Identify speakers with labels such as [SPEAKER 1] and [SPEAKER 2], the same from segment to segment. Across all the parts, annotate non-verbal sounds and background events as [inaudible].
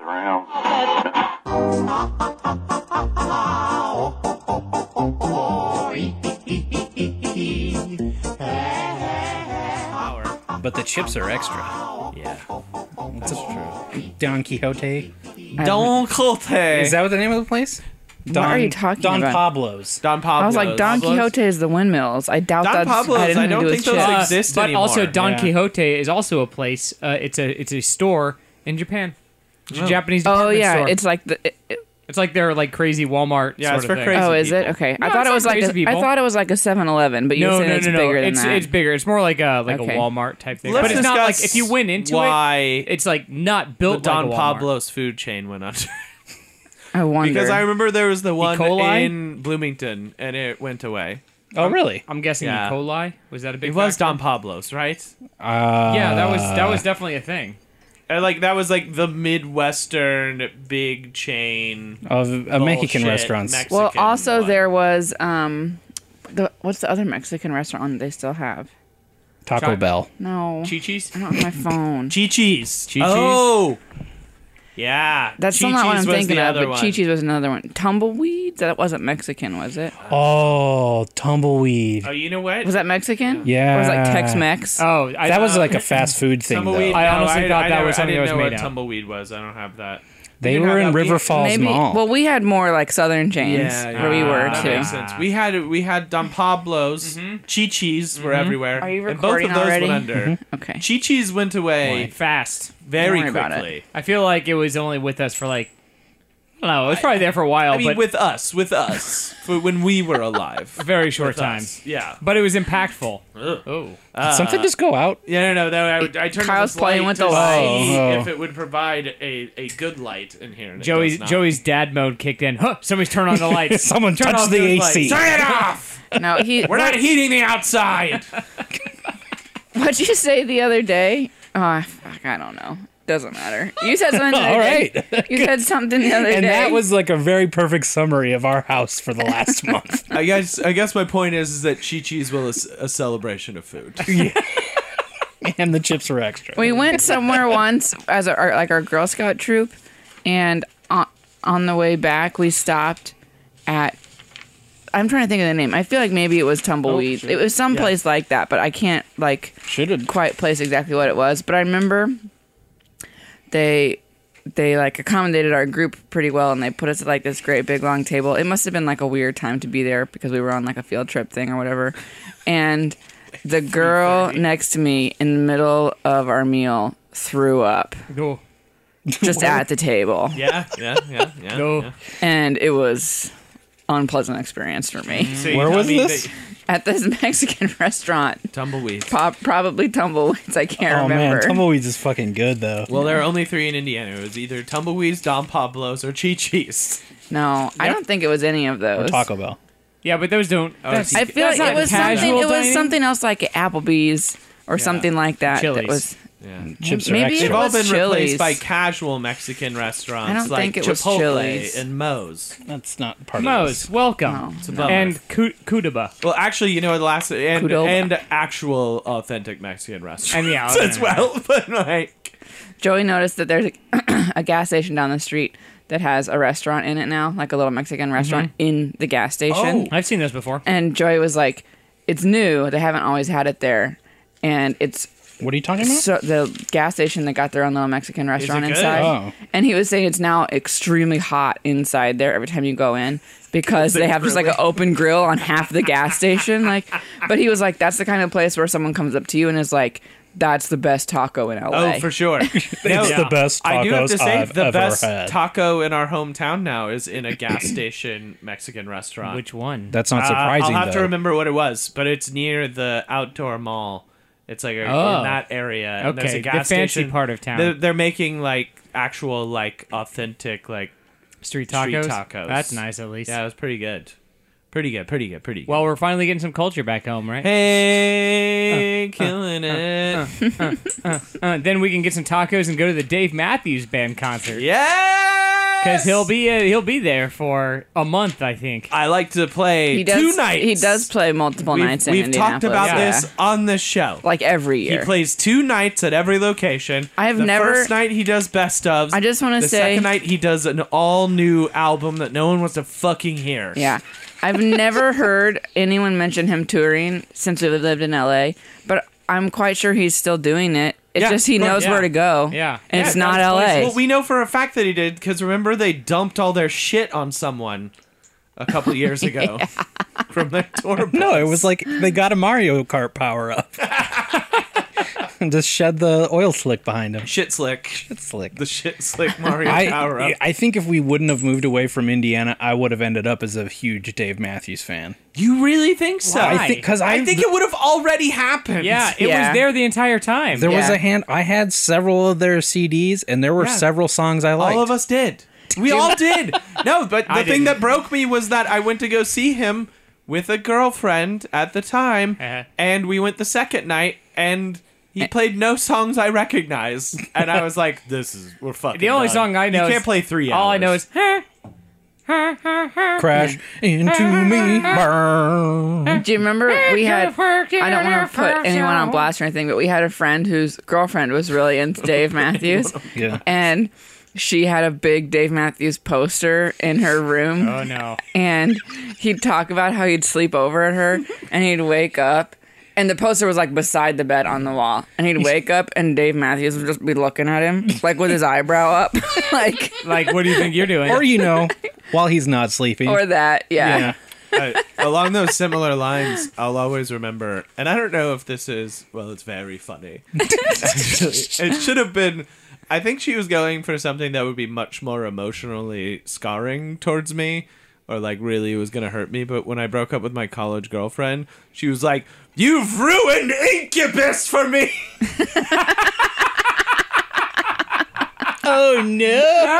[SPEAKER 1] around.
[SPEAKER 2] Power. But the chips are extra.
[SPEAKER 3] Yeah,
[SPEAKER 2] It's
[SPEAKER 3] that's
[SPEAKER 2] a
[SPEAKER 3] true.
[SPEAKER 2] Don Quixote.
[SPEAKER 4] [laughs]
[SPEAKER 3] Don Quixote.
[SPEAKER 2] Is that what the name of the place? Don,
[SPEAKER 5] are you talking
[SPEAKER 2] Don
[SPEAKER 5] about?
[SPEAKER 2] Pablo's.
[SPEAKER 3] Don Pablo?
[SPEAKER 5] I was like, Don
[SPEAKER 3] Pablo's?
[SPEAKER 5] Quixote is the windmills. I doubt
[SPEAKER 3] Don
[SPEAKER 5] that's
[SPEAKER 3] Pablo's,
[SPEAKER 5] had anything
[SPEAKER 3] I don't
[SPEAKER 5] to do
[SPEAKER 3] think
[SPEAKER 5] with
[SPEAKER 3] those
[SPEAKER 5] chips.
[SPEAKER 3] exist.
[SPEAKER 4] Uh, but
[SPEAKER 3] anymore.
[SPEAKER 4] also, Don
[SPEAKER 2] Yeah.
[SPEAKER 4] Quixote is also a place. Uh, it's a it's a store in Japan. It's a Japanese
[SPEAKER 5] Oh
[SPEAKER 4] department
[SPEAKER 5] yeah,
[SPEAKER 4] store.
[SPEAKER 5] it's like the. It, it-
[SPEAKER 4] it's like their like crazy Walmart.
[SPEAKER 3] Yeah,
[SPEAKER 4] sort
[SPEAKER 3] it's
[SPEAKER 4] of
[SPEAKER 3] for
[SPEAKER 4] thing.
[SPEAKER 3] crazy
[SPEAKER 5] oh, is it
[SPEAKER 3] people.
[SPEAKER 5] okay? I
[SPEAKER 4] No,
[SPEAKER 5] thought
[SPEAKER 4] it's
[SPEAKER 5] it was
[SPEAKER 4] not
[SPEAKER 5] like
[SPEAKER 4] crazy
[SPEAKER 5] a, I
[SPEAKER 4] people.
[SPEAKER 5] thought it was like a 7-Eleven, but you
[SPEAKER 4] No,
[SPEAKER 5] said
[SPEAKER 4] no,
[SPEAKER 5] it's
[SPEAKER 4] no, no.
[SPEAKER 5] bigger than
[SPEAKER 4] It's
[SPEAKER 5] that.
[SPEAKER 4] it's bigger. It's more like a like
[SPEAKER 5] Okay.
[SPEAKER 4] a Walmart type thing.
[SPEAKER 3] Let's
[SPEAKER 4] but it's not
[SPEAKER 3] discuss
[SPEAKER 4] like if you went into
[SPEAKER 3] why
[SPEAKER 4] it, it's like not
[SPEAKER 3] the
[SPEAKER 4] built
[SPEAKER 3] Don
[SPEAKER 4] like a Walmart.
[SPEAKER 3] Pablo's food chain went
[SPEAKER 4] [laughs]
[SPEAKER 3] under.
[SPEAKER 5] I wonder.
[SPEAKER 3] because I remember there was the one
[SPEAKER 4] E. coli?
[SPEAKER 3] in Bloomington and it went away.
[SPEAKER 2] Oh, really?
[SPEAKER 5] Um,
[SPEAKER 4] I'm guessing
[SPEAKER 3] Yeah.
[SPEAKER 4] E. coli was that a big.
[SPEAKER 3] It was
[SPEAKER 4] factor?
[SPEAKER 3] Don Pablo's, right?
[SPEAKER 2] Uh,
[SPEAKER 4] Yeah, that was that was definitely a thing.
[SPEAKER 3] And like that was like the Midwestern big chain.
[SPEAKER 2] of uh, Mexican
[SPEAKER 3] Bullshit.
[SPEAKER 2] restaurants.
[SPEAKER 3] Mex-
[SPEAKER 5] well,
[SPEAKER 3] Mexican
[SPEAKER 5] also
[SPEAKER 3] one.
[SPEAKER 5] there was um, the what's the other Mexican restaurant they still have?
[SPEAKER 2] Taco
[SPEAKER 4] Chi-
[SPEAKER 2] Bell.
[SPEAKER 5] No,
[SPEAKER 3] Chi-Chi's?
[SPEAKER 5] I
[SPEAKER 3] [laughs]
[SPEAKER 5] don't have my phone.
[SPEAKER 3] Chi-Chi's.
[SPEAKER 4] Chi-Chi's?
[SPEAKER 3] Oh! Yeah.
[SPEAKER 5] That's still not what I'm
[SPEAKER 3] Chi-Chi's was
[SPEAKER 5] thinking
[SPEAKER 3] the
[SPEAKER 5] of,
[SPEAKER 3] other
[SPEAKER 5] but
[SPEAKER 3] one.
[SPEAKER 5] Chi-Chi's was another one. Tumbleweed? That wasn't Mexican, was it?
[SPEAKER 2] Oh, tumbleweed.
[SPEAKER 3] Oh, you know what?
[SPEAKER 5] Was that Mexican?
[SPEAKER 2] Yeah.
[SPEAKER 5] Or was it like Tex-Mex?
[SPEAKER 4] Oh, I,
[SPEAKER 2] that was like
[SPEAKER 5] [laughs]
[SPEAKER 2] a fast food thing,
[SPEAKER 3] Tumbleweed.
[SPEAKER 2] though.
[SPEAKER 4] I honestly
[SPEAKER 3] no,
[SPEAKER 4] thought
[SPEAKER 3] I,
[SPEAKER 4] that
[SPEAKER 3] I
[SPEAKER 4] was
[SPEAKER 3] I didn't
[SPEAKER 4] something that was
[SPEAKER 3] know
[SPEAKER 4] made
[SPEAKER 3] what
[SPEAKER 4] up.
[SPEAKER 3] tumbleweed was. I don't have that.
[SPEAKER 2] They
[SPEAKER 3] you know
[SPEAKER 2] were in
[SPEAKER 3] how-
[SPEAKER 2] River
[SPEAKER 3] you-
[SPEAKER 2] Falls
[SPEAKER 5] Maybe.
[SPEAKER 2] Mall.
[SPEAKER 5] Well, we had more like Southern chains where we were
[SPEAKER 3] that
[SPEAKER 5] too.
[SPEAKER 3] Makes sense. We had we had Don Pablo's,
[SPEAKER 4] Mm-hmm.
[SPEAKER 3] Chi-Chi's were everywhere,
[SPEAKER 5] Are you
[SPEAKER 3] and both
[SPEAKER 5] recording
[SPEAKER 3] of those
[SPEAKER 5] already?
[SPEAKER 3] went under.
[SPEAKER 4] Mm-hmm.
[SPEAKER 5] Okay.
[SPEAKER 3] Chi-Chi's went away
[SPEAKER 4] fast.
[SPEAKER 3] very
[SPEAKER 5] Don't worry about it.
[SPEAKER 3] quickly.
[SPEAKER 4] I feel like it was only with us for like I don't know. It was probably there for a while,
[SPEAKER 3] I mean,
[SPEAKER 4] Oh, but
[SPEAKER 3] with us, with us, [laughs] for when we were alive.
[SPEAKER 4] very short
[SPEAKER 3] With
[SPEAKER 4] time.
[SPEAKER 3] us. Yeah.
[SPEAKER 4] But it was impactful.
[SPEAKER 3] Ugh.
[SPEAKER 4] Oh,
[SPEAKER 2] Did
[SPEAKER 5] uh,
[SPEAKER 2] something just go out?
[SPEAKER 3] Yeah, no, no, no. I, I turned
[SPEAKER 5] Kyle's
[SPEAKER 3] this
[SPEAKER 5] playing
[SPEAKER 3] light
[SPEAKER 5] with
[SPEAKER 3] to
[SPEAKER 5] the
[SPEAKER 2] light.
[SPEAKER 3] see
[SPEAKER 2] Oh.
[SPEAKER 3] if it would provide a, a good light in here. and it
[SPEAKER 4] Joey's
[SPEAKER 3] does not.
[SPEAKER 4] Joey's dad mode kicked in. Huh, somebody's turned
[SPEAKER 2] [laughs]
[SPEAKER 4] on the lights.
[SPEAKER 2] Someone
[SPEAKER 4] Turn
[SPEAKER 2] touched
[SPEAKER 4] off
[SPEAKER 2] the
[SPEAKER 4] those lights.
[SPEAKER 2] AC.
[SPEAKER 3] Turn it off!
[SPEAKER 5] No, he.
[SPEAKER 3] [laughs] We're not heating the outside.
[SPEAKER 5] What'd you say the other day? Oh, fuck, I don't know. Doesn't matter. You said something.
[SPEAKER 3] [laughs]
[SPEAKER 5] The other
[SPEAKER 2] All
[SPEAKER 5] day.
[SPEAKER 2] right.
[SPEAKER 5] You said something the other
[SPEAKER 2] And
[SPEAKER 5] day.
[SPEAKER 2] that was like a very perfect summary of our house for the last
[SPEAKER 5] [laughs]
[SPEAKER 2] month.
[SPEAKER 3] I guess I guess my point is, is that Chi Chi's was a, celebration of food.
[SPEAKER 2] And the chips were extra.
[SPEAKER 5] We went somewhere once as our, like our Girl Scout troop, and on, on the way back we stopped at. I'm trying to think of the name. I feel like maybe it
[SPEAKER 3] Oh,
[SPEAKER 5] was Tumbleweed. it was some place like that, but I can't like
[SPEAKER 2] Should have.
[SPEAKER 5] quite place exactly what it was. But I remember they they like accommodated our group pretty well, and they put us at like this great big long table. It must have been like a weird time to be there because we were on like a field trip thing or whatever, and. The girl next to me in the middle of our meal threw up
[SPEAKER 4] No,
[SPEAKER 5] just at the table.
[SPEAKER 3] [laughs] Yeah, yeah, yeah, yeah.
[SPEAKER 4] no.
[SPEAKER 5] And it was unpleasant experience for me.
[SPEAKER 3] So you
[SPEAKER 2] Where
[SPEAKER 3] tell
[SPEAKER 2] was
[SPEAKER 3] me
[SPEAKER 2] this?
[SPEAKER 3] that-
[SPEAKER 5] At this [laughs] Mexican restaurant,
[SPEAKER 3] Tumbleweed.
[SPEAKER 5] pop, probably tumbleweeds, I can't
[SPEAKER 2] Oh
[SPEAKER 5] remember.
[SPEAKER 2] man, tumbleweeds is fucking good though.
[SPEAKER 3] Well, there are only three in Indiana. It was either Tumbleweeds, Don Pablos, or Chi Chi's.
[SPEAKER 5] no, I
[SPEAKER 4] Yep.
[SPEAKER 5] don't think it was any of those.
[SPEAKER 2] Taco Bell.
[SPEAKER 4] Yeah, but those don't. uh,
[SPEAKER 3] it's-
[SPEAKER 5] I feel
[SPEAKER 4] That's
[SPEAKER 5] like it
[SPEAKER 4] not
[SPEAKER 5] was
[SPEAKER 4] casual
[SPEAKER 5] something. It was
[SPEAKER 4] dining.
[SPEAKER 5] something else like Applebee's or something like that. That
[SPEAKER 4] Chili's.
[SPEAKER 5] was
[SPEAKER 3] Yeah.
[SPEAKER 2] Chips
[SPEAKER 5] Maybe
[SPEAKER 2] are
[SPEAKER 5] it
[SPEAKER 3] They've
[SPEAKER 2] extra.
[SPEAKER 3] all
[SPEAKER 5] was
[SPEAKER 3] been
[SPEAKER 5] Chili's.
[SPEAKER 3] replaced by casual Mexican restaurants
[SPEAKER 5] I don't
[SPEAKER 3] like
[SPEAKER 5] think it was
[SPEAKER 3] Chipotle
[SPEAKER 5] Chili's.
[SPEAKER 3] and Moe's.
[SPEAKER 2] That's not part of
[SPEAKER 4] Moe's,
[SPEAKER 2] this.
[SPEAKER 4] welcome.
[SPEAKER 5] No, Oh, It's a
[SPEAKER 3] no. bummer.
[SPEAKER 4] And Ku- Kudaba.
[SPEAKER 3] Well, actually, you know, the last and
[SPEAKER 5] Qdoba.
[SPEAKER 3] and actual authentic Mexican restaurants
[SPEAKER 4] And yeah,
[SPEAKER 3] [laughs] as well, but like
[SPEAKER 5] Joey noticed that there's a, [clears throat] a gas station down the street that has a restaurant in it now, like a little Mexican restaurant in the gas station.
[SPEAKER 3] Oh.
[SPEAKER 4] I've seen those before.
[SPEAKER 5] And Joey was like, "It's new. They haven't always had it there." And it's
[SPEAKER 2] What are you talking about?
[SPEAKER 5] so the gas station that got their own little Mexican restaurant
[SPEAKER 3] good?
[SPEAKER 5] inside.
[SPEAKER 2] Oh.
[SPEAKER 5] And he was saying it's now extremely hot inside there every time you go in because they have just like an open grill on half the gas station. Like, but he was like, that's the kind of place where someone comes up to you and is like, "That's the best taco in LA."
[SPEAKER 3] oh, for
[SPEAKER 4] [laughs]
[SPEAKER 3] sure. No,
[SPEAKER 2] It's the best tacos
[SPEAKER 3] I do have to say
[SPEAKER 2] have
[SPEAKER 3] the
[SPEAKER 2] ever
[SPEAKER 3] best
[SPEAKER 2] had.
[SPEAKER 3] taco in our hometown now is in a gas
[SPEAKER 4] [coughs]
[SPEAKER 3] station Mexican restaurant.
[SPEAKER 4] Which one?
[SPEAKER 2] That's not
[SPEAKER 3] Uh,
[SPEAKER 2] surprising
[SPEAKER 3] I'll have
[SPEAKER 2] though.
[SPEAKER 3] to remember what it was, but it's near the outdoor mall. It's like a,
[SPEAKER 4] Oh.
[SPEAKER 3] in that area. and there's
[SPEAKER 4] Okay,
[SPEAKER 3] a
[SPEAKER 4] the
[SPEAKER 3] gas
[SPEAKER 4] fancy
[SPEAKER 3] station.
[SPEAKER 4] part of town.
[SPEAKER 3] They're, they're making like actual, like authentic, like
[SPEAKER 4] street
[SPEAKER 3] street
[SPEAKER 4] tacos.
[SPEAKER 3] tacos.
[SPEAKER 4] That's nice, at least.
[SPEAKER 3] yeah, it was pretty good, pretty good, pretty good, pretty good.
[SPEAKER 4] Well, we're finally getting some culture back home, right?
[SPEAKER 3] hey, killing it,
[SPEAKER 4] Uh, then we can get some tacos and go to the Dave Matthews Band concert.
[SPEAKER 3] yeah.
[SPEAKER 4] because he'll be uh, he'll be there for a month, I think.
[SPEAKER 3] I like to play
[SPEAKER 5] He does,
[SPEAKER 3] two nights.
[SPEAKER 5] He does play multiple
[SPEAKER 3] We've,
[SPEAKER 5] nights in
[SPEAKER 3] we've talked
[SPEAKER 5] Indianapolis.
[SPEAKER 3] about
[SPEAKER 5] yeah.
[SPEAKER 3] this on the show.
[SPEAKER 5] like every
[SPEAKER 3] He
[SPEAKER 5] year.
[SPEAKER 3] plays two nights at every location.
[SPEAKER 5] I have
[SPEAKER 3] the
[SPEAKER 5] never-
[SPEAKER 3] First night he does best ofs.
[SPEAKER 5] I just wanna
[SPEAKER 3] the
[SPEAKER 5] say-
[SPEAKER 3] second night he does an all new album that no one wants to fucking hear.
[SPEAKER 5] yeah. I've never heard anyone mention him touring since we lived in LA, but I'm quite sure he's still doing it. It's
[SPEAKER 3] Yeah,
[SPEAKER 5] just he
[SPEAKER 3] right,
[SPEAKER 5] knows
[SPEAKER 4] yeah.
[SPEAKER 5] where to go.
[SPEAKER 4] Yeah.
[SPEAKER 5] And
[SPEAKER 3] Yeah,
[SPEAKER 5] it's
[SPEAKER 3] it
[SPEAKER 5] not
[SPEAKER 3] does
[SPEAKER 5] LA.
[SPEAKER 3] place- Well, we know for a fact that he did because remember they dumped all their shit on someone a couple
[SPEAKER 5] [laughs]
[SPEAKER 3] years ago from their tour.
[SPEAKER 2] No, it was like they got a Mario Kart power up. [laughs] and just shed the oil slick behind him.
[SPEAKER 3] shit slick.
[SPEAKER 2] Shit slick.
[SPEAKER 3] The shit slick Mario power up.
[SPEAKER 2] I, I think if we wouldn't have moved away from Indiana, I would have ended up as a huge Dave Matthews fan.
[SPEAKER 3] you really think so?
[SPEAKER 4] Why?
[SPEAKER 2] I think because I,
[SPEAKER 3] I think it would have already happened.
[SPEAKER 4] Yeah, it
[SPEAKER 5] Yeah.
[SPEAKER 4] was there the entire time.
[SPEAKER 2] there was
[SPEAKER 5] Yeah.
[SPEAKER 2] a hand. I had several of their CDs, and there were
[SPEAKER 3] Yeah.
[SPEAKER 2] several songs I liked.
[SPEAKER 3] All of us did. We all [laughs] did. No, but the
[SPEAKER 4] I
[SPEAKER 3] thing that
[SPEAKER 4] didn't.
[SPEAKER 3] broke me was that I went to go see him with a girlfriend at the time,
[SPEAKER 4] Uh-huh.
[SPEAKER 3] and we went the second night, and he played no songs I recognized, and I was like, [laughs] "This is we're fucking."
[SPEAKER 4] The only
[SPEAKER 3] done.
[SPEAKER 4] song I know
[SPEAKER 3] You
[SPEAKER 4] is-
[SPEAKER 3] can't play three.
[SPEAKER 4] All I
[SPEAKER 3] hours.
[SPEAKER 4] know is "Huh, huh, huh, huh,
[SPEAKER 2] Crash into me. Burn.
[SPEAKER 5] Do you remember we had? I don't want to put anyone on
[SPEAKER 4] Yeah.
[SPEAKER 5] blast or anything, but we had a friend whose girlfriend was really into Dave Matthews,
[SPEAKER 2] Yeah.
[SPEAKER 5] and she had a big Dave Matthews poster in her room,
[SPEAKER 4] Oh no!
[SPEAKER 5] and he'd talk about how he'd sleep over at her, and he'd wake up. And the poster was like beside the bed on the wall. And he'd wake up and Dave Matthews would just be looking at him, like with his eyebrow up. [laughs] like
[SPEAKER 4] Like, what do you think you're doing?
[SPEAKER 2] Or you know, while he's not sleeping.
[SPEAKER 5] or that. Yeah.
[SPEAKER 2] yeah.
[SPEAKER 3] Uh, along those similar lines, I'll always remember. And I don't know if this is well, it's very
[SPEAKER 5] [laughs]
[SPEAKER 3] funny. Actually, it should have been. I think she was going for something that would be much more emotionally scarring towards me, or like really was going to hurt me. But when I broke up with my college girlfriend, she was like, "You've ruined Incubus for me."
[SPEAKER 2] Oh no!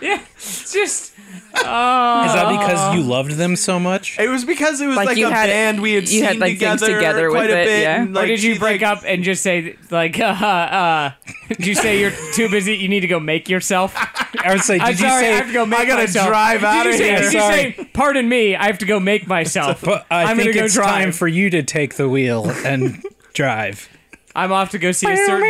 [SPEAKER 4] yeah, it's just
[SPEAKER 2] Is that because you loved them so much?
[SPEAKER 3] It was because it was like,
[SPEAKER 5] Like, you
[SPEAKER 3] a
[SPEAKER 5] had-
[SPEAKER 3] band we had
[SPEAKER 5] you
[SPEAKER 3] seen
[SPEAKER 5] had, like, things
[SPEAKER 3] together,
[SPEAKER 5] together with
[SPEAKER 3] quite a
[SPEAKER 5] it,
[SPEAKER 3] bit.
[SPEAKER 5] yeah.
[SPEAKER 3] and,
[SPEAKER 4] Or
[SPEAKER 3] like,
[SPEAKER 4] did you
[SPEAKER 3] she,
[SPEAKER 4] break
[SPEAKER 3] like-
[SPEAKER 4] up and just say like, [laughs] uh, uh, did you say you're too busy? You need to go make yourself.
[SPEAKER 2] I would say, did
[SPEAKER 4] I'm
[SPEAKER 2] you
[SPEAKER 4] sorry,
[SPEAKER 2] say?
[SPEAKER 4] I have to go make
[SPEAKER 3] I gotta
[SPEAKER 4] myself.
[SPEAKER 3] drive
[SPEAKER 4] Did
[SPEAKER 3] out
[SPEAKER 4] you
[SPEAKER 3] of
[SPEAKER 4] say-
[SPEAKER 3] here.
[SPEAKER 4] Did you say, pardon me, I have to go make myself.
[SPEAKER 2] but I
[SPEAKER 4] am
[SPEAKER 2] think
[SPEAKER 4] gonna go
[SPEAKER 2] it's
[SPEAKER 4] drive.
[SPEAKER 2] time for you to take the wheel and drive.
[SPEAKER 4] I'm off to go see a certain.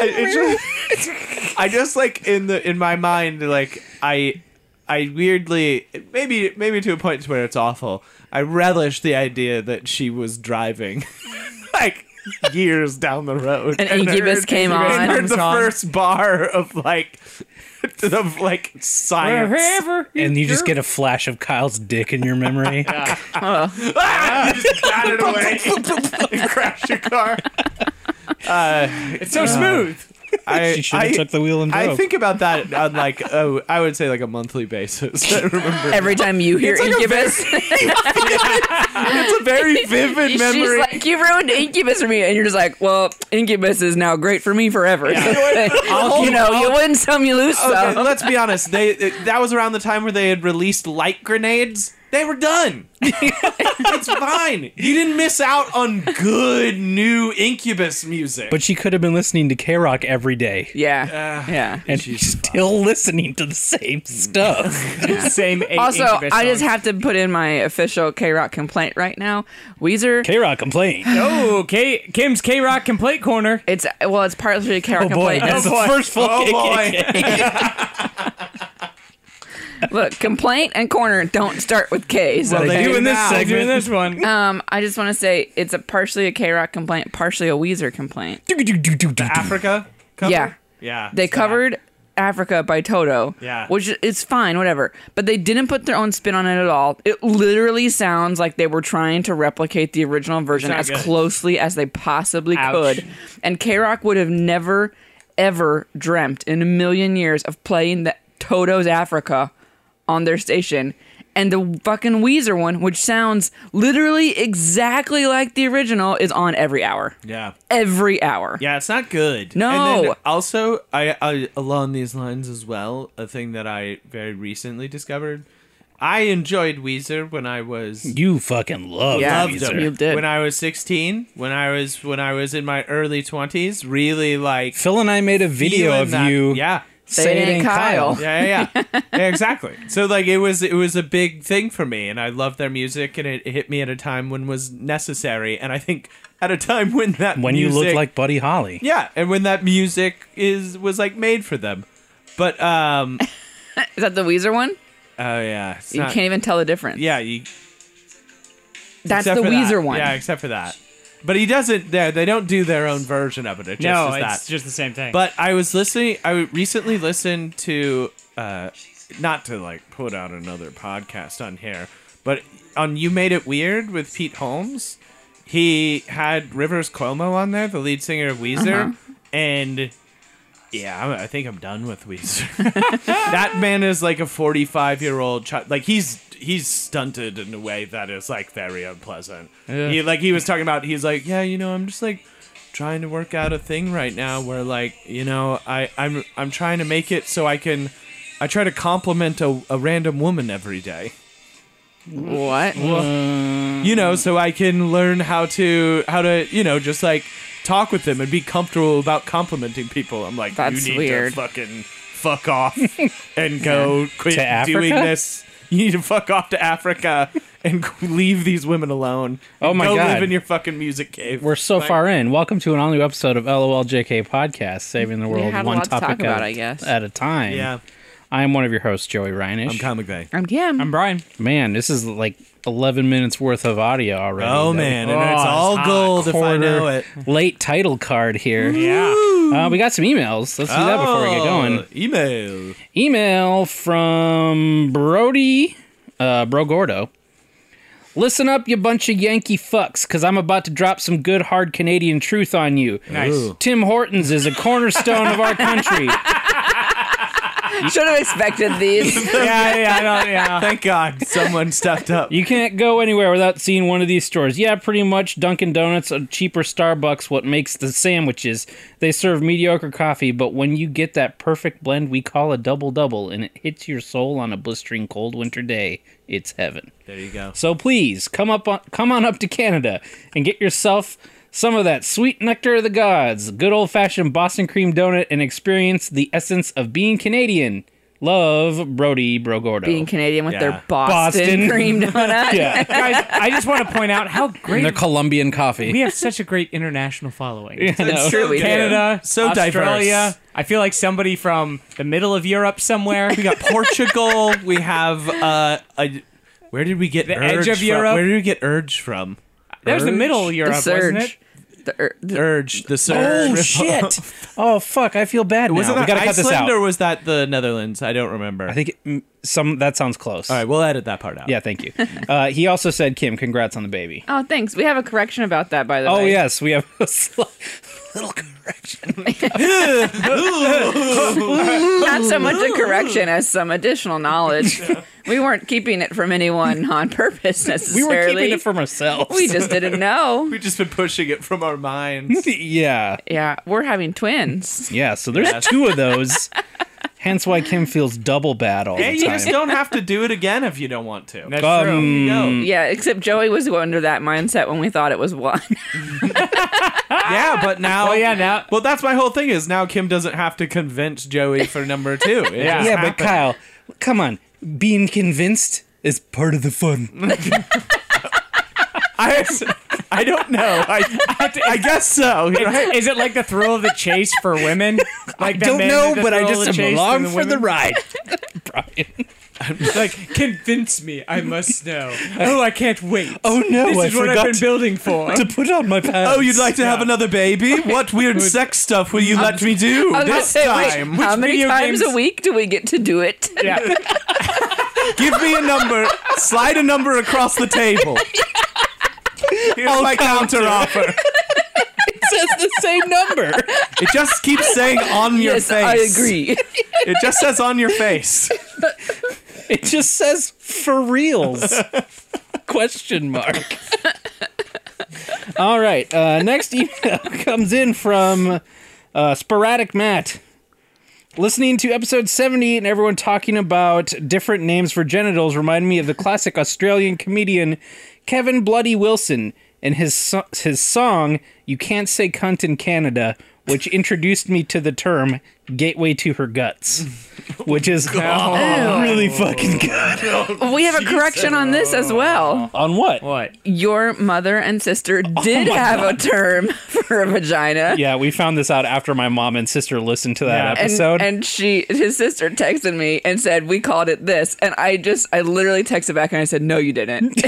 [SPEAKER 3] I, it just- I just like in the in my mind like I I weirdly maybe maybe to a point where it's awful. I relish the idea that she was driving [laughs] like years down the road.
[SPEAKER 5] And Incubus
[SPEAKER 3] heard-
[SPEAKER 5] came
[SPEAKER 3] and
[SPEAKER 5] on.
[SPEAKER 3] heard the
[SPEAKER 4] Song.
[SPEAKER 3] first bar of like of like science.
[SPEAKER 4] Wherever
[SPEAKER 2] and you just
[SPEAKER 4] go.
[SPEAKER 2] get a flash of Kyle's dick in your memory.
[SPEAKER 3] Ah! You just got it away. and [laughs] crashed your car.
[SPEAKER 4] It's so smooth.
[SPEAKER 3] I,
[SPEAKER 2] she should have
[SPEAKER 3] I-
[SPEAKER 2] took the wheel and drove.
[SPEAKER 3] I think about that on like oh, I would say like a monthly basis. [laughs] I remember
[SPEAKER 5] Every time you hear
[SPEAKER 3] like a
[SPEAKER 5] Incubus,
[SPEAKER 3] it's a very vivid
[SPEAKER 5] [laughs] she's
[SPEAKER 3] memory.
[SPEAKER 5] like, "You ruined Incubus for me," and you're just like, "Well, Incubus is now great for me forever." [laughs] you know, you win some, you lose
[SPEAKER 3] okay,
[SPEAKER 5] some.
[SPEAKER 3] let's be honest. They that was around the time where they had released light grenades. They were
[SPEAKER 5] [laughs]
[SPEAKER 3] done. it's fine. You didn't miss out on good new Incubus music.
[SPEAKER 2] but she could have been listening to K Rock every day
[SPEAKER 5] Yeah, yeah.
[SPEAKER 2] and she's [laughs] still listening to the same stuff.
[SPEAKER 4] Same. eight
[SPEAKER 5] Also,
[SPEAKER 4] Incubus
[SPEAKER 5] I just
[SPEAKER 4] songs.
[SPEAKER 5] have to put in my official K Rock complaint right now. Weezer.
[SPEAKER 2] K Rock complained.
[SPEAKER 4] Oh, K- Kim's K Rock Complaint Corner.
[SPEAKER 5] it's well, it's partly K Rock
[SPEAKER 2] Oh boy,
[SPEAKER 5] complaint.
[SPEAKER 2] that's
[SPEAKER 4] Oh,
[SPEAKER 2] the
[SPEAKER 4] boy.
[SPEAKER 2] first full
[SPEAKER 3] oh
[SPEAKER 5] [laughs]
[SPEAKER 2] kick.
[SPEAKER 3] boy,
[SPEAKER 5] Look, complaint and corner don't start with K's.
[SPEAKER 2] Well, they
[SPEAKER 5] okay?
[SPEAKER 2] do in this
[SPEAKER 3] Now,
[SPEAKER 4] I'm doing
[SPEAKER 2] segment.
[SPEAKER 4] this one.
[SPEAKER 5] Um, I just want to say it's a partially a K Rock complaint, partially a Weezer complaint.
[SPEAKER 3] Africa. Cover?
[SPEAKER 5] Yeah.
[SPEAKER 3] yeah.
[SPEAKER 5] They covered Africa by Toto.
[SPEAKER 3] Yeah.
[SPEAKER 5] Which is fine, whatever. But they didn't put their own spin on it at all. It literally sounds like they were trying to replicate the original version
[SPEAKER 4] not
[SPEAKER 5] as
[SPEAKER 4] good.
[SPEAKER 5] closely as they possibly
[SPEAKER 4] Ouch.
[SPEAKER 5] could. And K Rock would have never, ever dreamt in a million years of playing the Toto's Africa on their station. And the fucking Weezer one, which sounds literally exactly like the original, is on every hour.
[SPEAKER 3] yeah.
[SPEAKER 5] Every hour.
[SPEAKER 3] Yeah, it's not good.
[SPEAKER 5] No.
[SPEAKER 3] And then also, I, I along these lines as well, a thing that I very recently discovered. I enjoyed Weezer when I
[SPEAKER 2] [laughs]
[SPEAKER 3] was
[SPEAKER 2] You fucking love
[SPEAKER 5] Yeah.
[SPEAKER 3] loved
[SPEAKER 5] Loved 'em.
[SPEAKER 2] Weezer.
[SPEAKER 5] You did.
[SPEAKER 3] when I was 16, when I was when I was in my early 20s, really like
[SPEAKER 2] Phil and I made a video
[SPEAKER 3] feeling
[SPEAKER 2] of
[SPEAKER 3] that-
[SPEAKER 2] you
[SPEAKER 3] Yeah.
[SPEAKER 2] saying
[SPEAKER 5] Saying it ain't
[SPEAKER 2] Kyle.
[SPEAKER 5] Kyle.
[SPEAKER 3] Yeah, yeah,
[SPEAKER 5] [laughs]
[SPEAKER 3] yeah. yeah, exactly. So like it was it was a big thing for me and I loved their music and it, it hit me at a time when was necessary and I think at a time when that
[SPEAKER 2] when you look
[SPEAKER 3] music-
[SPEAKER 2] like Buddy Holly.
[SPEAKER 3] Yeah, and when that music is was like made for them. But um
[SPEAKER 5] Is that the Weezer one?
[SPEAKER 3] oh yeah, it's
[SPEAKER 5] you
[SPEAKER 3] not-
[SPEAKER 5] can't even tell the difference.
[SPEAKER 3] Yeah, you
[SPEAKER 5] that's the
[SPEAKER 3] except for
[SPEAKER 5] Weezer
[SPEAKER 3] that.
[SPEAKER 5] one.
[SPEAKER 3] Yeah, except for that. But he doesn't. They they don't do their own version of it. It just
[SPEAKER 4] no,
[SPEAKER 3] is that.
[SPEAKER 4] it's just the same thing.
[SPEAKER 3] but I was listening. I recently listened to, uh, not to like put out another podcast on here, but on "You Made It Weird" with Pete Holmes, he had Rivers Cuomo on there, the lead singer of Weezer, and. Yeah, I'm, I think I'm done with Weezer. that man is like a 45 year old child. Like he's he's stunted in a way that is like very unpleasant. He like he was talking about. He's like, yeah, you know, I'm just like trying to work out a thing right now where like you know I I'm I'm trying to make it so I can. I try to compliment a, a random woman every day.
[SPEAKER 5] What?
[SPEAKER 3] You
[SPEAKER 5] Mm-hmm.
[SPEAKER 3] know, so I can learn how to how to you know just like talk with them and be comfortable about complimenting people. I'm like,
[SPEAKER 5] That's
[SPEAKER 3] you need
[SPEAKER 5] weird.
[SPEAKER 3] to fucking fuck
[SPEAKER 5] [laughs]
[SPEAKER 3] off and go quit
[SPEAKER 2] To
[SPEAKER 3] doing
[SPEAKER 2] Africa?
[SPEAKER 3] this. You need to fuck off to Africa and [laughs] leave these women alone.
[SPEAKER 2] Oh my
[SPEAKER 3] go
[SPEAKER 2] God.
[SPEAKER 3] live in your fucking music cave.
[SPEAKER 2] We're so
[SPEAKER 3] Like,
[SPEAKER 2] far in. Welcome to an all new episode of LOLJK Podcast, saving the world
[SPEAKER 5] had a
[SPEAKER 2] one
[SPEAKER 5] lot to talk
[SPEAKER 2] topic
[SPEAKER 5] about,
[SPEAKER 2] at,
[SPEAKER 5] I guess.
[SPEAKER 2] at a time.
[SPEAKER 3] Yeah,
[SPEAKER 2] I am one of your hosts, Joey Reinish.
[SPEAKER 3] I'm comic guy.
[SPEAKER 5] I'm yeah. I'm-
[SPEAKER 4] I'm Brian.
[SPEAKER 2] man, this is like 11 minutes worth of audio already.
[SPEAKER 3] Oh
[SPEAKER 2] That
[SPEAKER 3] man, and
[SPEAKER 4] Oh,
[SPEAKER 3] it's
[SPEAKER 4] it's
[SPEAKER 3] all
[SPEAKER 4] hot.
[SPEAKER 3] gold if I
[SPEAKER 2] quarter
[SPEAKER 3] know it.
[SPEAKER 2] Late title card here.
[SPEAKER 4] Yeah.
[SPEAKER 2] Uh, we got some emails. Let's do that before we get going.
[SPEAKER 3] Oh,
[SPEAKER 2] [laughs]
[SPEAKER 3] Email.
[SPEAKER 2] Email from Brody, uh, Bro Gordo. Listen up, you bunch of Yankee fucks, because I'm about to drop some good, hard Canadian truth on you.
[SPEAKER 4] Nice.
[SPEAKER 3] Ooh.
[SPEAKER 2] Tim Hortons is a cornerstone of our [laughs] country.
[SPEAKER 5] Should have
[SPEAKER 3] [laughs]
[SPEAKER 5] expected these.
[SPEAKER 4] yeah, yeah, I don't, yeah.
[SPEAKER 3] Thank God someone stepped up.
[SPEAKER 2] You can't go anywhere without seeing one of these stores. Yeah, pretty much Dunkin' Donuts, a cheaper Starbucks, what makes the sandwiches. They serve mediocre coffee, but when you get that perfect blend we call a double double and it hits your soul on a blistering cold winter day, it's heaven.
[SPEAKER 3] There you go.
[SPEAKER 2] So please come up on, come on up to Canada and get yourself some of that sweet nectar of the gods, good old fashioned Boston cream donut, and experience the essence of being Canadian. Love Brody Brogordo.
[SPEAKER 5] Being Canadian with
[SPEAKER 3] Yeah.
[SPEAKER 5] their Boston,
[SPEAKER 2] Boston.
[SPEAKER 5] cream donut.
[SPEAKER 2] yeah,
[SPEAKER 4] Guys, I just want to point out how
[SPEAKER 2] and their
[SPEAKER 4] great
[SPEAKER 2] Colombian coffee.
[SPEAKER 4] we have such a great international following.
[SPEAKER 2] I know.
[SPEAKER 5] That's true. We do.
[SPEAKER 4] Canada,
[SPEAKER 3] So
[SPEAKER 4] Australia.
[SPEAKER 3] diverse.
[SPEAKER 4] I feel like somebody from the middle of Europe somewhere.
[SPEAKER 3] We got Portugal. we have uh, a, where did we get the
[SPEAKER 4] edge of
[SPEAKER 3] from?
[SPEAKER 4] Europe.
[SPEAKER 3] Where did we get urge from?
[SPEAKER 4] There's the
[SPEAKER 3] Urge?
[SPEAKER 4] middle of Europe,
[SPEAKER 5] The surge.
[SPEAKER 4] wasn't it?
[SPEAKER 5] The, er, the-
[SPEAKER 3] Urge the surge.
[SPEAKER 2] Oh
[SPEAKER 3] [laughs]
[SPEAKER 2] shit! Oh fuck! I feel bad now.
[SPEAKER 3] Was it
[SPEAKER 2] we
[SPEAKER 3] that
[SPEAKER 2] gotta
[SPEAKER 3] Iceland
[SPEAKER 2] cut this out.
[SPEAKER 3] or was that the Netherlands? I don't remember.
[SPEAKER 2] I think it, some that sounds close.
[SPEAKER 3] All right, we'll edit that part out.
[SPEAKER 2] Yeah, thank you. [laughs] Uh, he also said, "Kim, congrats on the baby."
[SPEAKER 5] oh, thanks. We have a correction about that, by the
[SPEAKER 2] Oh
[SPEAKER 5] way.
[SPEAKER 2] yes, we have a sli- [laughs] little correction.
[SPEAKER 5] Not so much a correction as some additional knowledge. we weren't keeping it from anyone on purpose
[SPEAKER 2] We were
[SPEAKER 5] necessarily.
[SPEAKER 2] keeping it from ourselves.
[SPEAKER 5] We just didn't know.
[SPEAKER 3] we've just been pushing it from our [laughs]
[SPEAKER 2] [laughs]
[SPEAKER 3] minds.
[SPEAKER 2] yeah,
[SPEAKER 5] Yeah, we're having twins.
[SPEAKER 2] yeah. So there's
[SPEAKER 3] Yes.
[SPEAKER 2] two of those. Hence why Kim feels double bad all
[SPEAKER 3] hey,
[SPEAKER 2] the
[SPEAKER 3] you
[SPEAKER 2] time.
[SPEAKER 3] just don't have to do it again if you don't want to.
[SPEAKER 4] That's true.
[SPEAKER 2] Um,
[SPEAKER 3] no.
[SPEAKER 5] Yeah, except Joey was under that mindset when we thought it was one.
[SPEAKER 3] Yeah, but now.
[SPEAKER 4] Oh yeah, now
[SPEAKER 3] Well, that's my whole thing is now Kim doesn't have to convince Joey for number [laughs] two. It
[SPEAKER 4] Yeah.
[SPEAKER 3] just
[SPEAKER 2] yeah, but
[SPEAKER 3] happened.
[SPEAKER 2] Kyle, come on. Being convinced is part of the fun.
[SPEAKER 3] [laughs] I, I don't know. I, I guess so. Right?
[SPEAKER 4] is it like the thrill of the chase
[SPEAKER 2] [laughs]
[SPEAKER 4] for women? Like that
[SPEAKER 2] Don't
[SPEAKER 4] men
[SPEAKER 2] know,
[SPEAKER 4] did the
[SPEAKER 2] but I
[SPEAKER 4] thrill of the
[SPEAKER 2] just am
[SPEAKER 4] chase
[SPEAKER 2] along
[SPEAKER 4] and
[SPEAKER 2] for the
[SPEAKER 4] women-
[SPEAKER 2] ride. Brian.
[SPEAKER 4] like convince me. I
[SPEAKER 2] [laughs]
[SPEAKER 4] must know. Oh, I can't wait.
[SPEAKER 2] Oh no,
[SPEAKER 4] this
[SPEAKER 2] I
[SPEAKER 4] is what
[SPEAKER 2] forgot
[SPEAKER 4] I've been building for.
[SPEAKER 2] [laughs] to put on my pants.
[SPEAKER 3] Oh, you'd like to have another baby? What weird sex stuff will you let me do
[SPEAKER 5] [laughs] I was gonna
[SPEAKER 3] this
[SPEAKER 5] say, wait, um,
[SPEAKER 3] time?
[SPEAKER 5] how many
[SPEAKER 4] video
[SPEAKER 5] times
[SPEAKER 4] games-
[SPEAKER 5] a week do we get to do it?
[SPEAKER 2] [laughs]
[SPEAKER 4] yeah.
[SPEAKER 3] Give me a number. Slide a number across the table. Here's my counter offer.
[SPEAKER 2] It says the same number.
[SPEAKER 3] It just keeps saying on your
[SPEAKER 5] yes,
[SPEAKER 3] face.
[SPEAKER 5] I agree.
[SPEAKER 3] It just says on your face.
[SPEAKER 6] [laughs]
[SPEAKER 2] It just says for reals. Question mark. All right.
[SPEAKER 6] [laughs]
[SPEAKER 2] Uh, next email comes in from uh, Sporadic Matt.
[SPEAKER 6] Listening to episode 70 and everyone talking about different names for genitals reminded me of the classic Australian comedian Kevin Bloody Wilson and his so- his song You Can't Say Cunt in Canada, which introduced me to the term gateway to her guts, which
[SPEAKER 3] [laughs]
[SPEAKER 6] is really fucking good.
[SPEAKER 5] we have a correction on this as well.
[SPEAKER 6] On what?
[SPEAKER 4] What?
[SPEAKER 5] Your mother and sister did
[SPEAKER 6] Oh my
[SPEAKER 5] have a term [laughs] for a vagina.
[SPEAKER 6] Yeah, we found this out after my mom and sister listened to that
[SPEAKER 4] Yeah.
[SPEAKER 5] And,
[SPEAKER 6] episode.
[SPEAKER 5] and she his sister texted me and said we called it this and I just I literally texted back and I said no you
[SPEAKER 6] [laughs]
[SPEAKER 5] didn't [laughs]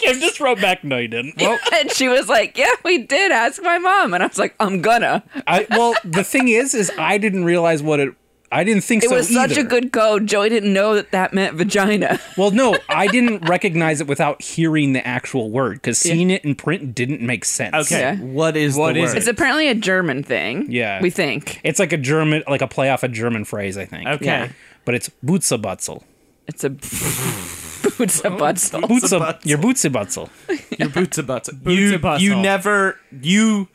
[SPEAKER 6] Kim just wrote back, no, you didn't.
[SPEAKER 5] and she was like yeah we did ask my mom and I was like I'm gonna
[SPEAKER 6] I, well, the thing is, is I didn't realize what it. I didn't think
[SPEAKER 5] it
[SPEAKER 6] so
[SPEAKER 5] was such a
[SPEAKER 6] either.
[SPEAKER 5] good code Joey didn't know that that meant
[SPEAKER 6] [laughs]
[SPEAKER 5] vagina
[SPEAKER 6] Well, no, I didn't recognize it without hearing the actual word because seeing it in print didn't make sense.
[SPEAKER 3] Okay,
[SPEAKER 5] Yeah.
[SPEAKER 3] what is
[SPEAKER 4] What
[SPEAKER 3] the
[SPEAKER 4] is
[SPEAKER 3] word?
[SPEAKER 4] it?
[SPEAKER 5] it's apparently a German thing
[SPEAKER 6] Yeah.
[SPEAKER 5] we think
[SPEAKER 6] It's like a German, like a play off a German phrase, I think.
[SPEAKER 3] Okay,
[SPEAKER 5] Yeah.
[SPEAKER 6] But it's Butzebatzel.
[SPEAKER 5] it's a [laughs] boots
[SPEAKER 6] Oh,
[SPEAKER 5] a butzel
[SPEAKER 6] Butze,
[SPEAKER 3] Butzel.
[SPEAKER 6] your Butzebatzel.
[SPEAKER 3] your boots a butts.
[SPEAKER 4] Boots
[SPEAKER 3] You
[SPEAKER 4] a butts
[SPEAKER 3] you
[SPEAKER 4] all.
[SPEAKER 3] never you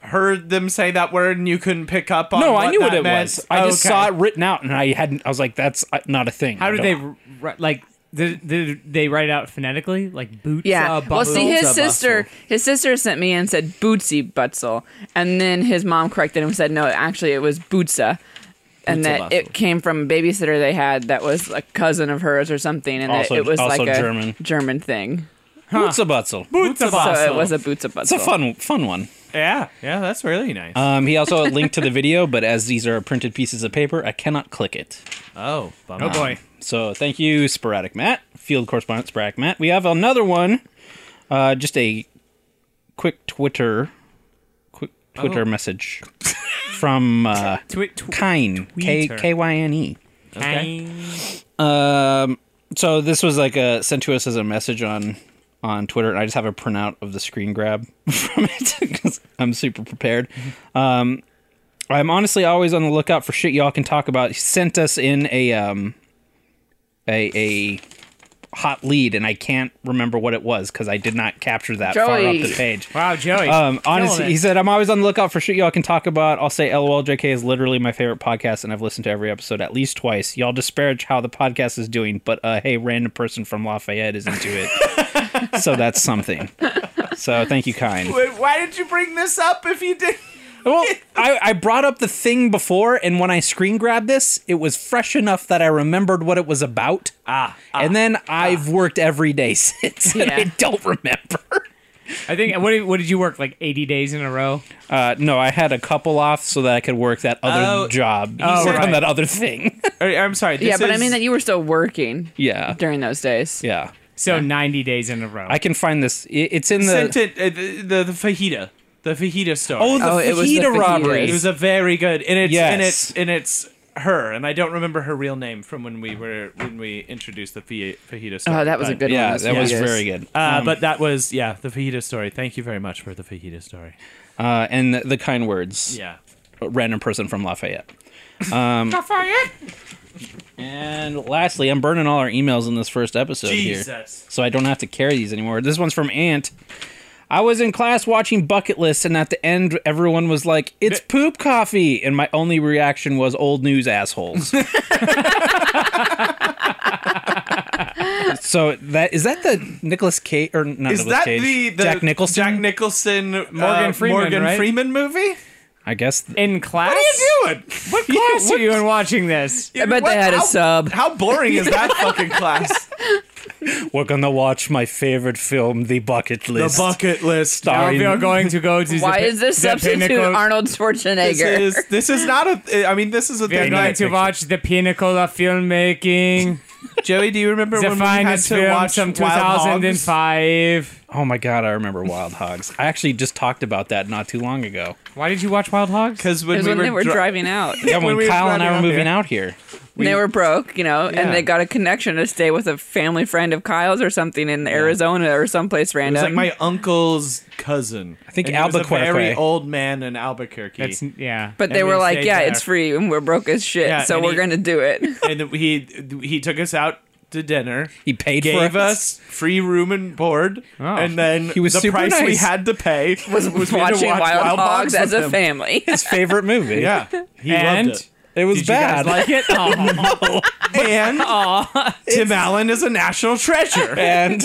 [SPEAKER 3] heard them say that word and you couldn't pick up on.
[SPEAKER 6] No, I
[SPEAKER 3] what
[SPEAKER 6] knew
[SPEAKER 3] that
[SPEAKER 6] what it
[SPEAKER 3] meant?
[SPEAKER 6] was. I just
[SPEAKER 3] Okay.
[SPEAKER 6] saw it written out and I hadn't, I was like, that's uh, not a thing.
[SPEAKER 4] How
[SPEAKER 6] I
[SPEAKER 4] did they
[SPEAKER 6] don't-
[SPEAKER 4] r- ri- like? Did, did they write it out phonetically? Like boots?
[SPEAKER 5] Yeah.
[SPEAKER 4] Uh,
[SPEAKER 5] well, see, his
[SPEAKER 3] Boots a
[SPEAKER 5] sister, his sister sent me and said Bootsy Butzel, and then his mom corrected him and said, no, actually, it was Bootsa.
[SPEAKER 3] Bootsa
[SPEAKER 5] And that it
[SPEAKER 3] Butzel.
[SPEAKER 5] came from a babysitter they had that was a cousin of hers or something, and that
[SPEAKER 6] Also-
[SPEAKER 5] it was
[SPEAKER 6] also
[SPEAKER 5] like a
[SPEAKER 6] German.
[SPEAKER 5] German thing.
[SPEAKER 6] Butzebatzel.
[SPEAKER 4] boots a
[SPEAKER 5] So
[SPEAKER 4] bus.
[SPEAKER 5] it was a Bootsa Butzel.
[SPEAKER 6] It's a fun, fun one.
[SPEAKER 3] Yeah, yeah, that's really nice.
[SPEAKER 6] Um, he also linked to the video, but as these are printed pieces of paper, I cannot click it.
[SPEAKER 3] oh, bummer.
[SPEAKER 4] Oh boy.
[SPEAKER 6] So thank you, Sporadic Matt, field correspondent Sporadic Matt. We have another one. Uh, just a quick Twitter, quick Twitter message from uh,
[SPEAKER 4] Twi- tw-
[SPEAKER 6] Kine K
[SPEAKER 4] Tweeter.
[SPEAKER 6] K Y N E.
[SPEAKER 4] Kine.
[SPEAKER 6] Um, so this was like a sent to us as a message on on Twitter, and I just have a printout of the screen grab [laughs] from it because I'm super prepared. Um, I'm honestly always on the lookout for shit y'all can talk about. He sent us in a um a a hot lead, and I can't remember what it was because I did not capture that far up
[SPEAKER 5] Joey.
[SPEAKER 6] the page.
[SPEAKER 4] Wow, Joey.
[SPEAKER 6] Um, honestly,
[SPEAKER 4] Killing
[SPEAKER 6] he
[SPEAKER 4] it.
[SPEAKER 6] said, I'm always on the lookout for shit y'all can talk about. I'll say LOLJK is literally my favorite podcast, and I've listened to every episode at least twice. Y'all disparage how the podcast is doing, but uh, hey, random person from Lafayette is into
[SPEAKER 3] [laughs]
[SPEAKER 6] it. so that's something. So thank you, kind.
[SPEAKER 3] Wait, why did you bring this up if you did?
[SPEAKER 6] Well, I, I brought up the thing before, and when I screen grabbed this, it was fresh enough that I remembered what it was about.
[SPEAKER 3] Ah,
[SPEAKER 6] and then I've worked every day [laughs] since, and I
[SPEAKER 5] Yeah.
[SPEAKER 6] don't remember.
[SPEAKER 4] I think. What did, what did you work like eighty days in a row?
[SPEAKER 6] Uh, no, I had a couple off so that I could work that other
[SPEAKER 3] Oh,
[SPEAKER 6] job,
[SPEAKER 4] oh,
[SPEAKER 6] work on
[SPEAKER 4] right.
[SPEAKER 6] that
[SPEAKER 3] [laughs]
[SPEAKER 6] other thing.
[SPEAKER 3] I- I'm sorry. This
[SPEAKER 5] yeah, but I
[SPEAKER 3] is-
[SPEAKER 5] mean that you were still working
[SPEAKER 6] yeah,
[SPEAKER 5] during those days.
[SPEAKER 6] yeah.
[SPEAKER 4] So ninety days in a row.
[SPEAKER 6] I can find this. i- It's in the
[SPEAKER 3] sent it uh, the, the the fajita, the fajita story.
[SPEAKER 6] oh the
[SPEAKER 5] Oh, it was the
[SPEAKER 6] fajita
[SPEAKER 5] fajitas.
[SPEAKER 6] robbery.
[SPEAKER 3] It was a very good, and it's and
[SPEAKER 6] Yes.
[SPEAKER 3] it's and it's her, and I don't remember her real name from when we were when we introduced the fa- fajita story.
[SPEAKER 5] Oh, that was a
[SPEAKER 3] but-
[SPEAKER 5] good
[SPEAKER 6] yeah,
[SPEAKER 5] one.
[SPEAKER 6] that was
[SPEAKER 5] Yes.
[SPEAKER 6] very good.
[SPEAKER 3] Uh, but that was yeah, the fajita story. Thank you very much for the fajita story.
[SPEAKER 6] Uh, and the, the kind words.
[SPEAKER 3] Yeah,
[SPEAKER 6] A Random person from Lafayette. Um, Lafayette. And lastly, I'm burning all our emails in this first episode here.
[SPEAKER 3] Jesus.
[SPEAKER 6] so I don't have to carry these anymore. This one's from Ant. I was in class watching Bucket List, and at the end, everyone was like, "It's poop coffee," and my only reaction was, "Old news, [laughs] assholes." so that is that the Nicholas Cage or not
[SPEAKER 3] Is
[SPEAKER 6] Nicolas
[SPEAKER 3] that
[SPEAKER 6] Cage,
[SPEAKER 3] the, the
[SPEAKER 6] Jack Nicholson?
[SPEAKER 3] Jack Nicholson, Morgan
[SPEAKER 4] Freeman,
[SPEAKER 3] Morgan
[SPEAKER 4] right?
[SPEAKER 3] Freeman movie?
[SPEAKER 6] I guess. th-
[SPEAKER 4] in class.
[SPEAKER 3] What are you doing? What
[SPEAKER 4] class are you in
[SPEAKER 3] [laughs]
[SPEAKER 4] watching this?
[SPEAKER 5] I bet they had a
[SPEAKER 3] how,
[SPEAKER 5] sub.
[SPEAKER 3] How boring is that fucking class?
[SPEAKER 6] We're gonna watch my favorite film, The Bucket List.
[SPEAKER 3] bucket list.
[SPEAKER 4] Now we
[SPEAKER 6] Starring-
[SPEAKER 4] are going to go to.
[SPEAKER 5] Why
[SPEAKER 4] the,
[SPEAKER 5] is this
[SPEAKER 4] the
[SPEAKER 5] substitute
[SPEAKER 4] pinnacle-
[SPEAKER 5] Arnold
[SPEAKER 3] This
[SPEAKER 5] Schwarzenegger? [laughs]
[SPEAKER 3] is this is not a. I mean, this is a
[SPEAKER 4] We are
[SPEAKER 3] thing.
[SPEAKER 4] going
[SPEAKER 3] That,
[SPEAKER 4] to watch the pinnacle of filmmaking,
[SPEAKER 3] Joey, do you [laughs] remember
[SPEAKER 4] the
[SPEAKER 3] when we had
[SPEAKER 4] finest
[SPEAKER 3] to
[SPEAKER 4] film
[SPEAKER 3] watch
[SPEAKER 4] from
[SPEAKER 3] Wild Hogs?
[SPEAKER 4] 2005.
[SPEAKER 6] Oh my god, I remember Wild Hogs. I actually just talked about that not too long ago.
[SPEAKER 4] Why did you watch Wild Hogs?
[SPEAKER 3] Because
[SPEAKER 5] it
[SPEAKER 3] when
[SPEAKER 5] was
[SPEAKER 3] we
[SPEAKER 5] when
[SPEAKER 3] were,
[SPEAKER 5] they were
[SPEAKER 3] dri-
[SPEAKER 5] driving out.
[SPEAKER 6] Yeah, when,
[SPEAKER 3] When we were
[SPEAKER 6] Kyle and I
[SPEAKER 3] driving
[SPEAKER 6] were
[SPEAKER 3] out
[SPEAKER 6] moving
[SPEAKER 3] here.
[SPEAKER 6] out here.
[SPEAKER 5] they were broke, you know,
[SPEAKER 6] Yeah.
[SPEAKER 5] and they got a connection to stay with a family friend of Kyle's or something in Arizona or someplace
[SPEAKER 3] It was
[SPEAKER 5] random.
[SPEAKER 3] like my uncle's cousin. I
[SPEAKER 6] think
[SPEAKER 3] Was a
[SPEAKER 6] Albuquerque.
[SPEAKER 3] very old man in Albuquerque,
[SPEAKER 4] That's yeah.
[SPEAKER 5] but they
[SPEAKER 3] and
[SPEAKER 5] were
[SPEAKER 3] we
[SPEAKER 5] like,
[SPEAKER 3] stayed
[SPEAKER 5] "Yeah,
[SPEAKER 3] there.
[SPEAKER 5] it's free, and we're broke as shit,
[SPEAKER 3] Yeah,
[SPEAKER 5] so
[SPEAKER 3] and
[SPEAKER 5] we're
[SPEAKER 3] he-
[SPEAKER 5] gonna do it."
[SPEAKER 3] and he he took us out to dinner.
[SPEAKER 6] He paid
[SPEAKER 3] gave
[SPEAKER 6] for us. Oh.
[SPEAKER 3] us free room and board, and then
[SPEAKER 6] He was
[SPEAKER 3] the
[SPEAKER 6] super
[SPEAKER 3] price we
[SPEAKER 5] [laughs]
[SPEAKER 6] nice.
[SPEAKER 3] had to pay [laughs] was, we had to
[SPEAKER 5] Watching
[SPEAKER 3] watch
[SPEAKER 5] Wild, Hogs
[SPEAKER 3] with
[SPEAKER 5] as a
[SPEAKER 3] him. [laughs]
[SPEAKER 5] family.
[SPEAKER 6] [laughs] His favorite movie.
[SPEAKER 3] Yeah, He
[SPEAKER 4] And-
[SPEAKER 3] loved it.
[SPEAKER 2] It was
[SPEAKER 3] Did you guys
[SPEAKER 2] bad.
[SPEAKER 4] Like it? Aw. [laughs]
[SPEAKER 3] And Tim Allen is a national
[SPEAKER 6] [laughs]
[SPEAKER 2] [laughs]
[SPEAKER 3] treasure.
[SPEAKER 2] and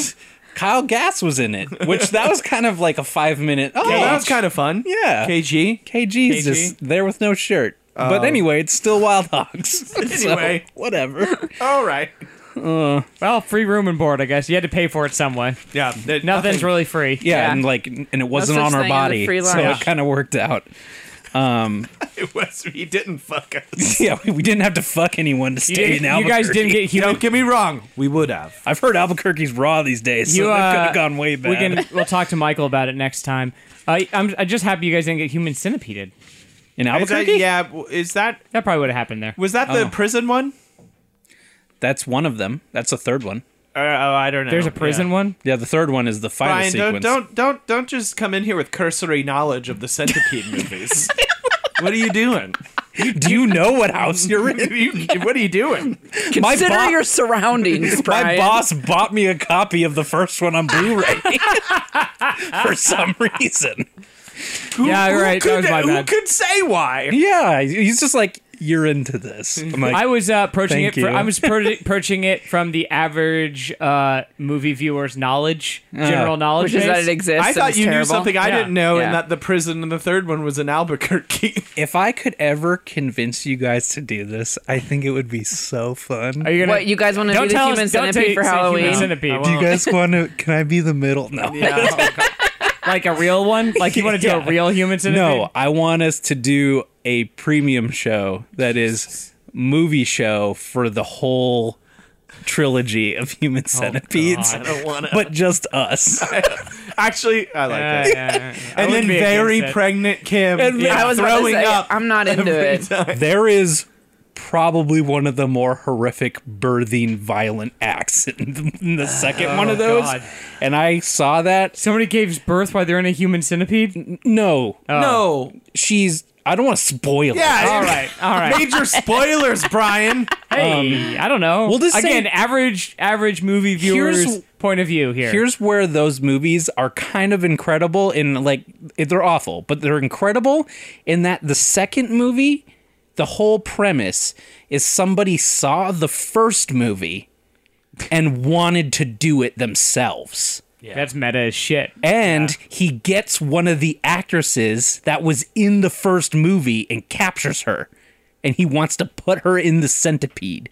[SPEAKER 2] Kyle Gass was in it, which that was kind of like a five minute. Oh,
[SPEAKER 3] Well, that was kind of fun.
[SPEAKER 2] yeah.
[SPEAKER 3] KG.
[SPEAKER 2] KG's
[SPEAKER 4] KG.
[SPEAKER 2] just there with no shirt. but anyway, it's still Wild Hogs. [laughs] So,
[SPEAKER 3] Anyway.
[SPEAKER 2] whatever.
[SPEAKER 3] All right.
[SPEAKER 4] well, free room and board, I guess. You had to pay for it some way.
[SPEAKER 3] Yeah. there-
[SPEAKER 4] Nothing's
[SPEAKER 3] nothing-
[SPEAKER 4] really free.
[SPEAKER 2] Yeah,
[SPEAKER 5] Yeah.
[SPEAKER 2] and like, and it wasn't
[SPEAKER 5] such
[SPEAKER 2] on our
[SPEAKER 5] thing as a
[SPEAKER 2] body,
[SPEAKER 3] [laughs]
[SPEAKER 5] free
[SPEAKER 2] so
[SPEAKER 5] lunch.
[SPEAKER 2] it kind of worked out.
[SPEAKER 3] It was. He didn't fuck us.
[SPEAKER 2] Yeah, we, we didn't have to fuck anyone to
[SPEAKER 4] You,
[SPEAKER 2] stay
[SPEAKER 4] didn't-
[SPEAKER 2] in
[SPEAKER 4] you
[SPEAKER 2] Albuquerque.
[SPEAKER 4] guys didn't get
[SPEAKER 2] [laughs]
[SPEAKER 4] human.
[SPEAKER 3] Don't get me wrong. We would have.
[SPEAKER 2] I've heard Albuquerque's raw these days, so
[SPEAKER 4] You,
[SPEAKER 2] that
[SPEAKER 4] uh,
[SPEAKER 2] could have gone way bad.
[SPEAKER 4] We can. We'll talk to Michael about it next time. I I'm, I'm just happy you guys didn't get human centipeded.
[SPEAKER 2] in
[SPEAKER 3] Is that,
[SPEAKER 2] Albuquerque,
[SPEAKER 3] yeah. w- Is that
[SPEAKER 4] That probably would have happened there.
[SPEAKER 3] was that the
[SPEAKER 2] Oh.
[SPEAKER 3] prison one?
[SPEAKER 2] that's one of them. That's the third one.
[SPEAKER 3] Uh, oh, I don't know.
[SPEAKER 4] There's a prison
[SPEAKER 3] Yeah.
[SPEAKER 4] one.
[SPEAKER 2] Yeah, the third one is the final
[SPEAKER 3] Brian,
[SPEAKER 2] sequence.
[SPEAKER 3] don't, don't don't don't just come in here with cursory knowledge of the [laughs] centipede movies. What are you doing?
[SPEAKER 2] Do you know what house you're in?
[SPEAKER 3] You- what are you [laughs] doing?
[SPEAKER 2] My
[SPEAKER 5] Consider
[SPEAKER 2] bo-
[SPEAKER 3] [laughs]
[SPEAKER 5] your surroundings,
[SPEAKER 2] My
[SPEAKER 5] Brian.
[SPEAKER 2] boss bought me a copy of the first one on Blu-ray [laughs] for some reason.
[SPEAKER 3] Who,
[SPEAKER 4] Yeah, you're
[SPEAKER 3] who
[SPEAKER 4] right, that
[SPEAKER 3] Could,
[SPEAKER 4] was my
[SPEAKER 3] who
[SPEAKER 4] bad.
[SPEAKER 3] could say why?
[SPEAKER 2] Yeah, he's just like, "You're into this." I'm like,
[SPEAKER 4] I was uh, approaching
[SPEAKER 2] Thank
[SPEAKER 4] it. For,
[SPEAKER 2] you.
[SPEAKER 4] I
[SPEAKER 2] [laughs]
[SPEAKER 4] was pro- approaching it from the average uh, movie viewer's knowledge,
[SPEAKER 2] Uh,
[SPEAKER 4] general knowledge.
[SPEAKER 5] which is that
[SPEAKER 4] base.
[SPEAKER 5] it exists.
[SPEAKER 3] I
[SPEAKER 5] and
[SPEAKER 3] thought
[SPEAKER 5] it's
[SPEAKER 3] you knew
[SPEAKER 5] terrible.
[SPEAKER 3] something I
[SPEAKER 4] Yeah.
[SPEAKER 3] didn't know,
[SPEAKER 5] Yeah.
[SPEAKER 3] and that the prison in the third one was in Albuquerque. [laughs]
[SPEAKER 2] if I could ever convince you guys to do this, I think it would be so fun.
[SPEAKER 4] Are you gonna?
[SPEAKER 5] What you guys want to
[SPEAKER 4] don't
[SPEAKER 5] be the
[SPEAKER 4] tell
[SPEAKER 5] human
[SPEAKER 4] us. Don't
[SPEAKER 5] centipede
[SPEAKER 4] take
[SPEAKER 5] for
[SPEAKER 4] say
[SPEAKER 5] Halloween? [laughs]
[SPEAKER 4] Human centipede.
[SPEAKER 2] do you guys want to? Can I be the middle? No,
[SPEAKER 4] like a real one? Like you want to
[SPEAKER 2] [laughs]
[SPEAKER 4] do
[SPEAKER 2] Yeah.
[SPEAKER 4] a real human centipede?
[SPEAKER 2] no. I want us to do a premium show that is movie show for the whole trilogy of human centipedes,
[SPEAKER 3] I don't want to.
[SPEAKER 2] but just us.
[SPEAKER 3] Actually, I like
[SPEAKER 4] Yeah,
[SPEAKER 3] that.
[SPEAKER 4] yeah, yeah. I
[SPEAKER 3] And then
[SPEAKER 4] wouldn't be
[SPEAKER 3] very
[SPEAKER 4] against it.
[SPEAKER 3] pregnant Kim.
[SPEAKER 2] And
[SPEAKER 3] yeah,
[SPEAKER 2] I
[SPEAKER 5] was about to
[SPEAKER 3] throwing
[SPEAKER 5] say,
[SPEAKER 3] up. [laughs]
[SPEAKER 5] I'm not into
[SPEAKER 3] every
[SPEAKER 5] it.
[SPEAKER 3] time.
[SPEAKER 2] There is probably one of the more horrific birthing violent acts in the, in the second one of those.
[SPEAKER 4] God.
[SPEAKER 2] And I saw that.
[SPEAKER 4] Somebody gives birth while they're in a human centipede.
[SPEAKER 2] No,
[SPEAKER 3] No.
[SPEAKER 2] she's. I don't want to spoil it.
[SPEAKER 3] Yeah.
[SPEAKER 4] All right, all
[SPEAKER 3] [laughs]
[SPEAKER 4] right.
[SPEAKER 3] Major spoilers, Brian.
[SPEAKER 4] Hey, I don't know.
[SPEAKER 2] we'll just
[SPEAKER 4] again
[SPEAKER 2] say-
[SPEAKER 4] average average movie
[SPEAKER 2] Here's-
[SPEAKER 4] viewers point of view here.
[SPEAKER 2] Here's where those movies are kind of incredible and like they're awful, but they're incredible in that the second movie, the whole premise is somebody saw the first movie and wanted to do it themselves.
[SPEAKER 4] That's meta as shit.
[SPEAKER 2] And he gets one of the actresses that was in the first movie and captures her. And he wants to put her in the centipede.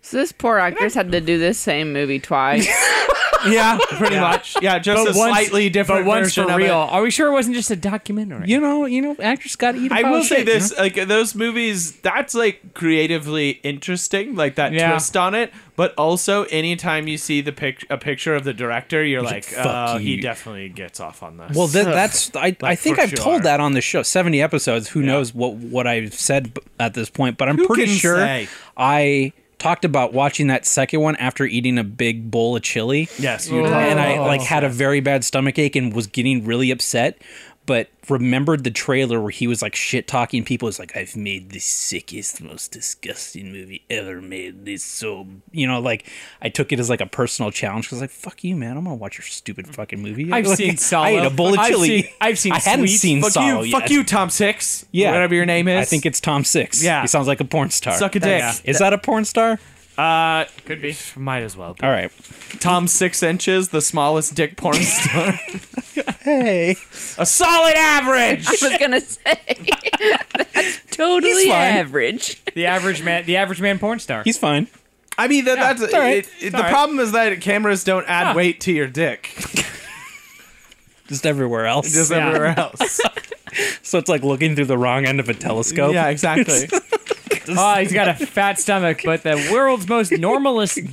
[SPEAKER 5] So this poor actress had to do this same
[SPEAKER 3] [laughs]
[SPEAKER 5] movie
[SPEAKER 3] [laughs]
[SPEAKER 5] twice.
[SPEAKER 3] [laughs]
[SPEAKER 4] [laughs]
[SPEAKER 3] Yeah, pretty much. Yeah, just a slightly different
[SPEAKER 4] but once
[SPEAKER 3] version
[SPEAKER 4] for
[SPEAKER 3] of it.
[SPEAKER 4] real. Are we sure it wasn't just a documentary?
[SPEAKER 2] You know, you know, actors got to eat. a
[SPEAKER 3] I
[SPEAKER 4] Oh,
[SPEAKER 2] pile
[SPEAKER 3] will
[SPEAKER 2] of
[SPEAKER 3] say
[SPEAKER 2] shit, you
[SPEAKER 3] this:
[SPEAKER 2] know?
[SPEAKER 3] like those movies, that's like creatively interesting, like that
[SPEAKER 4] Yeah.
[SPEAKER 3] twist on it. But also, anytime you see the pic- a picture of the director, you're like,
[SPEAKER 2] fuck
[SPEAKER 3] uh, he
[SPEAKER 2] you.
[SPEAKER 3] definitely gets off on this.
[SPEAKER 2] Well, that, that's I. I think
[SPEAKER 3] for
[SPEAKER 2] I've
[SPEAKER 3] sure.
[SPEAKER 2] told that on the show. Seventy episodes. Who knows what what I've said b- at this point? But I'm pretty
[SPEAKER 3] can
[SPEAKER 2] sure
[SPEAKER 3] say?
[SPEAKER 2] I talked about watching that second one after eating a big bowl of chili.
[SPEAKER 3] [laughs] yes, you
[SPEAKER 4] Oh.
[SPEAKER 2] and I
[SPEAKER 4] Oh.
[SPEAKER 2] like had a very bad stomach ache and was getting really upset. But remembered the trailer where he was like shit talking people. It's like I've made the sickest, most disgusting movie ever made. This so you know like I took it as like a personal challenge because like fuck you, man. I'm gonna watch your stupid fucking movie.
[SPEAKER 4] I've
[SPEAKER 2] Like,
[SPEAKER 4] seen Solo.
[SPEAKER 2] I ate a bowl of
[SPEAKER 4] I've
[SPEAKER 2] chili.
[SPEAKER 4] seen- I've seen
[SPEAKER 2] I hadn't
[SPEAKER 4] Sweet.
[SPEAKER 2] seen
[SPEAKER 3] fuck
[SPEAKER 2] Solo
[SPEAKER 3] you,
[SPEAKER 2] yet.
[SPEAKER 3] fuck you, Tom Six.
[SPEAKER 2] Yeah.
[SPEAKER 3] whatever your name is.
[SPEAKER 2] I think it's Tom Six.
[SPEAKER 3] Yeah.
[SPEAKER 2] he sounds like a porn star.
[SPEAKER 3] suck a dick.
[SPEAKER 4] That's-
[SPEAKER 2] Is that a porn star?
[SPEAKER 3] Uh, could be. Might as well. Be.
[SPEAKER 2] All right.
[SPEAKER 3] Tom Six Inches, the smallest dick [laughs] porn star.
[SPEAKER 2] Hey.
[SPEAKER 3] a solid average.
[SPEAKER 5] I was
[SPEAKER 2] [laughs]
[SPEAKER 5] gonna say that's totally
[SPEAKER 2] He's fine.
[SPEAKER 5] average. [laughs]
[SPEAKER 4] The average man, the average man porn star.
[SPEAKER 2] He's fine.
[SPEAKER 3] I mean, that, that's
[SPEAKER 2] it's all right.
[SPEAKER 3] it, it,
[SPEAKER 4] It's
[SPEAKER 3] the
[SPEAKER 4] all right.
[SPEAKER 3] problem is that cameras don't add
[SPEAKER 4] Huh.
[SPEAKER 3] weight to your dick.
[SPEAKER 2] Just everywhere else.
[SPEAKER 3] Just
[SPEAKER 4] Yeah.
[SPEAKER 3] everywhere else.
[SPEAKER 2] so it's like looking through the wrong end of a telescope.
[SPEAKER 3] Yeah, [laughs] exactly.
[SPEAKER 4] Oh, he's got a fat stomach, but the world's most normalist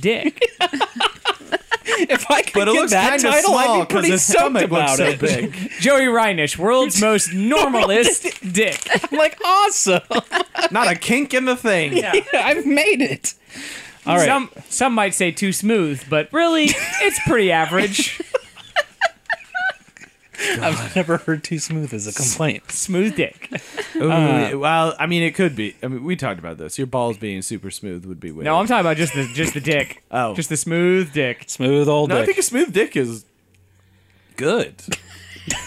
[SPEAKER 3] [laughs]
[SPEAKER 4] dick.
[SPEAKER 2] [laughs] if I could
[SPEAKER 3] But it
[SPEAKER 2] get
[SPEAKER 3] looks
[SPEAKER 2] that
[SPEAKER 3] kind of
[SPEAKER 2] title,
[SPEAKER 3] small
[SPEAKER 2] I'd be
[SPEAKER 3] because
[SPEAKER 2] pretty
[SPEAKER 3] his
[SPEAKER 2] stoked
[SPEAKER 3] stomach looks
[SPEAKER 2] about
[SPEAKER 3] so
[SPEAKER 2] it.
[SPEAKER 3] big.
[SPEAKER 4] Joey Reinish, world's most normalist dick.
[SPEAKER 2] I'm like, awesome!
[SPEAKER 3] [laughs] Not a kink in the thing.
[SPEAKER 2] I've made
[SPEAKER 3] [laughs]
[SPEAKER 2] it. All right,
[SPEAKER 4] Some some might say too smooth, but really, it's
[SPEAKER 3] [laughs]
[SPEAKER 4] pretty average.
[SPEAKER 2] I've never heard too smooth as a complaint.
[SPEAKER 4] smooth dick.
[SPEAKER 3] Ooh, Uh, well, I mean, it could be. I mean, we talked about this. Your balls being super smooth would be weird.
[SPEAKER 4] No, I'm talking about just the just the dick.
[SPEAKER 3] Oh.
[SPEAKER 4] just the smooth dick.
[SPEAKER 2] [laughs] Smooth old
[SPEAKER 3] No, I
[SPEAKER 2] dick.
[SPEAKER 3] think a smooth dick is good. [laughs]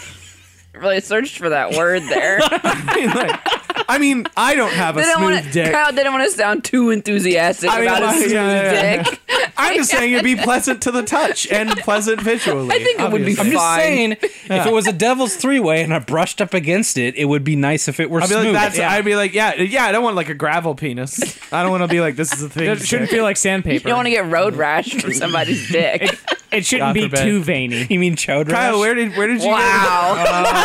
[SPEAKER 5] Really searched for that word there.
[SPEAKER 2] [laughs]
[SPEAKER 3] I mean, like, I mean, I don't have a
[SPEAKER 5] They don't
[SPEAKER 3] smooth
[SPEAKER 5] want to.
[SPEAKER 3] dick.
[SPEAKER 5] Kyle didn't want to sound too enthusiastic
[SPEAKER 3] I mean,
[SPEAKER 5] about
[SPEAKER 3] like,
[SPEAKER 5] his smooth
[SPEAKER 3] yeah, yeah,
[SPEAKER 2] [laughs]
[SPEAKER 5] dick.
[SPEAKER 3] I'm just saying
[SPEAKER 5] [laughs]
[SPEAKER 3] it'd be pleasant to the touch and pleasant visually. I
[SPEAKER 5] think it would be
[SPEAKER 2] I'm
[SPEAKER 3] I'd
[SPEAKER 2] just
[SPEAKER 5] Fine.
[SPEAKER 2] saying,
[SPEAKER 3] [laughs]
[SPEAKER 2] if it was a devil's three way and I brushed up against it, it would be nice if it were
[SPEAKER 3] be like,
[SPEAKER 2] smooth.
[SPEAKER 3] that's.
[SPEAKER 4] Yeah.
[SPEAKER 3] I'd be like, yeah, yeah. I don't want like a gravel penis. I don't want to be like this is a thing.
[SPEAKER 4] It shouldn't
[SPEAKER 3] dick.
[SPEAKER 4] feel like sandpaper.
[SPEAKER 5] You don't e- want to get road rash from
[SPEAKER 2] [laughs]
[SPEAKER 5] somebody's dick.
[SPEAKER 4] it shouldn't
[SPEAKER 3] God
[SPEAKER 4] be
[SPEAKER 3] forbid.
[SPEAKER 4] too veiny.
[SPEAKER 2] [laughs] you mean chowder?
[SPEAKER 3] Kyle, where did where did you? Go?
[SPEAKER 5] wow.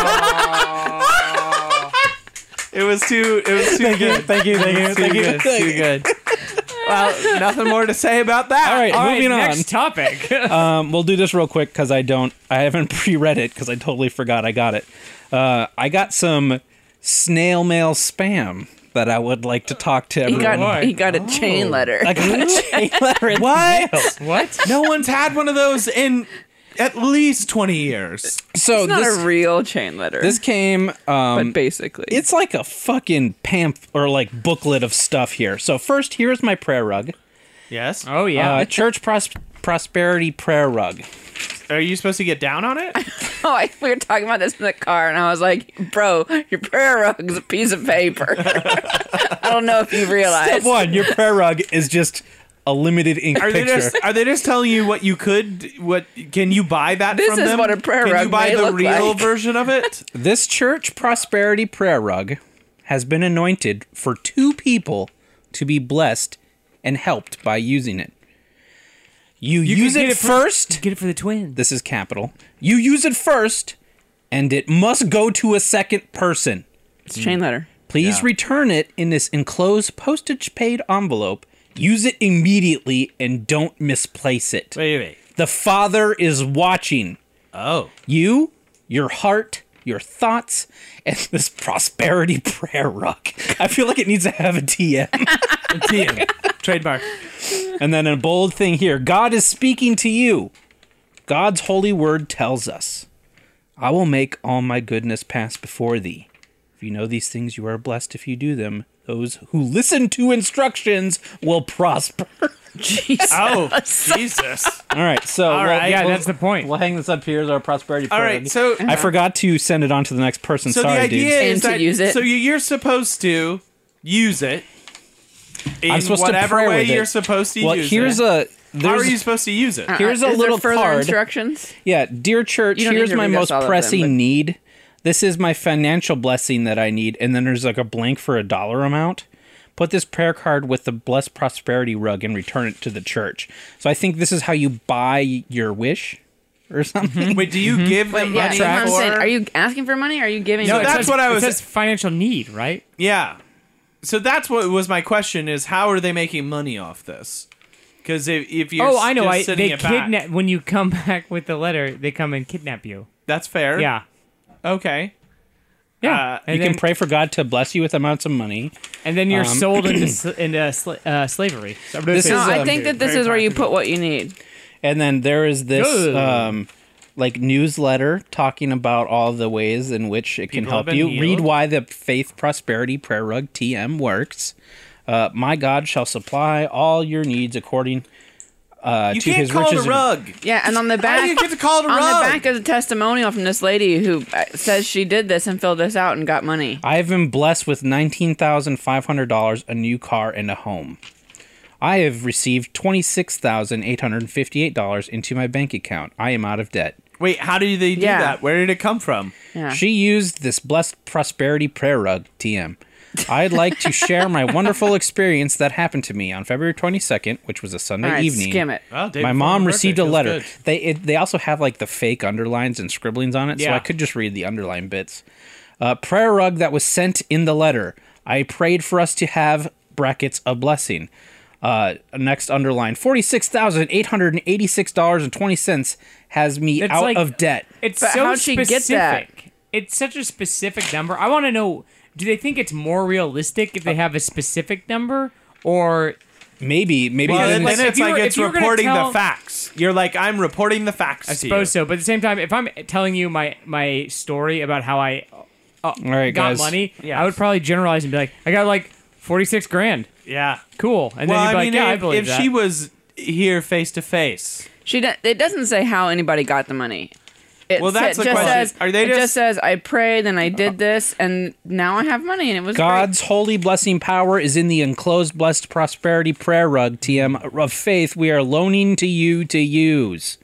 [SPEAKER 3] It was too. It was too
[SPEAKER 2] Thank you,
[SPEAKER 3] good.
[SPEAKER 2] thank you, thank you,
[SPEAKER 3] Too
[SPEAKER 2] thank you.
[SPEAKER 3] good. Too good. Well, nothing more to say about that.
[SPEAKER 2] All right,
[SPEAKER 4] All right,
[SPEAKER 2] moving on.
[SPEAKER 4] next topic.
[SPEAKER 2] Um, we'll do this real quick because I don't, I haven't [laughs] pre-read it because I totally forgot I got it. Uh, I got some snail mail spam that I would like to talk to
[SPEAKER 5] [laughs] He
[SPEAKER 2] everyone.
[SPEAKER 5] got
[SPEAKER 4] Lord.
[SPEAKER 5] he got a
[SPEAKER 2] Oh.
[SPEAKER 5] chain letter.
[SPEAKER 3] [laughs]
[SPEAKER 2] I [laughs] got a chain letter in the
[SPEAKER 3] What?
[SPEAKER 2] mail.
[SPEAKER 4] what?
[SPEAKER 3] No one's had one of those in at least twenty years.
[SPEAKER 2] So
[SPEAKER 5] It's not
[SPEAKER 2] this
[SPEAKER 5] a real chain letter.
[SPEAKER 2] this came. Um,
[SPEAKER 5] but basically, [laughs]
[SPEAKER 2] it's like a fucking pamphlet or like booklet of stuff here. So first, here's my prayer rug.
[SPEAKER 3] Yes.
[SPEAKER 4] Oh yeah.
[SPEAKER 2] Uh, Church pros- prosperity prayer rug.
[SPEAKER 3] Are you supposed to get down on it?
[SPEAKER 5] oh, I, we were talking about this in the car, and I was like, "Bro, your prayer rug is a piece of paper." [laughs] I don't know if you
[SPEAKER 2] [laughs] Step
[SPEAKER 5] realize.
[SPEAKER 2] one, your prayer rug is just a limited ink
[SPEAKER 3] [laughs] Are they
[SPEAKER 2] picture.
[SPEAKER 3] just are they just telling you what you could what can you buy that
[SPEAKER 5] This
[SPEAKER 3] from
[SPEAKER 5] is
[SPEAKER 3] them?
[SPEAKER 5] what a prayer
[SPEAKER 3] can you
[SPEAKER 5] rug
[SPEAKER 3] buy
[SPEAKER 5] may
[SPEAKER 3] the
[SPEAKER 5] look
[SPEAKER 3] real
[SPEAKER 5] like.
[SPEAKER 3] version of it?
[SPEAKER 2] This church prosperity prayer rug has been anointed for two people to be blessed and helped by using it. You,
[SPEAKER 4] can
[SPEAKER 2] use
[SPEAKER 4] get
[SPEAKER 2] it,
[SPEAKER 4] it for-
[SPEAKER 2] first.
[SPEAKER 4] Get it for the twins.
[SPEAKER 2] this is capital. You use it first, and it must go to a second person.
[SPEAKER 5] It's a chain letter.
[SPEAKER 2] Please return it in this enclosed postage paid envelope. Use it immediately and don't misplace it.
[SPEAKER 3] Wait, wait.
[SPEAKER 2] The Father is watching
[SPEAKER 3] Oh.
[SPEAKER 2] you, your heart, your thoughts, and [laughs] this prosperity [laughs] prayer rug. I feel like it needs to have a TM.
[SPEAKER 3] TM. Trademark.
[SPEAKER 2] and then a bold thing here God is speaking to you. God's holy word tells us, I will make all my goodness pass before thee. If you know these things, you are blessed if you do them. Those who listen to instructions will prosper.
[SPEAKER 5] Jesus.
[SPEAKER 3] Oh, Jesus.
[SPEAKER 2] All right, so all
[SPEAKER 4] right, yeah, that's the point.
[SPEAKER 2] We'll hang this up here as our prosperity.
[SPEAKER 3] All
[SPEAKER 2] prayer
[SPEAKER 3] right,
[SPEAKER 2] rug.
[SPEAKER 3] so-
[SPEAKER 2] I forgot to send it on to the next person.
[SPEAKER 3] So
[SPEAKER 2] Sorry,
[SPEAKER 3] the idea
[SPEAKER 2] dudes.
[SPEAKER 3] is
[SPEAKER 5] And to
[SPEAKER 3] that,
[SPEAKER 5] use it.
[SPEAKER 3] so you- you're supposed to use it in
[SPEAKER 2] I'm supposed to
[SPEAKER 3] whatever
[SPEAKER 2] pray
[SPEAKER 3] way
[SPEAKER 2] with it.
[SPEAKER 3] you're supposed to
[SPEAKER 2] Well,
[SPEAKER 3] use
[SPEAKER 2] here's
[SPEAKER 3] it.
[SPEAKER 2] a
[SPEAKER 3] How are
[SPEAKER 2] there's
[SPEAKER 3] you supposed to use it?
[SPEAKER 2] Here's a
[SPEAKER 5] Uh, Is there
[SPEAKER 2] little
[SPEAKER 5] further
[SPEAKER 2] card.
[SPEAKER 5] instructions.
[SPEAKER 2] yeah, dear church.
[SPEAKER 5] You don't need
[SPEAKER 2] Here's
[SPEAKER 5] to
[SPEAKER 2] my
[SPEAKER 5] read us
[SPEAKER 2] most
[SPEAKER 5] all of them,
[SPEAKER 2] pressing
[SPEAKER 5] but-
[SPEAKER 2] need. This is my financial blessing that I need, and then there's like a blank for a dollar amount. Put this prayer card with the blessed prosperity rug and return it to the church. So I think this is how you buy your wish or something.
[SPEAKER 3] Wait, do you give them
[SPEAKER 5] Yeah,
[SPEAKER 3] money
[SPEAKER 5] that's what I'm saying.
[SPEAKER 3] for?
[SPEAKER 5] Are you asking for money? Or are you giving?
[SPEAKER 3] No,
[SPEAKER 5] it?
[SPEAKER 3] that's
[SPEAKER 4] says-
[SPEAKER 3] what I was-
[SPEAKER 4] It says financial need, right?
[SPEAKER 3] Yeah. So that's what was my question: is how are they making money off this? Because if, if you're
[SPEAKER 4] oh, I know.
[SPEAKER 3] just
[SPEAKER 4] I,
[SPEAKER 3] sending
[SPEAKER 4] they
[SPEAKER 3] it back-
[SPEAKER 4] kidnap when you come [laughs] back with the letter. They come and kidnap you.
[SPEAKER 3] that's fair.
[SPEAKER 4] Yeah,
[SPEAKER 3] Okay.
[SPEAKER 4] yeah.
[SPEAKER 3] Uh,
[SPEAKER 4] and,
[SPEAKER 2] you
[SPEAKER 4] then,
[SPEAKER 2] can pray for God to bless you with amounts of money.
[SPEAKER 4] and then you're
[SPEAKER 2] um,
[SPEAKER 4] sold into sl- into sl- uh, slavery.
[SPEAKER 2] This
[SPEAKER 5] No,
[SPEAKER 2] is
[SPEAKER 5] I
[SPEAKER 2] um,
[SPEAKER 5] think that this
[SPEAKER 4] very
[SPEAKER 5] is where you put what you need.
[SPEAKER 2] And then there is this
[SPEAKER 4] Good.
[SPEAKER 2] um, like newsletter talking about all the ways in which it can
[SPEAKER 3] People
[SPEAKER 2] help
[SPEAKER 3] have been
[SPEAKER 2] you.
[SPEAKER 3] healed.
[SPEAKER 2] Read why the Faith Prosperity Prayer Rug TM works. Uh, my God shall supply all your needs according uh,
[SPEAKER 3] You
[SPEAKER 2] to
[SPEAKER 3] can't
[SPEAKER 2] His
[SPEAKER 3] call
[SPEAKER 2] riches. and-
[SPEAKER 3] it a rug.
[SPEAKER 5] Yeah, and on the
[SPEAKER 3] How
[SPEAKER 5] back,
[SPEAKER 3] do you get to call it a
[SPEAKER 5] on
[SPEAKER 3] rug?
[SPEAKER 5] the back there's a testimonial from this lady who uh, says she did this and filled this out and got money.
[SPEAKER 2] I have been blessed with nineteen thousand five hundred dollars, a new car, and a home. I have received twenty six thousand eight hundred fifty-eight dollars into my bank account. I am out of debt.
[SPEAKER 3] Wait, how do they do
[SPEAKER 5] Yeah.
[SPEAKER 3] that? Where did it come from?
[SPEAKER 5] Yeah.
[SPEAKER 2] She used this blessed prosperity prayer rug, TM. I'd like to share my wonderful experience that happened to me on February 22nd, which was a Sunday
[SPEAKER 5] All right,
[SPEAKER 2] evening.
[SPEAKER 5] skim it.
[SPEAKER 3] Oh, day
[SPEAKER 2] My
[SPEAKER 3] before
[SPEAKER 2] mom
[SPEAKER 3] my
[SPEAKER 2] received
[SPEAKER 3] birthday.
[SPEAKER 2] a
[SPEAKER 3] Feels
[SPEAKER 2] letter.
[SPEAKER 3] good.
[SPEAKER 2] They it, they also have like the fake underlines and scribblings on it, so
[SPEAKER 4] Yeah.
[SPEAKER 2] I could just read the underline bits. Uh, prayer rug that was sent in the letter. I prayed for us to have brackets a blessing. Uh, next underline forty six thousand eight hundred and eighty six dollars and twenty cents has me
[SPEAKER 4] It's
[SPEAKER 2] out
[SPEAKER 4] like-
[SPEAKER 2] of debt.
[SPEAKER 4] It's
[SPEAKER 5] But
[SPEAKER 4] so
[SPEAKER 5] how'd she get
[SPEAKER 4] specific.
[SPEAKER 5] that?
[SPEAKER 4] It's such a specific number. I want to know: Do they think it's more realistic if they have a specific number, or
[SPEAKER 2] Maybe maybe
[SPEAKER 3] Well,
[SPEAKER 2] it
[SPEAKER 3] then
[SPEAKER 2] didn't-
[SPEAKER 4] like,
[SPEAKER 3] it's
[SPEAKER 4] if you
[SPEAKER 3] like
[SPEAKER 4] were-
[SPEAKER 3] it's
[SPEAKER 4] if you were gonna
[SPEAKER 3] reporting the
[SPEAKER 4] tell-
[SPEAKER 3] facts. You're like, I'm reporting the facts.
[SPEAKER 4] I suppose so? But at the same time, if I'm telling you my my story about how I uh,
[SPEAKER 2] All right,
[SPEAKER 4] got
[SPEAKER 2] guys.
[SPEAKER 4] money,
[SPEAKER 3] Yeah.
[SPEAKER 4] I would probably generalize and be like, I got like forty six
[SPEAKER 3] you.
[SPEAKER 4] grand.
[SPEAKER 3] Yeah.
[SPEAKER 4] Cool. And
[SPEAKER 3] well,
[SPEAKER 4] then you'd
[SPEAKER 3] I
[SPEAKER 4] be like,
[SPEAKER 3] mean, if,
[SPEAKER 4] yeah, I believe
[SPEAKER 3] if
[SPEAKER 4] that.
[SPEAKER 3] she was here face to face,
[SPEAKER 5] She do- it doesn't say how anybody got the money. It
[SPEAKER 3] Well, that's
[SPEAKER 5] sa-
[SPEAKER 3] the
[SPEAKER 5] just
[SPEAKER 3] question.
[SPEAKER 5] says
[SPEAKER 3] Are they
[SPEAKER 5] it
[SPEAKER 3] just-
[SPEAKER 5] just, says I prayed and I did this and now I have money and it was great."
[SPEAKER 2] Uh, God's holy blessing power is in the enclosed blessed prosperity prayer rug, TM, of faith we are loaning to you to use.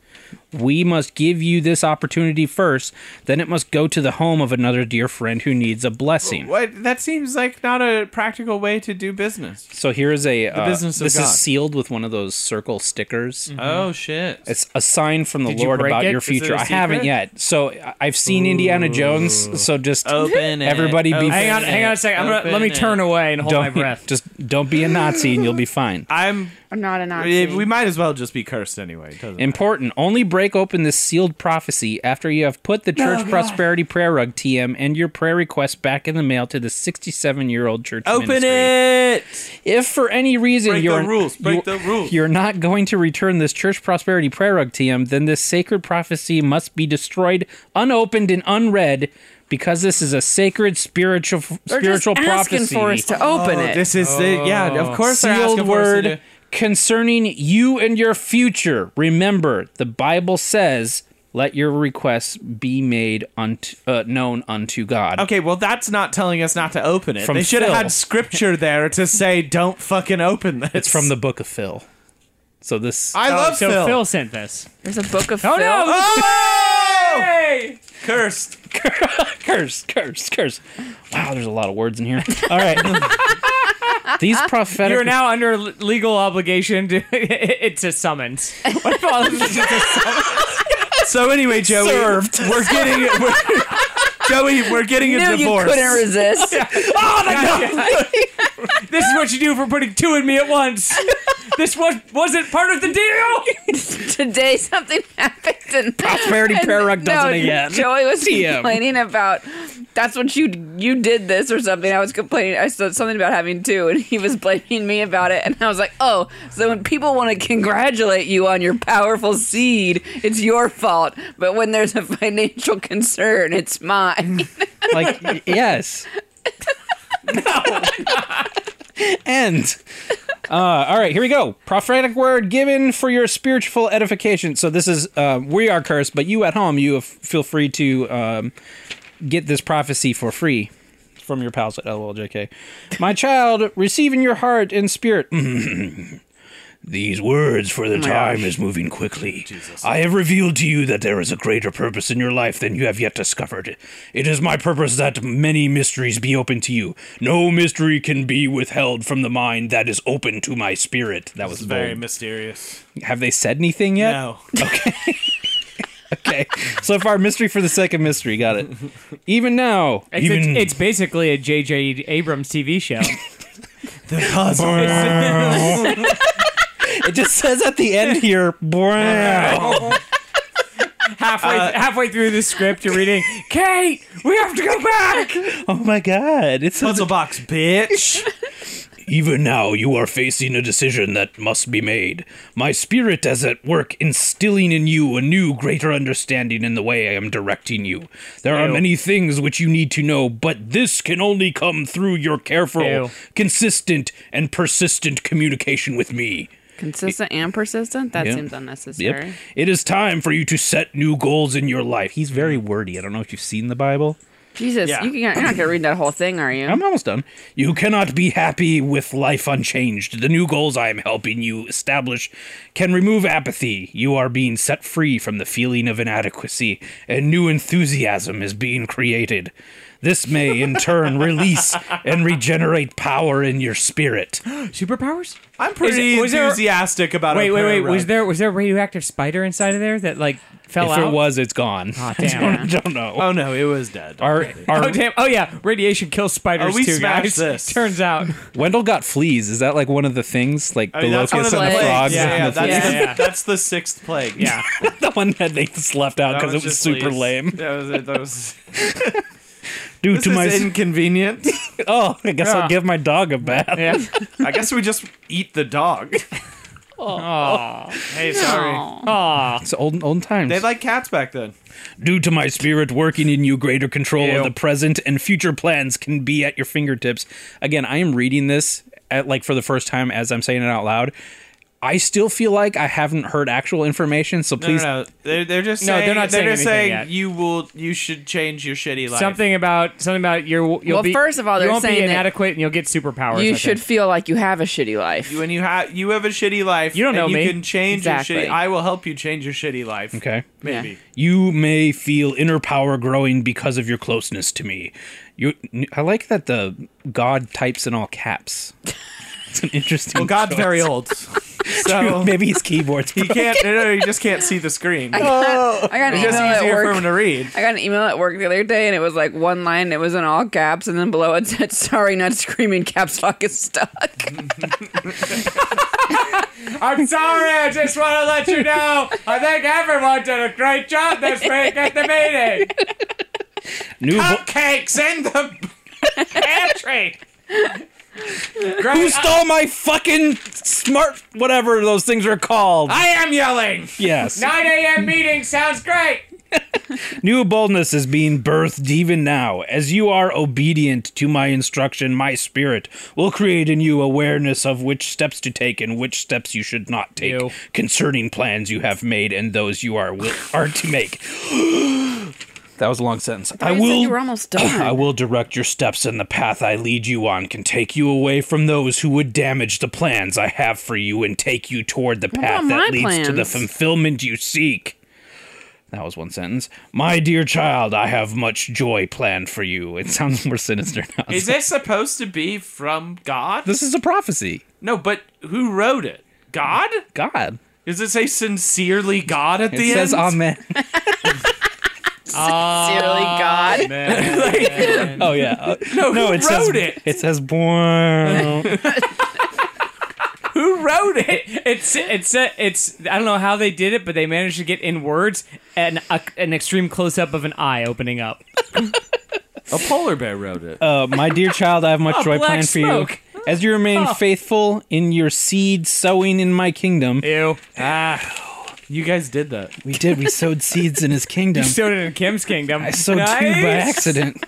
[SPEAKER 2] We must give you this opportunity first, then it must go to the home of another dear friend who needs a blessing.
[SPEAKER 3] What? That seems like not a practical way to do business.
[SPEAKER 2] So here is a uh,
[SPEAKER 3] business of
[SPEAKER 2] this
[SPEAKER 3] God.
[SPEAKER 2] is sealed with one of those circle stickers.
[SPEAKER 3] Oh shit!
[SPEAKER 2] It's a sign from the
[SPEAKER 4] Mm-hmm. Did you
[SPEAKER 2] Lord
[SPEAKER 4] break
[SPEAKER 2] about
[SPEAKER 4] it?
[SPEAKER 2] your
[SPEAKER 4] Is it a
[SPEAKER 2] future. I haven't
[SPEAKER 3] secret?
[SPEAKER 2] yet. So I- I've seen Indiana Jones, so just
[SPEAKER 3] Open it.
[SPEAKER 2] Everybody be-
[SPEAKER 3] Open
[SPEAKER 4] Hang on,
[SPEAKER 3] it.
[SPEAKER 4] hang on a second. I'm gonna, let me
[SPEAKER 3] Open
[SPEAKER 4] turn
[SPEAKER 3] it.
[SPEAKER 4] away and hold my
[SPEAKER 2] don't
[SPEAKER 4] breath.
[SPEAKER 2] just don't be a Nazi and you'll be fine.
[SPEAKER 3] I'm.
[SPEAKER 5] I'm not an Nazi.
[SPEAKER 3] We might as well just be cursed anyway. It doesn't
[SPEAKER 2] Important. Only break open this sealed prophecy after you have put the
[SPEAKER 5] Oh,
[SPEAKER 2] Church Prosperity Prayer Rug TM and your prayer request back in the mail to the 67 year old church.
[SPEAKER 3] matter. Open
[SPEAKER 2] ministry.
[SPEAKER 3] it.
[SPEAKER 2] If for any reason
[SPEAKER 3] Break the
[SPEAKER 2] you're
[SPEAKER 3] rules. Break
[SPEAKER 2] you-
[SPEAKER 3] the rules.
[SPEAKER 2] You're not going to return this Church Prosperity Prayer Rug TM, then this sacred prophecy must be destroyed, unopened and unread, because this is a sacred spiritual
[SPEAKER 5] They're
[SPEAKER 2] spiritual
[SPEAKER 5] just asking
[SPEAKER 2] prophecy.
[SPEAKER 5] for us to open
[SPEAKER 3] Oh,
[SPEAKER 5] it.
[SPEAKER 3] This is the yeah.
[SPEAKER 4] Oh.
[SPEAKER 3] Of course, they're
[SPEAKER 2] sealed
[SPEAKER 3] asking for us to do-
[SPEAKER 2] word concerning you and your future. Remember, the Bible says, "Let your requests be made unto uh, known unto God."
[SPEAKER 3] Okay, well, that's not telling us not to open it.
[SPEAKER 2] From
[SPEAKER 3] they should
[SPEAKER 2] Phil.
[SPEAKER 3] have had scripture there to say, "Don't fucking open this."
[SPEAKER 2] It's from the book of Phil. So this
[SPEAKER 3] I
[SPEAKER 4] Oh,
[SPEAKER 3] love
[SPEAKER 4] so
[SPEAKER 3] Phil.
[SPEAKER 4] Phil sent this.
[SPEAKER 5] There's a book of
[SPEAKER 4] Oh
[SPEAKER 5] Phil.
[SPEAKER 4] no!
[SPEAKER 3] Oh!
[SPEAKER 4] [laughs] Hey!
[SPEAKER 3] Cursed.
[SPEAKER 2] curse, curse, curse. Wow, there's a lot of words in
[SPEAKER 3] [laughs]
[SPEAKER 2] here. All right. [laughs] These prophetic
[SPEAKER 4] You're now under l- legal obligation to [laughs] it's a summons. What if all this is just a summons?
[SPEAKER 3] So anyway, Joey,
[SPEAKER 2] Served.
[SPEAKER 3] we're getting we're, [laughs] Joey, we're getting a
[SPEAKER 5] Knew you
[SPEAKER 3] divorce.
[SPEAKER 5] couldn't resist. [laughs]
[SPEAKER 4] This is what you do for putting two in me
[SPEAKER 5] [laughs]
[SPEAKER 4] at once. This was wasn't part of the deal.
[SPEAKER 5] Today something happened and
[SPEAKER 2] Prosperity
[SPEAKER 5] and-
[SPEAKER 2] Prayer Rug does
[SPEAKER 5] no,
[SPEAKER 2] it again.
[SPEAKER 5] Joey was
[SPEAKER 2] TM.
[SPEAKER 5] complaining about that's what you you did this or something. I was complaining I said something about having two and he was blaming me about it and I was like, Oh, so when people want to congratulate you on your powerful seed, it's your fault. But when there's a financial concern, it's mine.
[SPEAKER 2] like y- yes. End. Uh, all right, here we go. Prophetic word given for your spiritual edification. So this is uh, we are cursed, but you at home, you have, feel free to um, get this prophecy for free from your pals at LOLJK. My child, receive in your heart and spirit. Mm, These words for the time is moving quickly. I have revealed to you that there is a greater purpose in your life than you have yet discovered. It is my purpose that many mysteries be open to you. No mystery can be withheld from the mind that is open to my spirit. That was
[SPEAKER 3] Very
[SPEAKER 2] very.
[SPEAKER 3] mysterious.
[SPEAKER 2] Have they said anything yet?
[SPEAKER 3] No. [laughs]
[SPEAKER 2] Okay. so far, mystery for the sake of mystery. Got it. Even now,
[SPEAKER 4] It's,
[SPEAKER 2] even
[SPEAKER 4] it's basically a J.J. Abrams TV show.
[SPEAKER 3] The puzzle.
[SPEAKER 2] it just says at the end here. "Brow."
[SPEAKER 4] [laughs] Halfway halfway through the script, you're reading, Kate, we have to go back.
[SPEAKER 2] oh my god! It's
[SPEAKER 3] puzzle box, bitch.
[SPEAKER 2] Even now, you are facing a decision that must be made. My spirit is at work instilling in you a new, greater understanding in the way I am directing you. There are
[SPEAKER 4] Ew.
[SPEAKER 2] many things which you need to know, but this can only come through your careful,
[SPEAKER 4] Ew.
[SPEAKER 2] consistent, and persistent communication with me.
[SPEAKER 5] [laughs] Consistent and persistent? That
[SPEAKER 2] Yeah.
[SPEAKER 5] seems unnecessary.
[SPEAKER 2] It is time for you to set new goals in your life. He's very wordy. I don't know if you've seen the Bible.
[SPEAKER 5] Jesus,
[SPEAKER 3] Yeah.
[SPEAKER 5] you can, you're not gonna read that whole thing, are you?
[SPEAKER 2] I'm almost done. You cannot be happy with life unchanged. The new goals I am helping you establish can remove apathy. You are being set free from the feeling of inadequacy, and new enthusiasm is being created. This may,
[SPEAKER 4] [laughs]
[SPEAKER 2] in turn, release and regenerate power in your spirit.
[SPEAKER 4] Superpowers?
[SPEAKER 3] I'm pretty
[SPEAKER 4] was there-
[SPEAKER 3] enthusiastic about.
[SPEAKER 4] Wait,
[SPEAKER 3] our
[SPEAKER 4] wait,
[SPEAKER 3] prayer
[SPEAKER 4] wait.
[SPEAKER 3] rug.
[SPEAKER 4] Was there was there a radioactive spider inside of there that like fell
[SPEAKER 2] If
[SPEAKER 4] out?
[SPEAKER 2] it was, it's gone.
[SPEAKER 4] Aw, damn. [laughs]
[SPEAKER 2] I don't know.
[SPEAKER 3] Oh no, it was dead. [laughs]
[SPEAKER 2] our,
[SPEAKER 4] Oh
[SPEAKER 2] our
[SPEAKER 4] damn! Oh yeah, radiation kills spiders
[SPEAKER 3] Oh, we
[SPEAKER 4] too,
[SPEAKER 3] smashed
[SPEAKER 4] guys.
[SPEAKER 3] this.
[SPEAKER 4] Turns out,
[SPEAKER 2] Wendell got fleas. Is that like one of the things, like
[SPEAKER 3] I mean,
[SPEAKER 2] the
[SPEAKER 3] that's one
[SPEAKER 2] locusts
[SPEAKER 3] of
[SPEAKER 2] and the
[SPEAKER 5] plagues.
[SPEAKER 2] frogs?
[SPEAKER 3] Yeah, yeah,
[SPEAKER 2] and the
[SPEAKER 3] that's,
[SPEAKER 4] Yeah.
[SPEAKER 3] The,
[SPEAKER 4] Yeah.
[SPEAKER 3] that's the sixth
[SPEAKER 2] [laughs]
[SPEAKER 3] plague. Yeah,
[SPEAKER 2] fleas? the one that they just left out
[SPEAKER 3] That
[SPEAKER 2] because it was
[SPEAKER 3] just
[SPEAKER 2] super
[SPEAKER 3] leaves.
[SPEAKER 2] lame.
[SPEAKER 3] That was, that was,
[SPEAKER 2] Due
[SPEAKER 3] [laughs] this
[SPEAKER 2] to my
[SPEAKER 3] is inconvenient.
[SPEAKER 2] [laughs] Oh, I guess I'll
[SPEAKER 4] Yeah.
[SPEAKER 2] give my dog a bath.
[SPEAKER 4] [laughs] yeah.
[SPEAKER 3] I guess we just eat the dog.
[SPEAKER 2] [laughs]
[SPEAKER 4] Aw.
[SPEAKER 3] Hey, sorry.
[SPEAKER 5] Aw.
[SPEAKER 4] Aw.
[SPEAKER 2] It's old old times.
[SPEAKER 3] They like cats back then.
[SPEAKER 2] Due to my spirit working in you, greater control
[SPEAKER 4] Ew.
[SPEAKER 2] of the present and future plans can be at your fingertips. Again, I am reading this at like for the first time as I'm saying it out loud. I still feel like I haven't heard actual information, so
[SPEAKER 3] No, no,
[SPEAKER 2] please.
[SPEAKER 3] no. They're, they're just
[SPEAKER 4] No,
[SPEAKER 3] saying,
[SPEAKER 4] they're not saying
[SPEAKER 3] just
[SPEAKER 4] anything
[SPEAKER 3] saying
[SPEAKER 4] yet.
[SPEAKER 3] you will you should change your shitty life.
[SPEAKER 4] Something about something about your. You'll
[SPEAKER 5] Well,
[SPEAKER 4] be,
[SPEAKER 5] first of all,
[SPEAKER 4] you
[SPEAKER 5] they're
[SPEAKER 4] won't be
[SPEAKER 5] saying that
[SPEAKER 4] inadequate, and you'll get superpowers. I
[SPEAKER 5] You
[SPEAKER 4] think.
[SPEAKER 5] should feel like you have a shitty life. [laughs]
[SPEAKER 3] when you have you have a shitty life.
[SPEAKER 4] You don't know
[SPEAKER 3] and
[SPEAKER 4] me.
[SPEAKER 3] You can change your
[SPEAKER 5] Exactly.
[SPEAKER 3] shitty. I will help you change your shitty life.
[SPEAKER 2] Okay.
[SPEAKER 3] maybe.
[SPEAKER 4] [laughs]
[SPEAKER 2] You may feel inner power growing because of your closeness to me. You, I like that the God types in all caps. It's an interesting.
[SPEAKER 3] Well, God's
[SPEAKER 2] choice. [laughs]
[SPEAKER 3] very
[SPEAKER 5] [laughs]
[SPEAKER 3] old, so
[SPEAKER 2] Maybe his keyboard's.
[SPEAKER 3] [laughs] he can't. No, no, he just can't see the screen.
[SPEAKER 5] I got an
[SPEAKER 3] It's
[SPEAKER 5] email
[SPEAKER 3] just
[SPEAKER 5] at
[SPEAKER 3] easier for him
[SPEAKER 5] work.
[SPEAKER 3] to read.
[SPEAKER 5] I got an email at work the other day, and it was like one line. It was in all caps, and then below it said, "Sorry, not screaming. Caps lock is stuck."
[SPEAKER 4] I'm sorry. I just want to let you know. I think everyone did a great job this week at the meeting.
[SPEAKER 2] New
[SPEAKER 3] [laughs]
[SPEAKER 2] vo-
[SPEAKER 4] Cupcakes in the pantry. Great.
[SPEAKER 2] Who stole my fucking smart whatever those things are called?
[SPEAKER 4] I am yelling.
[SPEAKER 2] yes.
[SPEAKER 4] 9 a.m. meeting sounds great.
[SPEAKER 2] New boldness is being birthed even now. As you are obedient to my instruction, my spirit will create in you awareness of which steps to take and which steps you should not take
[SPEAKER 4] Ew.
[SPEAKER 2] concerning plans you have made and those you are will, are to make. [gasps] that was a long sentence. I,
[SPEAKER 5] [laughs] You said
[SPEAKER 2] will
[SPEAKER 5] You were almost done.
[SPEAKER 2] I will direct your steps, and the path I lead you on can take you away from those who would damage the plans I have for you and take you toward the path
[SPEAKER 5] about
[SPEAKER 2] that
[SPEAKER 5] my
[SPEAKER 2] leads to the
[SPEAKER 5] plans?
[SPEAKER 2] fulfillment you seek. That was one sentence. My dear child, I have much joy planned for you. It sounds more sinister now.
[SPEAKER 3] Is this supposed to be from God?
[SPEAKER 2] [laughs] this is a prophecy.
[SPEAKER 3] No, but who wrote it? God?
[SPEAKER 2] God.
[SPEAKER 3] Does it say sincerely God at
[SPEAKER 2] It
[SPEAKER 3] the
[SPEAKER 2] says
[SPEAKER 3] end?
[SPEAKER 2] amen.
[SPEAKER 5] Sincerely, God.
[SPEAKER 2] [laughs] oh, yeah. Uh, [laughs] no,
[SPEAKER 3] who
[SPEAKER 2] it says,
[SPEAKER 3] wrote it?
[SPEAKER 2] It says, "Boing."
[SPEAKER 4] Who wrote it? It's it's it's I don't know how they did it, but they managed to get in words an a, an extreme close up of an eye opening up.
[SPEAKER 3] a polar bear wrote it.
[SPEAKER 2] uh, my dear child, I have
[SPEAKER 3] Oh,
[SPEAKER 2] much joy
[SPEAKER 4] black
[SPEAKER 2] planned for
[SPEAKER 4] smoke.
[SPEAKER 2] you. As you remain faithful in your seed sowing in my kingdom,
[SPEAKER 4] Ew.
[SPEAKER 3] ah, you guys did that.
[SPEAKER 2] We did. We sowed seeds in his [laughs] kingdom.
[SPEAKER 4] Sewed it in Kim's kingdom.
[SPEAKER 2] I sowed two by accident.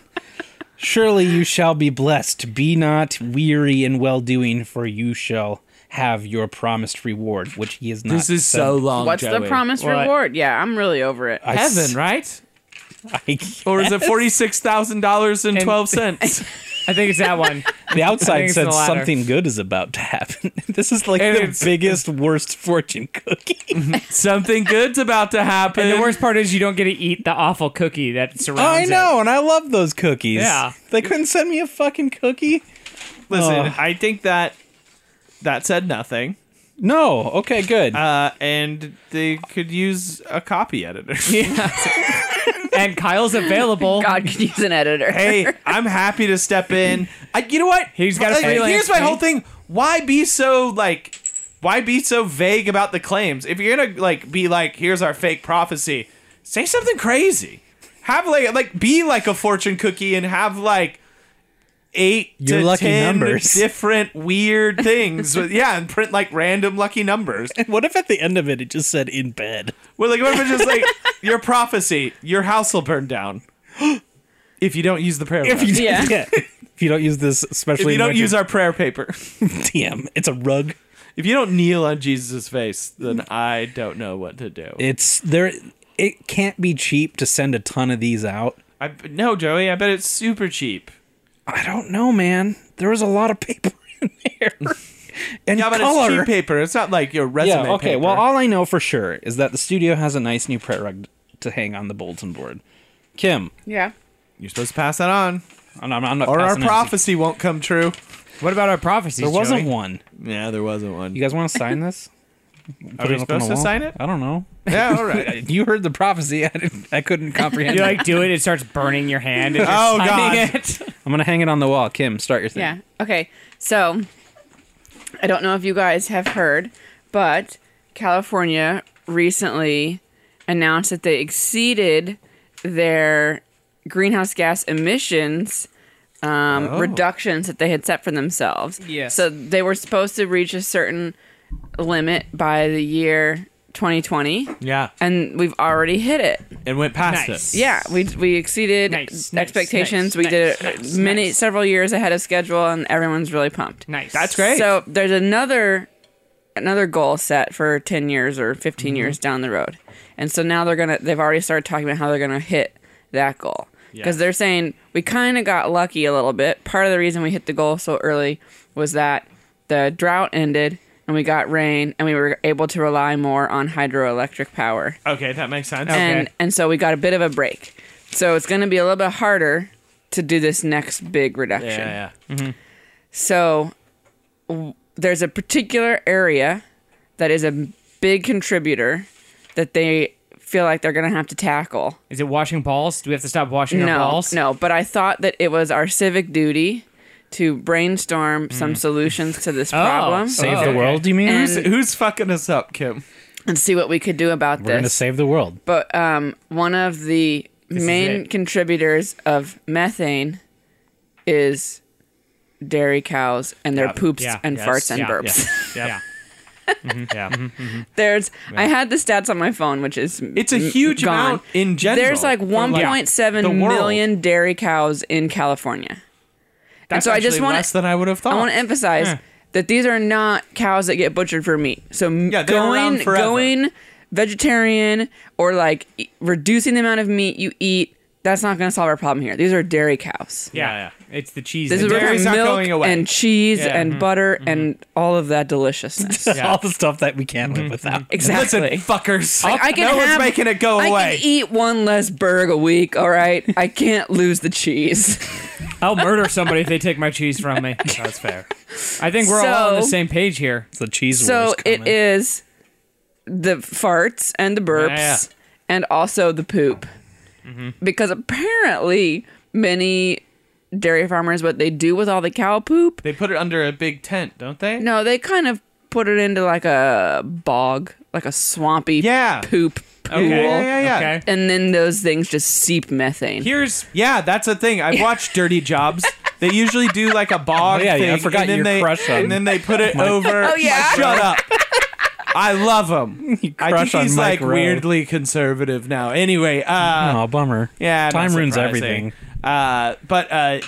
[SPEAKER 2] Surely you shall be blessed. Be not weary in well doing, for you shall have your promised reward, which he is not.
[SPEAKER 3] This is so
[SPEAKER 2] so.
[SPEAKER 3] long.
[SPEAKER 5] What's the
[SPEAKER 3] Joey.
[SPEAKER 5] promised
[SPEAKER 4] What?
[SPEAKER 5] reward? Yeah, I'm really over it.
[SPEAKER 2] I s-
[SPEAKER 3] Heaven, right?
[SPEAKER 2] I-
[SPEAKER 3] Or is it forty six thousand dollars and
[SPEAKER 4] [laughs]
[SPEAKER 3] twelve cents?
[SPEAKER 4] I think it's that one.
[SPEAKER 2] the
[SPEAKER 4] I think
[SPEAKER 2] outside
[SPEAKER 4] it's
[SPEAKER 2] said
[SPEAKER 4] the latter.
[SPEAKER 2] something good is about to happen. [laughs] this is like
[SPEAKER 3] And
[SPEAKER 2] the
[SPEAKER 3] it's-
[SPEAKER 2] biggest, worst fortune
[SPEAKER 3] [laughs]
[SPEAKER 2] cookie.
[SPEAKER 3] Something good's about to happen.
[SPEAKER 4] And the worst part is you don't get to eat the awful cookie that surrounds
[SPEAKER 2] I
[SPEAKER 4] it.
[SPEAKER 2] know, and I love those cookies.
[SPEAKER 4] Yeah.
[SPEAKER 2] They couldn't send me a fucking cookie?
[SPEAKER 3] Listen,
[SPEAKER 2] Ugh.
[SPEAKER 3] I think that that said nothing.
[SPEAKER 2] No. Okay, good.
[SPEAKER 3] Uh, and they could use a copy [laughs] editor.
[SPEAKER 4] [laughs] And Kyle's available.
[SPEAKER 5] God could use an editor.
[SPEAKER 3] hey, I'm happy to step in. I, you know what?
[SPEAKER 4] He's got a
[SPEAKER 3] Like,
[SPEAKER 4] freelance
[SPEAKER 3] Here's my
[SPEAKER 4] thing.
[SPEAKER 3] whole thing. Why be so like? Why be so vague about the claims? If you're gonna like be like, here's our fake prophecy. Say something crazy. Have like like be like a fortune cookie and have like eight
[SPEAKER 2] Your
[SPEAKER 3] to
[SPEAKER 2] lucky
[SPEAKER 3] 10
[SPEAKER 2] numbers.
[SPEAKER 3] different weird things. with, yeah, and print like random lucky numbers.
[SPEAKER 2] [laughs] what if at the end of it it just said in bed? [laughs]
[SPEAKER 3] Well, like what if it's just [laughs] like your prophecy, your house will burn down [gasps] if you don't use the prayer. rug.
[SPEAKER 2] If you, [laughs] yeah.
[SPEAKER 5] Yeah.
[SPEAKER 2] If you don't use this,
[SPEAKER 3] if
[SPEAKER 2] especially
[SPEAKER 3] you don't use our prayer paper. [laughs]
[SPEAKER 2] TM, it's a rug.
[SPEAKER 3] If you don't kneel on Jesus' face, then I don't know what to do.
[SPEAKER 2] It's there. It can't be cheap to send a ton of these out.
[SPEAKER 3] I, no, Joey, I bet it's super cheap.
[SPEAKER 2] I don't know, man. There was a lot of paper [laughs] in there, and
[SPEAKER 3] Yeah, but it's
[SPEAKER 2] color.
[SPEAKER 3] cheap paper. It's not like your resume.
[SPEAKER 2] yeah. Okay.
[SPEAKER 3] paper.
[SPEAKER 2] Well, all I know for sure is that the studio has a nice new prayer rug to hang on the bulletin board. Kim,
[SPEAKER 5] Yeah.
[SPEAKER 3] you're supposed to pass that on,
[SPEAKER 2] I'm, I'm- I'm not.
[SPEAKER 3] or our
[SPEAKER 2] passing it to-
[SPEAKER 3] prophecy won't come true.
[SPEAKER 4] What about our prophecies?
[SPEAKER 2] There wasn't
[SPEAKER 4] Joey?
[SPEAKER 2] one.
[SPEAKER 3] Yeah, there wasn't [laughs] one.
[SPEAKER 2] You guys want to sign this? Put
[SPEAKER 3] we
[SPEAKER 2] it up on the
[SPEAKER 3] supposed to
[SPEAKER 2] wall?
[SPEAKER 3] sign it?
[SPEAKER 2] I don't know.
[SPEAKER 3] yeah, all right.
[SPEAKER 2] You heard the prophecy. [laughs] I didn't. I
[SPEAKER 3] [laughs]
[SPEAKER 2] couldn't comprehend.
[SPEAKER 4] You
[SPEAKER 2] it.
[SPEAKER 4] like do it, it starts burning your hand. And you're
[SPEAKER 3] Oh,
[SPEAKER 4] signing
[SPEAKER 3] God.
[SPEAKER 4] It.
[SPEAKER 2] I'm gonna hang it on the wall. Kim, start your thing.
[SPEAKER 5] Yeah. Okay. So, I don't know if you guys have heard, but California recently announced that they exceeded their greenhouse gas emissions um, reductions that they had set for themselves.
[SPEAKER 4] Yes.
[SPEAKER 5] So they were supposed to reach a certain limit by the year 2020,
[SPEAKER 3] [laughs] yeah,
[SPEAKER 5] and we've already hit it.
[SPEAKER 3] and went past
[SPEAKER 4] Nice.
[SPEAKER 3] it.
[SPEAKER 5] Yeah, we we exceeded
[SPEAKER 4] Nice, nice,
[SPEAKER 5] expectations.
[SPEAKER 4] nice,
[SPEAKER 5] we did
[SPEAKER 4] nice,
[SPEAKER 5] it
[SPEAKER 4] nice,
[SPEAKER 5] many
[SPEAKER 4] nice.
[SPEAKER 5] several years ahead of schedule, and everyone's really pumped.
[SPEAKER 4] Nice.
[SPEAKER 3] That's great.
[SPEAKER 5] So there's another another goal set for 10 years or 15
[SPEAKER 4] Mm-hmm.
[SPEAKER 5] years down the road. And so now they're going to they've already started talking about how they're going to hit that goal.
[SPEAKER 3] Yeah.
[SPEAKER 5] Cuz they're saying we kind of got lucky a little bit. Part of the reason we hit the goal so early was that the drought ended and we got rain and we were able to rely more on hydroelectric power
[SPEAKER 3] Okay, that makes sense.
[SPEAKER 5] and and so we got a bit of a break. So it's going to be a little bit harder to do this next big reduction.
[SPEAKER 3] yeah, yeah.
[SPEAKER 5] So w- there's a particular area that is a big contributor that they feel like they're going to have to tackle.
[SPEAKER 4] Is it washing balls? Do we have to stop washing
[SPEAKER 5] no,
[SPEAKER 4] our balls?
[SPEAKER 5] no, but I thought that it was our civic duty to brainstorm some solutions to this problem
[SPEAKER 2] Save
[SPEAKER 4] Oh,
[SPEAKER 2] the
[SPEAKER 4] okay.
[SPEAKER 2] world, you mean?
[SPEAKER 5] And-
[SPEAKER 3] Mm. Who's, who's fucking us up, Kim?
[SPEAKER 5] and see what we could do about
[SPEAKER 2] We're going to
[SPEAKER 5] this.
[SPEAKER 2] save the world.
[SPEAKER 5] but um, one of the
[SPEAKER 4] is
[SPEAKER 5] main
[SPEAKER 4] it.
[SPEAKER 5] contributors of methane is dairy cows and their poops
[SPEAKER 4] yeah,
[SPEAKER 5] and
[SPEAKER 4] yes,
[SPEAKER 5] farts and
[SPEAKER 4] yeah,
[SPEAKER 5] burps.
[SPEAKER 4] Yeah.
[SPEAKER 3] Yeah.
[SPEAKER 5] [laughs] There's I had the stats on my phone, which is
[SPEAKER 3] It's a huge
[SPEAKER 5] gone.
[SPEAKER 3] amount in general.
[SPEAKER 5] There's like
[SPEAKER 4] like,
[SPEAKER 5] 1.7
[SPEAKER 3] the world.
[SPEAKER 5] million dairy cows in California.
[SPEAKER 3] That's
[SPEAKER 5] so I just
[SPEAKER 3] actually
[SPEAKER 5] wanna-
[SPEAKER 3] less than I would have thought.
[SPEAKER 5] I want to emphasize
[SPEAKER 3] Mm.
[SPEAKER 4] Yeah.
[SPEAKER 5] that these are not cows that get butchered for meat. So m-
[SPEAKER 3] Yeah, they're around
[SPEAKER 5] going
[SPEAKER 3] forever.
[SPEAKER 5] going vegetarian or like e- reducing the amount of meat you eat, that's not going to solve our problem here. These are dairy cows.
[SPEAKER 4] Yeah, yeah. It's the cheese.
[SPEAKER 5] This
[SPEAKER 4] and
[SPEAKER 5] is where
[SPEAKER 3] dairy's not
[SPEAKER 5] milk
[SPEAKER 3] going away.
[SPEAKER 5] and cheese
[SPEAKER 3] Yeah. Mm-hmm.
[SPEAKER 5] and butter and all of
[SPEAKER 3] [laughs]
[SPEAKER 5] that deliciousness.
[SPEAKER 4] Yeah.
[SPEAKER 2] All the stuff that we can't
[SPEAKER 3] Mhm.
[SPEAKER 2] live without.
[SPEAKER 5] [laughs] exactly.
[SPEAKER 3] fuckers.
[SPEAKER 5] Like, I can
[SPEAKER 3] oh, no one's
[SPEAKER 5] have-
[SPEAKER 3] making it go
[SPEAKER 5] I
[SPEAKER 3] away.
[SPEAKER 5] can eat one less burg a week, all right? I can't lose the cheese.
[SPEAKER 4] I'll murder somebody if they take my cheese from me.
[SPEAKER 3] That's fair.
[SPEAKER 4] I think we're all on the
[SPEAKER 5] So-
[SPEAKER 4] same page here.
[SPEAKER 2] The cheese
[SPEAKER 5] So
[SPEAKER 2] wars
[SPEAKER 5] it
[SPEAKER 2] coming.
[SPEAKER 5] is the farts and the burps
[SPEAKER 4] Yeah.
[SPEAKER 5] and also the poop.
[SPEAKER 3] Mm-hmm.
[SPEAKER 5] Because apparently many dairy farmers what they do with all the cow poop,
[SPEAKER 3] They put it under a big tent, don't they?
[SPEAKER 5] no, they kind of put it into like a bog, like a swampy
[SPEAKER 3] Yeah.
[SPEAKER 5] poop pool.
[SPEAKER 3] Okay. Yeah, yeah, yeah.
[SPEAKER 4] Okay.
[SPEAKER 5] And then those things just seep methane. [laughs]
[SPEAKER 4] Here's
[SPEAKER 3] Yeah, that's a thing. I've watched Dirty [laughs] Jobs. They usually do like a bog
[SPEAKER 2] Oh, yeah, yeah, I
[SPEAKER 3] thing.
[SPEAKER 2] forgot
[SPEAKER 3] and then
[SPEAKER 2] your
[SPEAKER 3] they,
[SPEAKER 2] crush on-
[SPEAKER 3] And then they put it over.
[SPEAKER 5] Oh, yeah?
[SPEAKER 3] Shut up. I love [laughs] him. I think
[SPEAKER 2] crush on
[SPEAKER 3] he's
[SPEAKER 2] Mike
[SPEAKER 3] like
[SPEAKER 2] Rowe.
[SPEAKER 3] weirdly conservative now. Anyway, uh,
[SPEAKER 2] Oh, bummer.
[SPEAKER 3] yeah,
[SPEAKER 2] Time
[SPEAKER 3] not
[SPEAKER 2] ruins
[SPEAKER 3] surprising.
[SPEAKER 2] everything.
[SPEAKER 3] Uh, but uh,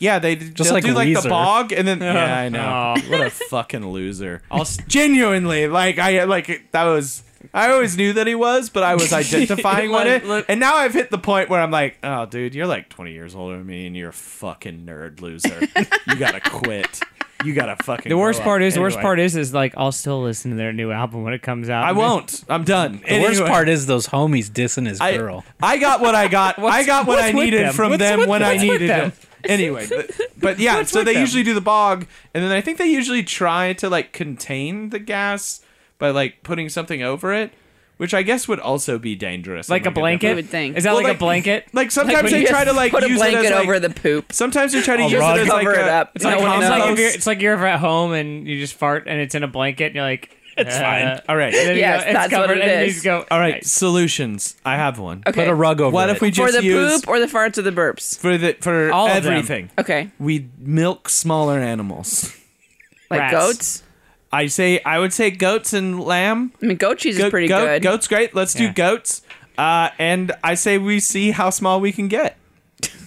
[SPEAKER 3] yeah, they just
[SPEAKER 2] like
[SPEAKER 3] do like the
[SPEAKER 2] Weezer.
[SPEAKER 3] bog, and
[SPEAKER 4] [laughs]
[SPEAKER 3] then yeah, I know.
[SPEAKER 4] Aw.
[SPEAKER 3] [laughs] What a fucking loser.
[SPEAKER 4] I'll s-
[SPEAKER 3] genuinely like I like that was. I always knew that he was, but
[SPEAKER 4] [laughs]
[SPEAKER 3] I was identifying with
[SPEAKER 4] Like,
[SPEAKER 3] it.
[SPEAKER 4] look-
[SPEAKER 3] and now I've hit the point where I'm like, oh, dude, you're like 20 years older than me, and you're a fucking nerd
[SPEAKER 4] [laughs]
[SPEAKER 3] loser. you gotta quit. You gotta fucking.
[SPEAKER 4] the worst part is the worst part
[SPEAKER 3] is
[SPEAKER 4] is is like I'll still listen to their new album when it comes out.
[SPEAKER 3] I won't. I'm done.
[SPEAKER 2] The worst part is those homies dissing his
[SPEAKER 3] I,
[SPEAKER 2] girl.
[SPEAKER 3] I got what I got. I got what
[SPEAKER 4] [laughs] what's
[SPEAKER 3] I
[SPEAKER 4] with
[SPEAKER 3] needed
[SPEAKER 4] them?
[SPEAKER 3] from
[SPEAKER 4] What's
[SPEAKER 3] them
[SPEAKER 4] with-
[SPEAKER 3] when I
[SPEAKER 4] what's with
[SPEAKER 3] needed
[SPEAKER 4] them? [laughs]
[SPEAKER 3] them. Anyway, but, but yeah, so
[SPEAKER 4] with
[SPEAKER 3] they
[SPEAKER 4] them?
[SPEAKER 3] usually do the bog, and then I think they usually try to like contain the gas by like putting something over it, which I guess would also be dangerous.
[SPEAKER 4] like a
[SPEAKER 3] I'm not gonna-
[SPEAKER 4] blanket.
[SPEAKER 5] would think.
[SPEAKER 4] Is that
[SPEAKER 3] Well,
[SPEAKER 4] like, a blanket?
[SPEAKER 3] Like sometimes
[SPEAKER 4] when
[SPEAKER 3] they
[SPEAKER 4] you
[SPEAKER 3] try to like
[SPEAKER 5] put a
[SPEAKER 3] use
[SPEAKER 5] blanket
[SPEAKER 3] it as, like-
[SPEAKER 5] over the poop.
[SPEAKER 3] Sometimes they try to
[SPEAKER 2] A
[SPEAKER 3] use
[SPEAKER 2] rug.
[SPEAKER 3] it as like
[SPEAKER 5] Cover it
[SPEAKER 3] a,
[SPEAKER 5] up.
[SPEAKER 3] It's like,
[SPEAKER 5] No one
[SPEAKER 4] it's like if
[SPEAKER 3] compost.
[SPEAKER 4] you're it's like you're ever at home and you just fart and it's in a blanket and you're like "Uh,"
[SPEAKER 2] It's fine.
[SPEAKER 3] All right.
[SPEAKER 4] And then you
[SPEAKER 5] Yes,
[SPEAKER 4] go, it's
[SPEAKER 5] that's what
[SPEAKER 4] covered
[SPEAKER 5] it
[SPEAKER 4] and you
[SPEAKER 5] is.
[SPEAKER 4] just go "Uh,
[SPEAKER 3] All right, solutions. I have one.
[SPEAKER 5] Okay.
[SPEAKER 2] Put a rug over
[SPEAKER 3] What
[SPEAKER 2] it.
[SPEAKER 3] if we
[SPEAKER 5] for
[SPEAKER 3] just
[SPEAKER 5] the
[SPEAKER 3] use
[SPEAKER 5] poop or the farts or the burps?
[SPEAKER 3] for the for
[SPEAKER 4] All of them.
[SPEAKER 3] everything?
[SPEAKER 5] Okay.
[SPEAKER 3] We milk smaller animals.
[SPEAKER 5] Like
[SPEAKER 4] Rats.
[SPEAKER 5] goats?
[SPEAKER 3] I say I would say goats and lamb.
[SPEAKER 5] I mean, goat cheese
[SPEAKER 3] Goat-
[SPEAKER 5] is pretty
[SPEAKER 3] goat-
[SPEAKER 5] good.
[SPEAKER 3] Goats great. Let's
[SPEAKER 4] Yeah.
[SPEAKER 3] do goats. Uh, and I say we see how small we can get.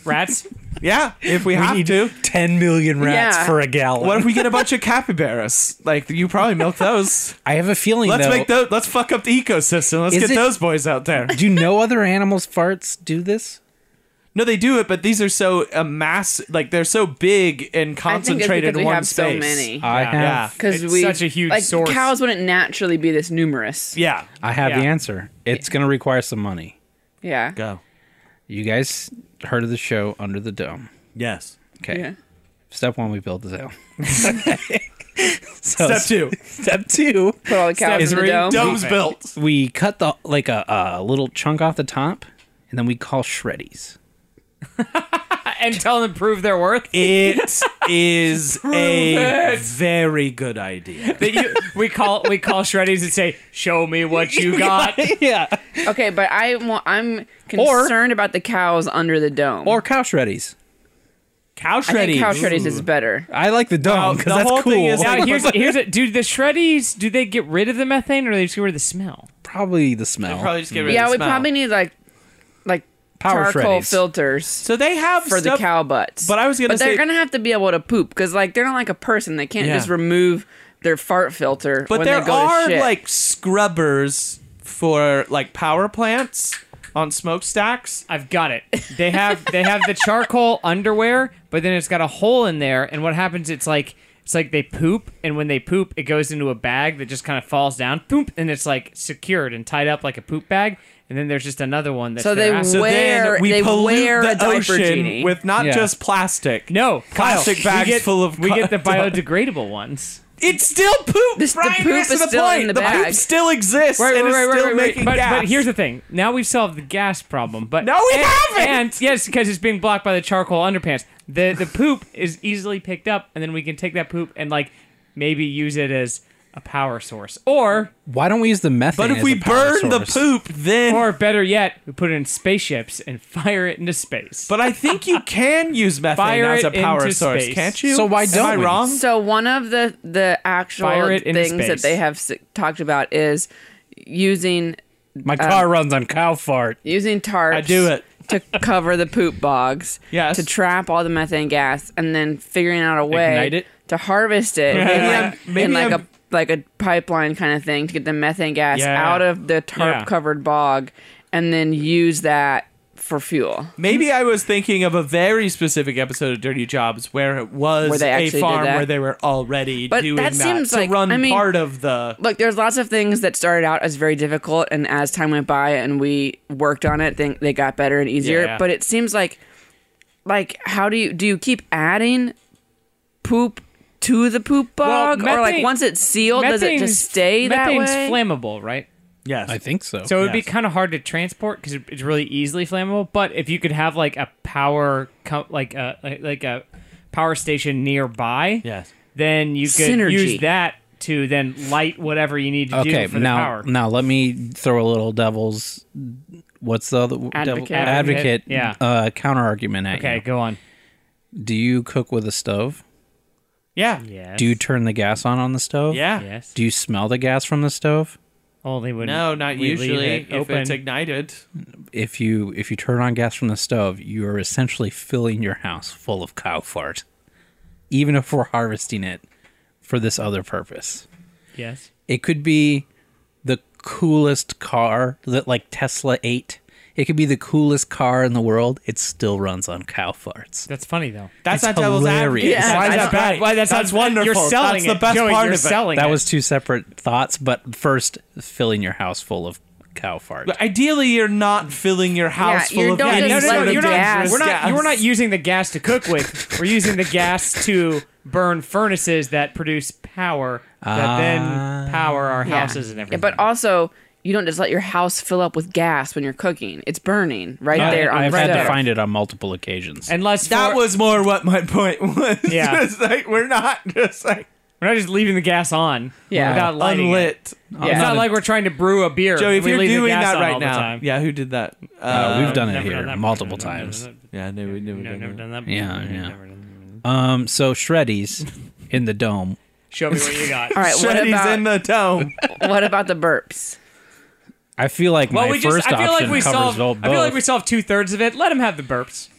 [SPEAKER 4] rats.
[SPEAKER 3] Yeah, if we,
[SPEAKER 2] we
[SPEAKER 3] have
[SPEAKER 2] need
[SPEAKER 3] to.
[SPEAKER 2] 10 million rats
[SPEAKER 5] Yeah.
[SPEAKER 2] for a gallon.
[SPEAKER 3] What if we get a bunch of capybaras? Like you probably milk [laughs] those.
[SPEAKER 2] I have a feeling
[SPEAKER 3] Let's
[SPEAKER 2] though,
[SPEAKER 3] make those. Let's fuck up the ecosystem. Let's
[SPEAKER 2] Is
[SPEAKER 3] get
[SPEAKER 2] it-
[SPEAKER 3] those boys out there.
[SPEAKER 2] Do you know other animals' farts do this?
[SPEAKER 3] No, they do it, but these are so uh, mass. Like they're so big and
[SPEAKER 5] I think it's
[SPEAKER 3] concentrated
[SPEAKER 5] because
[SPEAKER 3] in
[SPEAKER 5] we
[SPEAKER 3] one
[SPEAKER 5] have so
[SPEAKER 3] space. Uh,
[SPEAKER 5] many.
[SPEAKER 2] I have.
[SPEAKER 3] Yeah.
[SPEAKER 5] because
[SPEAKER 4] It's
[SPEAKER 5] we
[SPEAKER 4] such a huge
[SPEAKER 5] like
[SPEAKER 4] source.
[SPEAKER 5] cows wouldn't naturally be this numerous.
[SPEAKER 3] Yeah.
[SPEAKER 2] I have the
[SPEAKER 4] Yeah.
[SPEAKER 2] answer. It's going to require some money.
[SPEAKER 5] Yeah.
[SPEAKER 3] Go.
[SPEAKER 2] You guys heard of the show Under the Dome?
[SPEAKER 3] Yes.
[SPEAKER 2] Okay.
[SPEAKER 5] Yeah.
[SPEAKER 2] Step one, we build the dome. so
[SPEAKER 3] [laughs] Step two.
[SPEAKER 2] Step two,
[SPEAKER 5] Put all the cows
[SPEAKER 2] Is
[SPEAKER 5] in the
[SPEAKER 2] there any
[SPEAKER 5] dome.
[SPEAKER 3] Dome's built.
[SPEAKER 2] we cut the like a, a little chunk off the top, and then we call shreddies.
[SPEAKER 4] [laughs] and tell them to prove their
[SPEAKER 3] [laughs]
[SPEAKER 4] worth.
[SPEAKER 3] It is a very good idea.
[SPEAKER 4] That you, we call we call shreddies and say, "Show
[SPEAKER 3] [laughs]
[SPEAKER 4] me what you got."
[SPEAKER 2] yeah,
[SPEAKER 5] Okay, but I want, I'm concerned about the cows under the dome.
[SPEAKER 2] or cow shreddies.
[SPEAKER 3] Cow
[SPEAKER 5] I think
[SPEAKER 3] shreddies.
[SPEAKER 5] cow shreddies is better.
[SPEAKER 2] I like the
[SPEAKER 3] Well,
[SPEAKER 2] dome because
[SPEAKER 3] the
[SPEAKER 2] that's
[SPEAKER 3] whole
[SPEAKER 2] cool.
[SPEAKER 3] thing is,
[SPEAKER 4] Now Uh, here's here's it, dude. The shreddies, do they get rid of the methane or they just get rid of the smell?
[SPEAKER 2] probably the smell.
[SPEAKER 3] Probably just get rid of
[SPEAKER 5] Yeah,
[SPEAKER 3] the
[SPEAKER 5] we
[SPEAKER 3] smell.
[SPEAKER 5] probably need like like
[SPEAKER 2] Power
[SPEAKER 5] charcoal
[SPEAKER 2] shreddies.
[SPEAKER 5] filters
[SPEAKER 3] So they have
[SPEAKER 5] for the
[SPEAKER 3] stuff-
[SPEAKER 5] cow butts.
[SPEAKER 3] But I was gonna
[SPEAKER 5] but they're
[SPEAKER 3] say-
[SPEAKER 5] gonna have to be able to poop because like they're not like a person. They can't
[SPEAKER 3] Yeah.
[SPEAKER 5] just remove their fart filter
[SPEAKER 3] But
[SPEAKER 5] when
[SPEAKER 3] there
[SPEAKER 5] they go
[SPEAKER 3] are
[SPEAKER 5] to shit.
[SPEAKER 3] like scrubbers for like power plants on smokestacks.
[SPEAKER 4] I've got it. They have they have the charcoal [laughs] underwear, but then it's got a hole in there, and what happens? It's like it's like they poop, and when they poop, it goes into a bag that just kind of falls down, poop, and it's like secured and tied up like a poop bag, and then there's just another one that's
[SPEAKER 5] So they
[SPEAKER 4] their ass-
[SPEAKER 3] So
[SPEAKER 5] Wear-
[SPEAKER 3] then we
[SPEAKER 5] they
[SPEAKER 3] pollute
[SPEAKER 5] wear
[SPEAKER 3] the
[SPEAKER 5] a diaper
[SPEAKER 3] ocean
[SPEAKER 5] genie.
[SPEAKER 3] with not
[SPEAKER 2] Yeah.
[SPEAKER 3] just plastic.
[SPEAKER 4] no
[SPEAKER 3] Plastic
[SPEAKER 4] Kyle, we
[SPEAKER 3] bags
[SPEAKER 4] get-
[SPEAKER 3] full of
[SPEAKER 4] we
[SPEAKER 3] [laughs]
[SPEAKER 4] get the
[SPEAKER 3] condom.
[SPEAKER 4] biodegradable ones.
[SPEAKER 3] It's still poop.
[SPEAKER 5] This- the
[SPEAKER 3] Brian,
[SPEAKER 5] poop
[SPEAKER 3] that's
[SPEAKER 5] is
[SPEAKER 3] the
[SPEAKER 5] still
[SPEAKER 3] point.
[SPEAKER 5] in the
[SPEAKER 3] the poop
[SPEAKER 5] bag.
[SPEAKER 3] still exists
[SPEAKER 4] Right, right,
[SPEAKER 3] and
[SPEAKER 4] right,
[SPEAKER 3] it's
[SPEAKER 4] right,
[SPEAKER 3] still
[SPEAKER 4] right, right.
[SPEAKER 3] making
[SPEAKER 4] But,
[SPEAKER 3] gas.
[SPEAKER 4] but here's the thing. Now we've solved the gas problem, but
[SPEAKER 3] No, we
[SPEAKER 4] and,
[SPEAKER 3] haven't!
[SPEAKER 4] And yes, because it's being blocked by the charcoal underpants. The the poop is easily picked up, and then we can take that poop and like maybe use it as a power source, or
[SPEAKER 2] Why don't we use the methane?
[SPEAKER 3] But if
[SPEAKER 2] as
[SPEAKER 3] we
[SPEAKER 2] a power
[SPEAKER 3] burn the
[SPEAKER 2] source?
[SPEAKER 3] poop, then.
[SPEAKER 4] or better yet, we put it in spaceships and [laughs] fire it into space.
[SPEAKER 3] but I think
[SPEAKER 5] [laughs]
[SPEAKER 3] you can use methane
[SPEAKER 4] Fire
[SPEAKER 3] as a
[SPEAKER 4] it
[SPEAKER 3] power
[SPEAKER 4] into
[SPEAKER 3] source,
[SPEAKER 4] space.
[SPEAKER 3] can't you?
[SPEAKER 2] So why
[SPEAKER 3] Am
[SPEAKER 2] don't
[SPEAKER 3] I
[SPEAKER 2] we?
[SPEAKER 3] wrong?
[SPEAKER 5] So one of the the actual
[SPEAKER 4] Fire it into
[SPEAKER 5] things that
[SPEAKER 4] space.
[SPEAKER 5] they have s- talked about is using
[SPEAKER 2] My car runs on cow fart.
[SPEAKER 5] using tarps.
[SPEAKER 3] I do it.
[SPEAKER 4] [laughs]
[SPEAKER 5] to cover the poop bogs.
[SPEAKER 3] Yes.
[SPEAKER 5] To trap all the methane gas, and then figuring out a way
[SPEAKER 4] Ignite it?
[SPEAKER 5] to harvest
[SPEAKER 4] [laughs]
[SPEAKER 5] it.
[SPEAKER 3] Maybe
[SPEAKER 5] in like,
[SPEAKER 3] I'm- maybe
[SPEAKER 5] in like
[SPEAKER 3] I'm-
[SPEAKER 5] a like a pipeline kind of thing to get the methane gas
[SPEAKER 4] Yeah.
[SPEAKER 5] out of the tarp
[SPEAKER 4] Yeah.
[SPEAKER 5] covered bog, and then use that for fuel.
[SPEAKER 3] Maybe I was thinking of a very specific episode of Dirty Jobs where it was
[SPEAKER 5] Where they
[SPEAKER 3] a
[SPEAKER 5] actually did
[SPEAKER 3] farm
[SPEAKER 5] that.
[SPEAKER 3] where they were already
[SPEAKER 5] But
[SPEAKER 3] doing
[SPEAKER 5] that
[SPEAKER 3] that,
[SPEAKER 5] seems
[SPEAKER 3] to
[SPEAKER 5] like-
[SPEAKER 3] run
[SPEAKER 5] I mean-
[SPEAKER 3] part of the.
[SPEAKER 5] Look, there's lots of things that started out as very difficult, and as time went by and we worked on it, think they got better and easier.
[SPEAKER 4] Yeah.
[SPEAKER 5] But it seems like, like, how do you do? You keep adding poop to the poop
[SPEAKER 4] Well,
[SPEAKER 5] bog, or like
[SPEAKER 4] methane-
[SPEAKER 5] once it's sealed, does it
[SPEAKER 4] Methane's-
[SPEAKER 5] just stay that
[SPEAKER 4] methane's
[SPEAKER 5] way?
[SPEAKER 4] flammable, right?
[SPEAKER 3] Yes.
[SPEAKER 2] I think so.
[SPEAKER 4] So it would be
[SPEAKER 3] Yes.
[SPEAKER 4] kind of hard to transport because it's really easily flammable. But if you could have like a power, co- like a like- like a power station nearby,
[SPEAKER 3] Yes.
[SPEAKER 4] then you could
[SPEAKER 5] Synergy.
[SPEAKER 4] use that to then light whatever you need to
[SPEAKER 2] okay,
[SPEAKER 4] do for the
[SPEAKER 2] now
[SPEAKER 4] power.
[SPEAKER 2] now let me throw a little devil's. What's the other advocate?
[SPEAKER 5] Advocate.
[SPEAKER 4] Advocate, yeah.
[SPEAKER 2] uh, counter argument at
[SPEAKER 4] okay,
[SPEAKER 2] you.
[SPEAKER 4] go on.
[SPEAKER 2] Do you cook with a stove?
[SPEAKER 3] Yeah.
[SPEAKER 4] Yes.
[SPEAKER 2] Do you turn the gas on on the stove?
[SPEAKER 3] Yeah.
[SPEAKER 4] Yes.
[SPEAKER 2] Do you smell the gas from the stove?
[SPEAKER 4] Only when
[SPEAKER 3] No, not
[SPEAKER 4] we leave
[SPEAKER 3] usually.
[SPEAKER 4] it
[SPEAKER 3] If
[SPEAKER 4] open.
[SPEAKER 3] it's ignited.
[SPEAKER 2] If you if you turn on gas from the stove, you are essentially filling your house full of cow fart, even if we're harvesting it for this other purpose.
[SPEAKER 4] yes.
[SPEAKER 2] It could be the coolest car that like Tesla 8. It could be the coolest car in the world. It still runs on cow farts.
[SPEAKER 4] That's funny though.
[SPEAKER 3] That's
[SPEAKER 2] It's
[SPEAKER 3] not devil's advocate.
[SPEAKER 2] hilarious.
[SPEAKER 5] Yeah,
[SPEAKER 3] Why is
[SPEAKER 5] I
[SPEAKER 3] that
[SPEAKER 5] don't-
[SPEAKER 3] bad?
[SPEAKER 4] Why that's,
[SPEAKER 3] that's
[SPEAKER 4] not-
[SPEAKER 3] wonderful.
[SPEAKER 4] You're selling
[SPEAKER 3] that's the
[SPEAKER 4] it.
[SPEAKER 3] best
[SPEAKER 4] Joey,
[SPEAKER 3] part
[SPEAKER 4] you're
[SPEAKER 3] of it.
[SPEAKER 4] selling
[SPEAKER 2] That
[SPEAKER 4] it.
[SPEAKER 2] was two separate thoughts, but first filling your house full of cow farts.
[SPEAKER 3] But ideally, you're not filling your house
[SPEAKER 5] you
[SPEAKER 3] full of
[SPEAKER 5] don't
[SPEAKER 4] Yeah,
[SPEAKER 3] any
[SPEAKER 5] just
[SPEAKER 4] no, no,
[SPEAKER 5] let
[SPEAKER 4] no,
[SPEAKER 3] sort of
[SPEAKER 5] it
[SPEAKER 4] you're not,
[SPEAKER 5] gas.
[SPEAKER 4] we're not.
[SPEAKER 3] gas.
[SPEAKER 4] We're not using the gas to cook with. We're using the gas to burn furnaces that produce power that
[SPEAKER 2] Ah.
[SPEAKER 4] then power our
[SPEAKER 5] Yeah.
[SPEAKER 4] houses and
[SPEAKER 5] Yeah,
[SPEAKER 4] everything.
[SPEAKER 5] But also, you don't just let your house fill up with gas when you're cooking. It's burning right
[SPEAKER 2] I,
[SPEAKER 5] there on
[SPEAKER 2] have
[SPEAKER 5] the
[SPEAKER 2] had
[SPEAKER 5] stove.
[SPEAKER 2] to find it on multiple occasions.
[SPEAKER 4] unless
[SPEAKER 3] That
[SPEAKER 4] for-
[SPEAKER 3] was more what my point [laughs] was.
[SPEAKER 4] Yeah.
[SPEAKER 3] It's like we're not just like
[SPEAKER 4] we're not just leaving the gas on.
[SPEAKER 5] Yeah.
[SPEAKER 4] without lighting it.
[SPEAKER 3] unlit.
[SPEAKER 2] I'm
[SPEAKER 4] It's
[SPEAKER 2] not
[SPEAKER 4] not
[SPEAKER 2] a-
[SPEAKER 4] like we're trying to brew a beer.
[SPEAKER 3] Joey, if
[SPEAKER 4] We
[SPEAKER 3] you're
[SPEAKER 4] leave the
[SPEAKER 3] doing
[SPEAKER 4] gas
[SPEAKER 3] that
[SPEAKER 4] on all
[SPEAKER 3] right
[SPEAKER 4] the
[SPEAKER 3] now,
[SPEAKER 4] time.
[SPEAKER 3] yeah, who did that? Uh,
[SPEAKER 2] Uh, we've done it
[SPEAKER 4] Never done
[SPEAKER 2] here
[SPEAKER 4] that.
[SPEAKER 2] multiple
[SPEAKER 4] Never done
[SPEAKER 2] times.
[SPEAKER 4] that.
[SPEAKER 3] yeah, no, we never,
[SPEAKER 4] No,
[SPEAKER 3] done
[SPEAKER 4] never
[SPEAKER 3] that.
[SPEAKER 4] done that.
[SPEAKER 2] Yeah, yeah.
[SPEAKER 4] Never done that.
[SPEAKER 2] Um, so Shreddies in the dome.
[SPEAKER 4] Show me what you got.
[SPEAKER 5] All right, what
[SPEAKER 3] Shreddy's
[SPEAKER 5] about
[SPEAKER 3] in the [laughs] dome.
[SPEAKER 5] what about the burps?
[SPEAKER 2] I feel like
[SPEAKER 4] Well,
[SPEAKER 2] my
[SPEAKER 4] we
[SPEAKER 2] first
[SPEAKER 4] just. I feel
[SPEAKER 2] option
[SPEAKER 4] like we
[SPEAKER 2] covers
[SPEAKER 4] solved.
[SPEAKER 2] both.
[SPEAKER 4] I feel like we solved two thirds of it. Let him have the burps.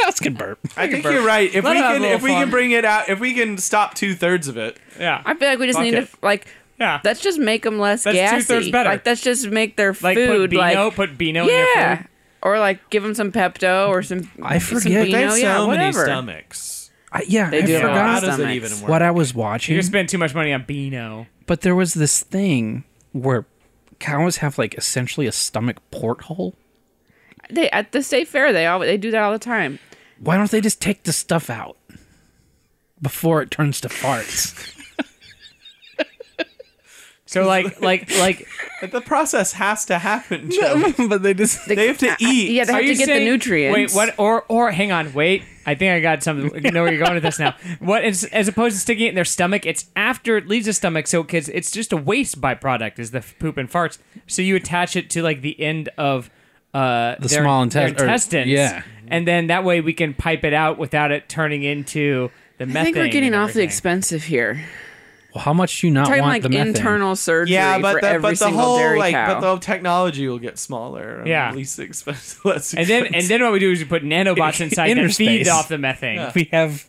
[SPEAKER 2] cows can burp.
[SPEAKER 3] I think you're right. If
[SPEAKER 4] Let
[SPEAKER 3] we
[SPEAKER 4] it have a
[SPEAKER 3] can,
[SPEAKER 4] little
[SPEAKER 3] if we can
[SPEAKER 4] fun.
[SPEAKER 3] bring it out, if we can stop two thirds of it,
[SPEAKER 4] Yeah.
[SPEAKER 5] I feel like we just
[SPEAKER 3] Fuck
[SPEAKER 5] need
[SPEAKER 3] it.
[SPEAKER 5] to like.
[SPEAKER 4] Yeah.
[SPEAKER 5] Let's just make them less
[SPEAKER 4] That's
[SPEAKER 5] gassy.
[SPEAKER 4] two-thirds better.
[SPEAKER 5] Like let's just make their
[SPEAKER 4] like put
[SPEAKER 5] food
[SPEAKER 4] Beano,
[SPEAKER 5] like
[SPEAKER 4] put Beano in your
[SPEAKER 5] yeah,
[SPEAKER 4] food.
[SPEAKER 5] or like give them some Pepto or some.
[SPEAKER 2] I
[SPEAKER 5] some
[SPEAKER 2] forget.
[SPEAKER 5] Beano,
[SPEAKER 3] have
[SPEAKER 5] yeah, whatever.
[SPEAKER 3] stomachs.
[SPEAKER 2] I, yeah,
[SPEAKER 5] They
[SPEAKER 2] I
[SPEAKER 5] do have a lot
[SPEAKER 3] How
[SPEAKER 2] forgot
[SPEAKER 5] of
[SPEAKER 3] does it
[SPEAKER 5] stomachs.
[SPEAKER 3] even work?
[SPEAKER 2] what I was watching.
[SPEAKER 4] You spend too much money on Beano.
[SPEAKER 2] But there was this thing where cows have like essentially a stomach porthole.
[SPEAKER 5] They at the state fair they all they do that all the time.
[SPEAKER 2] Why don't they just take the stuff out before it turns to farts?
[SPEAKER 5] [laughs]
[SPEAKER 4] So like like like [laughs]
[SPEAKER 3] the process has to [laughs] happen. Joe.
[SPEAKER 2] but they just
[SPEAKER 3] They [laughs] have to eat.
[SPEAKER 5] Yeah, they
[SPEAKER 4] are
[SPEAKER 5] have
[SPEAKER 4] you
[SPEAKER 5] to get
[SPEAKER 4] saying-
[SPEAKER 5] the nutrients.
[SPEAKER 4] Wait, what? Or or hang on, wait. I think I got something. I know where you're going with
[SPEAKER 5] [laughs]
[SPEAKER 4] this now. What is as opposed to sticking it in their stomach? It's after it leaves the stomach. So kids, it's just a waste byproduct is the f- poop and farts. So you attach it to like the end of uh the
[SPEAKER 2] small intest- or-
[SPEAKER 4] intestines.
[SPEAKER 2] yeah.
[SPEAKER 4] and then that way we can pipe it out without it turning into the methane.
[SPEAKER 5] I think we're getting
[SPEAKER 4] and
[SPEAKER 5] awfully
[SPEAKER 4] everything.
[SPEAKER 5] expensive here.
[SPEAKER 2] [laughs] well, how much do you not
[SPEAKER 5] Talking
[SPEAKER 2] want
[SPEAKER 5] like
[SPEAKER 2] the methane?
[SPEAKER 5] internal surgery
[SPEAKER 3] Yeah, but
[SPEAKER 5] for
[SPEAKER 3] the,
[SPEAKER 5] every
[SPEAKER 3] but the
[SPEAKER 5] single
[SPEAKER 3] whole
[SPEAKER 5] dairy
[SPEAKER 3] like
[SPEAKER 5] cow.
[SPEAKER 3] but the whole technology will get smaller. and
[SPEAKER 4] Yeah.
[SPEAKER 3] least expensive. [laughs] Less [laughs]
[SPEAKER 4] And then, and then what we do is we put nanobots inside
[SPEAKER 2] Inner
[SPEAKER 4] that feed
[SPEAKER 2] space.
[SPEAKER 4] off the methane.
[SPEAKER 2] we have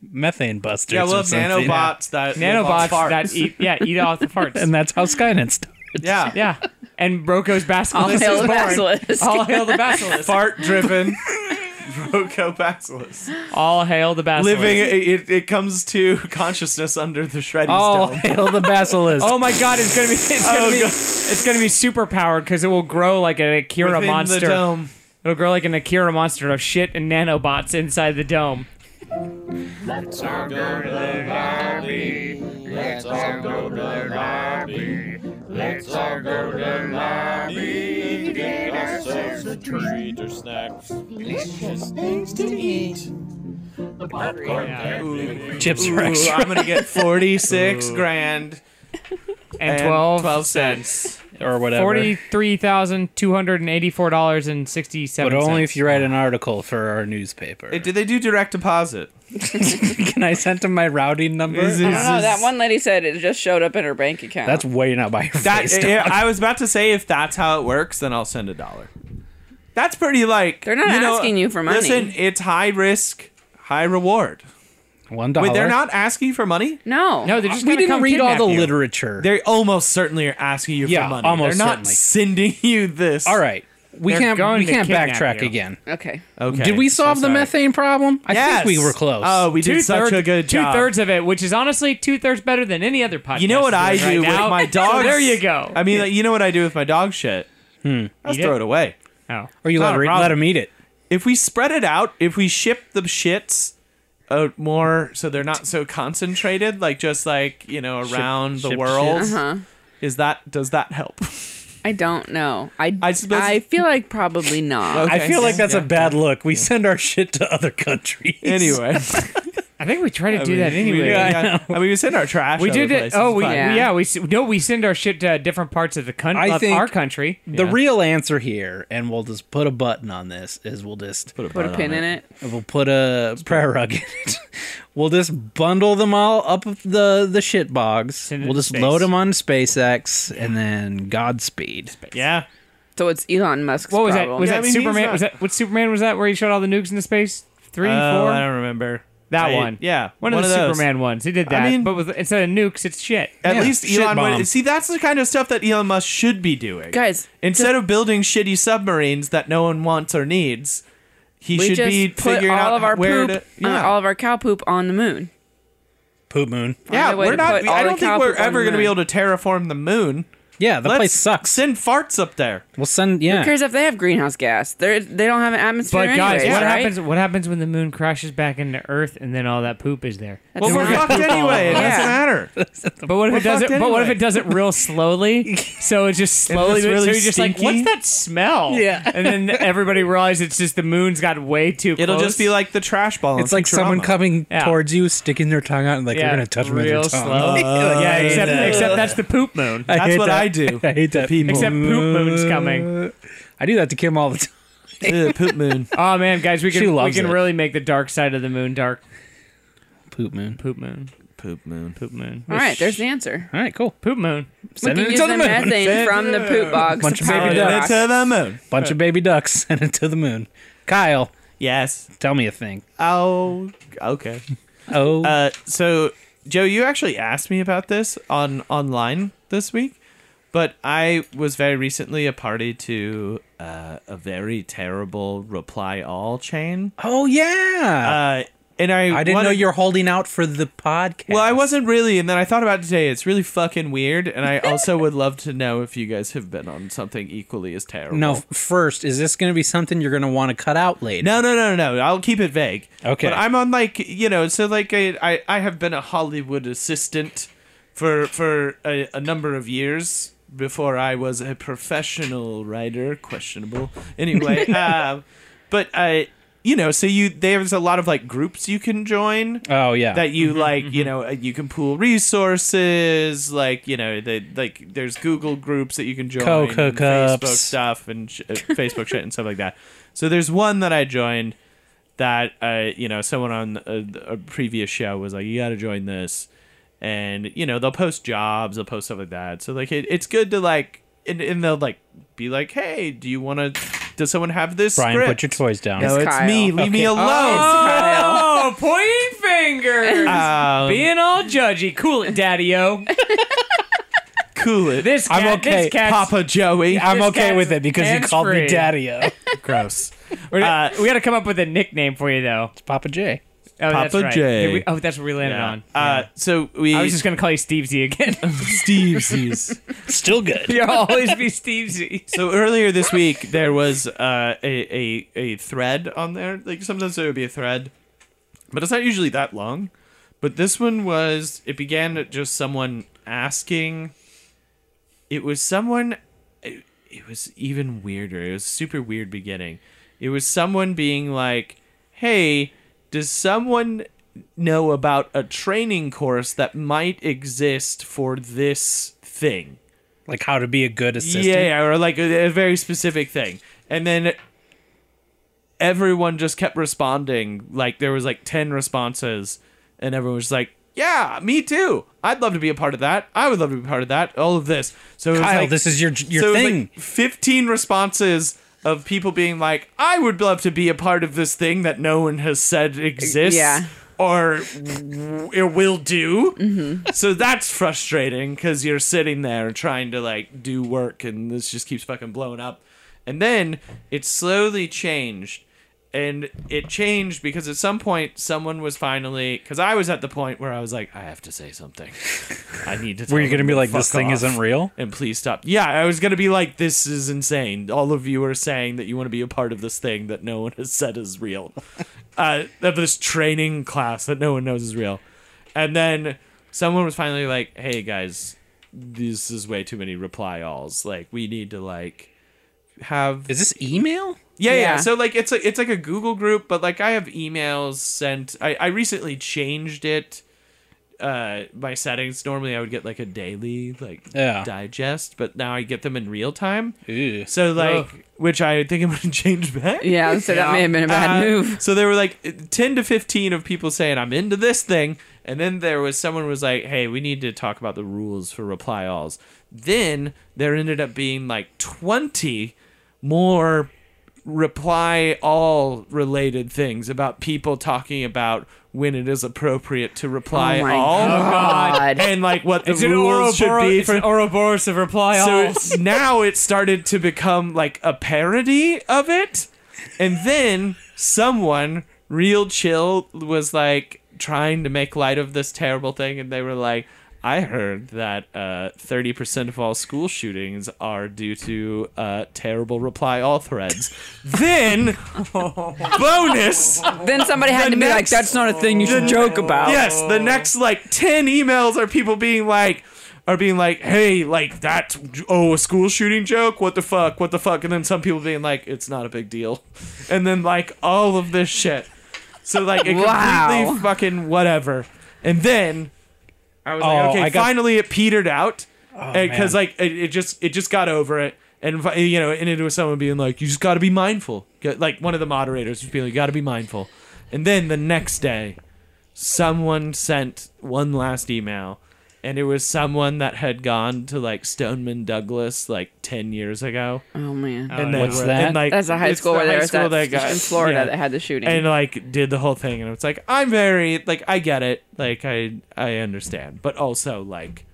[SPEAKER 2] methane busters.
[SPEAKER 3] Yeah, I
[SPEAKER 2] or
[SPEAKER 3] love
[SPEAKER 2] something.
[SPEAKER 3] nanobots that live on
[SPEAKER 4] Nanobots
[SPEAKER 3] farts.
[SPEAKER 4] that eat yeah eat
[SPEAKER 2] [laughs]
[SPEAKER 4] off the farts.
[SPEAKER 2] and that's how Skynet started.
[SPEAKER 3] [laughs] yeah.
[SPEAKER 4] yeah, and Broco's
[SPEAKER 5] All
[SPEAKER 4] basilisk.
[SPEAKER 5] hail
[SPEAKER 4] is
[SPEAKER 5] the
[SPEAKER 4] born.
[SPEAKER 5] basilisk.
[SPEAKER 4] All
[SPEAKER 3] [laughs]
[SPEAKER 4] hail the basilisk.
[SPEAKER 3] fart
[SPEAKER 5] [laughs]
[SPEAKER 3] driven Rocobacillus.
[SPEAKER 4] All hail the basilisk.
[SPEAKER 3] Living it, it comes to consciousness under the shreddies
[SPEAKER 2] All
[SPEAKER 4] [laughs]
[SPEAKER 3] dome.
[SPEAKER 2] hail the basilisk.
[SPEAKER 4] Oh my god, it's gonna be it's gonna
[SPEAKER 3] Oh,
[SPEAKER 4] be
[SPEAKER 3] God.
[SPEAKER 4] it's gonna be super powered because it will grow like an Akira
[SPEAKER 3] Within
[SPEAKER 4] monster.
[SPEAKER 3] the dome.
[SPEAKER 4] It'll grow like an Akira monster of shit and nanobots inside the dome.
[SPEAKER 2] Chips
[SPEAKER 3] Ooh,
[SPEAKER 2] are extra.
[SPEAKER 3] I'm gonna get 46 grand
[SPEAKER 4] And,
[SPEAKER 3] and
[SPEAKER 4] twelve
[SPEAKER 3] 12 cents.
[SPEAKER 2] [laughs] or whatever.
[SPEAKER 4] forty three thousand two hundred and eighty four dollars and sixty seven.
[SPEAKER 2] but only if you write an article for our newspaper.
[SPEAKER 3] [laughs] Hey, Did they do direct deposit?
[SPEAKER 2] Can I send them my routing number?
[SPEAKER 3] Is it-
[SPEAKER 5] I don't know. That one lady said it just showed up in her bank account.
[SPEAKER 2] That's way not by your
[SPEAKER 3] That
[SPEAKER 2] face.
[SPEAKER 4] [laughs]
[SPEAKER 3] yeah, I was about to say if that's how it works, then I'll send a dollar. That's pretty like
[SPEAKER 5] They're not
[SPEAKER 3] you know,
[SPEAKER 5] asking you for money.
[SPEAKER 3] Listen, it's high risk, high reward.
[SPEAKER 2] One dollar.
[SPEAKER 4] Oh,
[SPEAKER 3] Wait, they're not asking for money.
[SPEAKER 5] no.
[SPEAKER 4] No, Oh, they're just
[SPEAKER 2] We
[SPEAKER 4] gonna
[SPEAKER 2] didn't
[SPEAKER 4] come
[SPEAKER 2] read all
[SPEAKER 4] kidnap
[SPEAKER 2] the
[SPEAKER 4] you.
[SPEAKER 2] literature.
[SPEAKER 3] They almost certainly are asking you
[SPEAKER 2] Yeah,
[SPEAKER 3] for money.
[SPEAKER 2] almost
[SPEAKER 3] they're not
[SPEAKER 2] certainly.
[SPEAKER 3] sending you this.
[SPEAKER 2] all right. We
[SPEAKER 4] They're
[SPEAKER 2] can't.
[SPEAKER 4] going
[SPEAKER 2] We
[SPEAKER 4] to
[SPEAKER 2] can't
[SPEAKER 4] kidnap
[SPEAKER 2] backtrack
[SPEAKER 4] you.
[SPEAKER 2] again.
[SPEAKER 5] Okay.
[SPEAKER 3] Okay.
[SPEAKER 2] Did we solve the
[SPEAKER 3] sorry.
[SPEAKER 2] methane problem? I
[SPEAKER 3] Yes.
[SPEAKER 2] think we were close.
[SPEAKER 3] Oh, we did
[SPEAKER 4] Two-thirds-
[SPEAKER 3] such a good job.
[SPEAKER 4] Two thirds of it, which is honestly two thirds better than any other podcast.
[SPEAKER 3] You know what
[SPEAKER 4] is
[SPEAKER 3] I
[SPEAKER 4] doing right
[SPEAKER 3] do with
[SPEAKER 2] [laughs]
[SPEAKER 4] now. [laughs]
[SPEAKER 3] my
[SPEAKER 4] So
[SPEAKER 3] dog?
[SPEAKER 4] there you go.
[SPEAKER 3] I mean, like, you know what I do with my dog shit?
[SPEAKER 2] Hmm.
[SPEAKER 3] I just
[SPEAKER 4] Eat it?
[SPEAKER 3] throw it away.
[SPEAKER 4] oh.
[SPEAKER 2] or you let
[SPEAKER 3] not a
[SPEAKER 2] her,
[SPEAKER 3] problem.
[SPEAKER 2] let him eat it.
[SPEAKER 3] If we spread it out, if we ship the shits out more so they're not so concentrated, like just like, you know, around the
[SPEAKER 2] ship
[SPEAKER 3] world,
[SPEAKER 2] shits. Uh-huh.
[SPEAKER 5] Huh.
[SPEAKER 3] is that does that help?
[SPEAKER 5] I don't know. I
[SPEAKER 3] I
[SPEAKER 5] I,
[SPEAKER 3] suppose-
[SPEAKER 5] feel like probably not.
[SPEAKER 2] I
[SPEAKER 3] Okay.
[SPEAKER 2] feel like that's
[SPEAKER 3] Yeah.
[SPEAKER 2] a bad look. We send our shit to other countries.
[SPEAKER 3] Anyway.
[SPEAKER 4] I think we try to
[SPEAKER 3] I
[SPEAKER 4] do
[SPEAKER 3] mean,
[SPEAKER 4] that anyway.
[SPEAKER 3] [laughs]
[SPEAKER 2] [laughs]
[SPEAKER 3] We,
[SPEAKER 2] Yeah,
[SPEAKER 3] I, mean, we send our trash.
[SPEAKER 4] We did it. Oh, we,
[SPEAKER 5] Yeah.
[SPEAKER 4] yeah. we s- no, we send our shit to different parts of the country,
[SPEAKER 2] I
[SPEAKER 4] of
[SPEAKER 2] think
[SPEAKER 4] our country.
[SPEAKER 2] [laughs] The real answer here, and we'll just put a button on this, is we'll just
[SPEAKER 5] Put a pin in it.
[SPEAKER 2] we'll put a prayer rug in it. [laughs] we'll just bundle them all up with the the shit bogs.
[SPEAKER 4] it
[SPEAKER 2] We'll
[SPEAKER 4] to
[SPEAKER 2] just
[SPEAKER 4] space.
[SPEAKER 2] load them on SpaceX, and then Godspeed.
[SPEAKER 3] Yeah.
[SPEAKER 5] So it's Elon Musk's
[SPEAKER 4] What was that?
[SPEAKER 5] problem.
[SPEAKER 4] Was
[SPEAKER 3] Yeah,
[SPEAKER 4] that
[SPEAKER 3] I mean, he's
[SPEAKER 4] Superman?
[SPEAKER 3] not-
[SPEAKER 4] Was that what Superman was that? Where he shot all the nukes into space? Three,
[SPEAKER 3] Oh,
[SPEAKER 4] four,
[SPEAKER 3] I don't remember.
[SPEAKER 4] that
[SPEAKER 3] I-
[SPEAKER 4] one.
[SPEAKER 3] Yeah.
[SPEAKER 4] one, of the
[SPEAKER 3] those.
[SPEAKER 4] Superman ones. He did
[SPEAKER 3] I
[SPEAKER 4] that,
[SPEAKER 3] mean-
[SPEAKER 4] but with, instead of nukes, it's shit.
[SPEAKER 3] At
[SPEAKER 2] Yeah.
[SPEAKER 3] least
[SPEAKER 2] Shit
[SPEAKER 3] Elon
[SPEAKER 2] bomb.
[SPEAKER 3] would see that's the kind of stuff that Elon Musk should be doing.
[SPEAKER 5] Guys,
[SPEAKER 3] instead of building shitty submarines that no one wants or needs, he
[SPEAKER 5] we
[SPEAKER 3] should
[SPEAKER 5] just
[SPEAKER 3] be
[SPEAKER 5] put
[SPEAKER 3] figuring
[SPEAKER 5] all
[SPEAKER 3] out
[SPEAKER 5] of our
[SPEAKER 3] where
[SPEAKER 5] poop,
[SPEAKER 3] to. Yeah,
[SPEAKER 5] uh, all of our cow poop on the moon.
[SPEAKER 2] Poop moon.
[SPEAKER 3] yeah
[SPEAKER 5] the way
[SPEAKER 3] we're
[SPEAKER 5] to
[SPEAKER 3] not.
[SPEAKER 5] put all
[SPEAKER 3] I
[SPEAKER 5] the
[SPEAKER 3] don't think
[SPEAKER 5] cow
[SPEAKER 3] we're
[SPEAKER 5] poop on
[SPEAKER 3] ever
[SPEAKER 5] the
[SPEAKER 3] going to be
[SPEAKER 5] moon.
[SPEAKER 3] able to terraform the moon.
[SPEAKER 2] Yeah, the
[SPEAKER 3] Let's
[SPEAKER 2] place sucks.
[SPEAKER 3] Send farts
[SPEAKER 2] [laughs]
[SPEAKER 3] up there.
[SPEAKER 2] We'll send. Yeah,
[SPEAKER 5] Who cares if they have greenhouse gas? They they don't have an atmosphere.
[SPEAKER 4] But guys,
[SPEAKER 5] anyways,
[SPEAKER 4] what
[SPEAKER 5] right?
[SPEAKER 4] happens? What happens when the moon crashes back into Earth and then all that poop is there?
[SPEAKER 5] That's
[SPEAKER 3] Well, we're
[SPEAKER 5] fine. [laughs]
[SPEAKER 3] fucked anyway. It
[SPEAKER 5] Yeah.
[SPEAKER 3] doesn't
[SPEAKER 2] [laughs]
[SPEAKER 3] matter.
[SPEAKER 4] But what if
[SPEAKER 3] We're
[SPEAKER 4] it does it?
[SPEAKER 3] fucked
[SPEAKER 4] But what if
[SPEAKER 3] anyway.
[SPEAKER 4] it does it real slowly? So it just slowly.
[SPEAKER 3] it's really
[SPEAKER 4] so you're just like,
[SPEAKER 3] stinky?
[SPEAKER 4] what's that smell?
[SPEAKER 2] Yeah.
[SPEAKER 4] And then everybody realizes it's just the moon's got way too.
[SPEAKER 3] It'll
[SPEAKER 4] close.
[SPEAKER 3] just be like the trash ball. in
[SPEAKER 2] It's like someone
[SPEAKER 3] Futurama.
[SPEAKER 2] coming
[SPEAKER 4] Yeah.
[SPEAKER 2] towards you, sticking their tongue out, and like
[SPEAKER 4] Yeah,
[SPEAKER 2] you're gonna touch them with
[SPEAKER 4] real
[SPEAKER 2] your [laughs]
[SPEAKER 4] slow.
[SPEAKER 2] tongue.
[SPEAKER 4] yeah, except except that's the poop moon.
[SPEAKER 2] I
[SPEAKER 3] That's
[SPEAKER 2] hate
[SPEAKER 3] what
[SPEAKER 2] that.
[SPEAKER 3] I do.
[SPEAKER 2] [laughs] I hate that. People.
[SPEAKER 4] Except poop moon's coming.
[SPEAKER 2] I do that to Kim all the [laughs] time.
[SPEAKER 3] Ugh, poop moon.
[SPEAKER 4] Oh man, guys, we
[SPEAKER 2] She
[SPEAKER 4] can we
[SPEAKER 2] loves
[SPEAKER 4] can
[SPEAKER 2] it.
[SPEAKER 4] really make the dark side of the moon dark.
[SPEAKER 2] Poop moon.
[SPEAKER 4] Poop moon.
[SPEAKER 3] Poop moon.
[SPEAKER 4] Poop moon.
[SPEAKER 5] All right, there's the answer.
[SPEAKER 2] All right, cool.
[SPEAKER 4] Poop moon.
[SPEAKER 5] We
[SPEAKER 2] Send
[SPEAKER 5] can
[SPEAKER 2] it
[SPEAKER 5] use
[SPEAKER 2] to
[SPEAKER 5] the,
[SPEAKER 2] the moon.
[SPEAKER 5] methane from the poop box
[SPEAKER 2] Bunch
[SPEAKER 5] to
[SPEAKER 2] of
[SPEAKER 5] power
[SPEAKER 2] baby
[SPEAKER 5] the
[SPEAKER 2] ducks.
[SPEAKER 5] rocket.
[SPEAKER 3] To the moon.
[SPEAKER 2] Bunch of baby ducks. [laughs] Send it to the moon. Kyle,
[SPEAKER 3] Yes.
[SPEAKER 2] tell me a thing.
[SPEAKER 3] Oh. Okay.
[SPEAKER 2] Oh,
[SPEAKER 3] Uh, so Joe, you actually asked me about this on online this week, but I was very recently a party to uh, a very terrible reply all chain,
[SPEAKER 2] oh yeah.
[SPEAKER 3] uh, and I
[SPEAKER 2] I didn't know
[SPEAKER 3] wanted-
[SPEAKER 2] you were holding out for the podcast.
[SPEAKER 3] Well, I wasn't really, and then I thought about it today. It's really fucking weird, and
[SPEAKER 2] [laughs]
[SPEAKER 3] I also would love to know if you guys have been on something equally as terrible.
[SPEAKER 2] No, first, is this going to be something you're going to want to cut out later?
[SPEAKER 3] No, no, no, no, no. I'll keep it vague.
[SPEAKER 2] Okay.
[SPEAKER 3] But I'm on like you know, so like I I, I have been a Hollywood assistant for for a, a number of years before I was a professional writer. Questionable. Anyway, um, but I you know, so you there's a lot of like groups you can join
[SPEAKER 2] Oh yeah.
[SPEAKER 3] that you like you know uh, you can pool resources like you know the like there's google groups that you can join
[SPEAKER 2] Coke
[SPEAKER 3] and
[SPEAKER 2] hookups.
[SPEAKER 3] facebook stuff and sh- uh, facebook shit and stuff like that so there's one that i joined that uh you know someone on a, a previous show was like you gotta join this and you know they'll post jobs they'll post stuff like that so like it, it's good to like and, and they'll like be like hey do you want to does someone have this
[SPEAKER 2] Brian,
[SPEAKER 3] script?
[SPEAKER 2] put your toys down.
[SPEAKER 3] no,
[SPEAKER 5] It's
[SPEAKER 3] it's me.
[SPEAKER 5] Kyle.
[SPEAKER 3] Leave me
[SPEAKER 2] Okay.
[SPEAKER 3] alone.
[SPEAKER 5] Kyle.
[SPEAKER 4] Oh, point [laughs] fingers.
[SPEAKER 3] Um,
[SPEAKER 4] Being all judgy. Cool it, Daddy O.
[SPEAKER 3] cool it.
[SPEAKER 4] This cat,
[SPEAKER 2] I'm okay,
[SPEAKER 4] This cat's,
[SPEAKER 3] Papa Joey.
[SPEAKER 2] I'm
[SPEAKER 4] This
[SPEAKER 2] okay
[SPEAKER 4] cat's
[SPEAKER 2] with it because you called me
[SPEAKER 4] hands-free.
[SPEAKER 2] Daddy O.
[SPEAKER 3] Gross.
[SPEAKER 4] We're-
[SPEAKER 3] Uh,
[SPEAKER 4] we got to come up with a nickname for you, though.
[SPEAKER 2] Papa J.
[SPEAKER 4] Oh, that's
[SPEAKER 3] Papa
[SPEAKER 4] right.
[SPEAKER 3] J.
[SPEAKER 4] Did we- oh, that's what we landed on.
[SPEAKER 3] Uh, so we.
[SPEAKER 4] I was just gonna call you Steve
[SPEAKER 3] [laughs]
[SPEAKER 4] Z again. [laughs]
[SPEAKER 3] Steve's.
[SPEAKER 2] Still good.
[SPEAKER 4] You'll always be Steve Z.
[SPEAKER 3] [laughs] so earlier this week there was uh, a, a a thread on there. Like sometimes there would be a thread, but it's not usually that long. But this one was. It began at just someone asking. It was someone. It, it was even weirder. It was super weird beginning. It was someone being like, "Hey, does someone know about a training course that might exist for this thing?"
[SPEAKER 2] Like how to be a good assistant.
[SPEAKER 3] Yeah, yeah, or like a, a very specific thing. And then everyone just kept responding. Like there was like 10 responses and everyone was like, "Yeah, me too. I'd love to be a part of that. I would love to be a part of that. All of this." So it was
[SPEAKER 2] Kyle,
[SPEAKER 3] like,
[SPEAKER 2] this is your your
[SPEAKER 3] so it was,
[SPEAKER 2] thing.
[SPEAKER 3] like, 15 responses of people being like, "I would love to be a part of this thing that no one has said exists."
[SPEAKER 5] Yeah.
[SPEAKER 3] Or w- it will do. So that's frustrating because you're sitting there trying to like do work and this just keeps fucking blowing up. And then it slowly changed. And it changed because at some point someone was finally because I was at the point where I was like, I have to say something. I need to. Tell
[SPEAKER 2] Were you gonna
[SPEAKER 3] them
[SPEAKER 2] be like,
[SPEAKER 3] fuck
[SPEAKER 2] this thing
[SPEAKER 3] off
[SPEAKER 2] isn't real?
[SPEAKER 3] and please stop. Yeah, I was gonna be like, this is insane. All of you are saying that you want to be a part of this thing that no one has said is real, uh, of this training class that no one knows is real. And then someone was finally like, hey guys, this is way too many reply alls. Like, we need to like have
[SPEAKER 2] Is this email?
[SPEAKER 3] yeah, yeah,
[SPEAKER 5] Yeah.
[SPEAKER 3] So like it's a, it's like a Google group, but like I have emails sent. I I recently changed it. Uh, my settings. Normally, I would get like a daily like
[SPEAKER 2] Yeah.
[SPEAKER 3] digest, but now I get them in real time.
[SPEAKER 2] Ew.
[SPEAKER 3] So like,
[SPEAKER 4] Ugh.
[SPEAKER 3] which I think I'm gonna [laughs] change back.
[SPEAKER 5] Yeah, so that may have been a bad
[SPEAKER 3] Uh,
[SPEAKER 5] move.
[SPEAKER 3] So there were like ten to fifteen of people saying I'm into this thing, and then there was someone was like, "Hey, we need to talk about the rules for reply alls." Then there ended up being like twenty more reply all related things about people talking about when it is appropriate to reply
[SPEAKER 5] Oh my
[SPEAKER 3] all
[SPEAKER 5] God.
[SPEAKER 3] and like what the
[SPEAKER 4] It's an
[SPEAKER 3] rules should
[SPEAKER 4] Ouroboros,
[SPEAKER 3] be
[SPEAKER 4] it's
[SPEAKER 3] for
[SPEAKER 4] an Ouroboros of reply
[SPEAKER 3] so
[SPEAKER 4] all.
[SPEAKER 3] it's- [laughs] now it started to become like a parody of it. And then someone real chill was like trying to make light of this terrible thing and they were like I heard that uh, 30% of all school shootings are due to uh, terrible reply all threads. [laughs]
[SPEAKER 5] [laughs]
[SPEAKER 3] then, bonus,
[SPEAKER 5] Then somebody had
[SPEAKER 3] The [laughs]
[SPEAKER 5] to be like,
[SPEAKER 3] next-
[SPEAKER 5] "That's not a thing you
[SPEAKER 4] [laughs]
[SPEAKER 5] should
[SPEAKER 3] the-
[SPEAKER 5] joke about."
[SPEAKER 3] Yes, the next like ten emails are people being like, are being like, hey, like that, oh, a school shooting joke. What the fuck? What the fuck? And then some people being like, it's not a big deal, [laughs] and then like all of this shit. So like it
[SPEAKER 5] Wow.
[SPEAKER 3] completely fucking whatever. And then I was like,
[SPEAKER 2] Oh,
[SPEAKER 3] okay,
[SPEAKER 2] I got- Oh,
[SPEAKER 3] finally it petered out because
[SPEAKER 2] man.
[SPEAKER 3] like it, it just it just got over it. And fi- you know, and it was someone being like, "You just got to be mindful." Get- Like one of the moderators was being like, "You got to be mindful." And then the next day, someone sent one last email and it was someone that had gone to like Stoneman Douglas like 10 years ago
[SPEAKER 5] Oh man,
[SPEAKER 3] and
[SPEAKER 2] what's
[SPEAKER 3] were-
[SPEAKER 2] that?
[SPEAKER 3] and, like,
[SPEAKER 5] that's a high
[SPEAKER 3] it's
[SPEAKER 5] school
[SPEAKER 3] the
[SPEAKER 5] where
[SPEAKER 3] high
[SPEAKER 5] there was
[SPEAKER 3] school
[SPEAKER 5] that
[SPEAKER 3] they got-
[SPEAKER 5] in Florida
[SPEAKER 3] yeah.
[SPEAKER 5] that had the shooting.
[SPEAKER 3] and like did the whole thing and it's like I'm very like I get it like I I understand but also like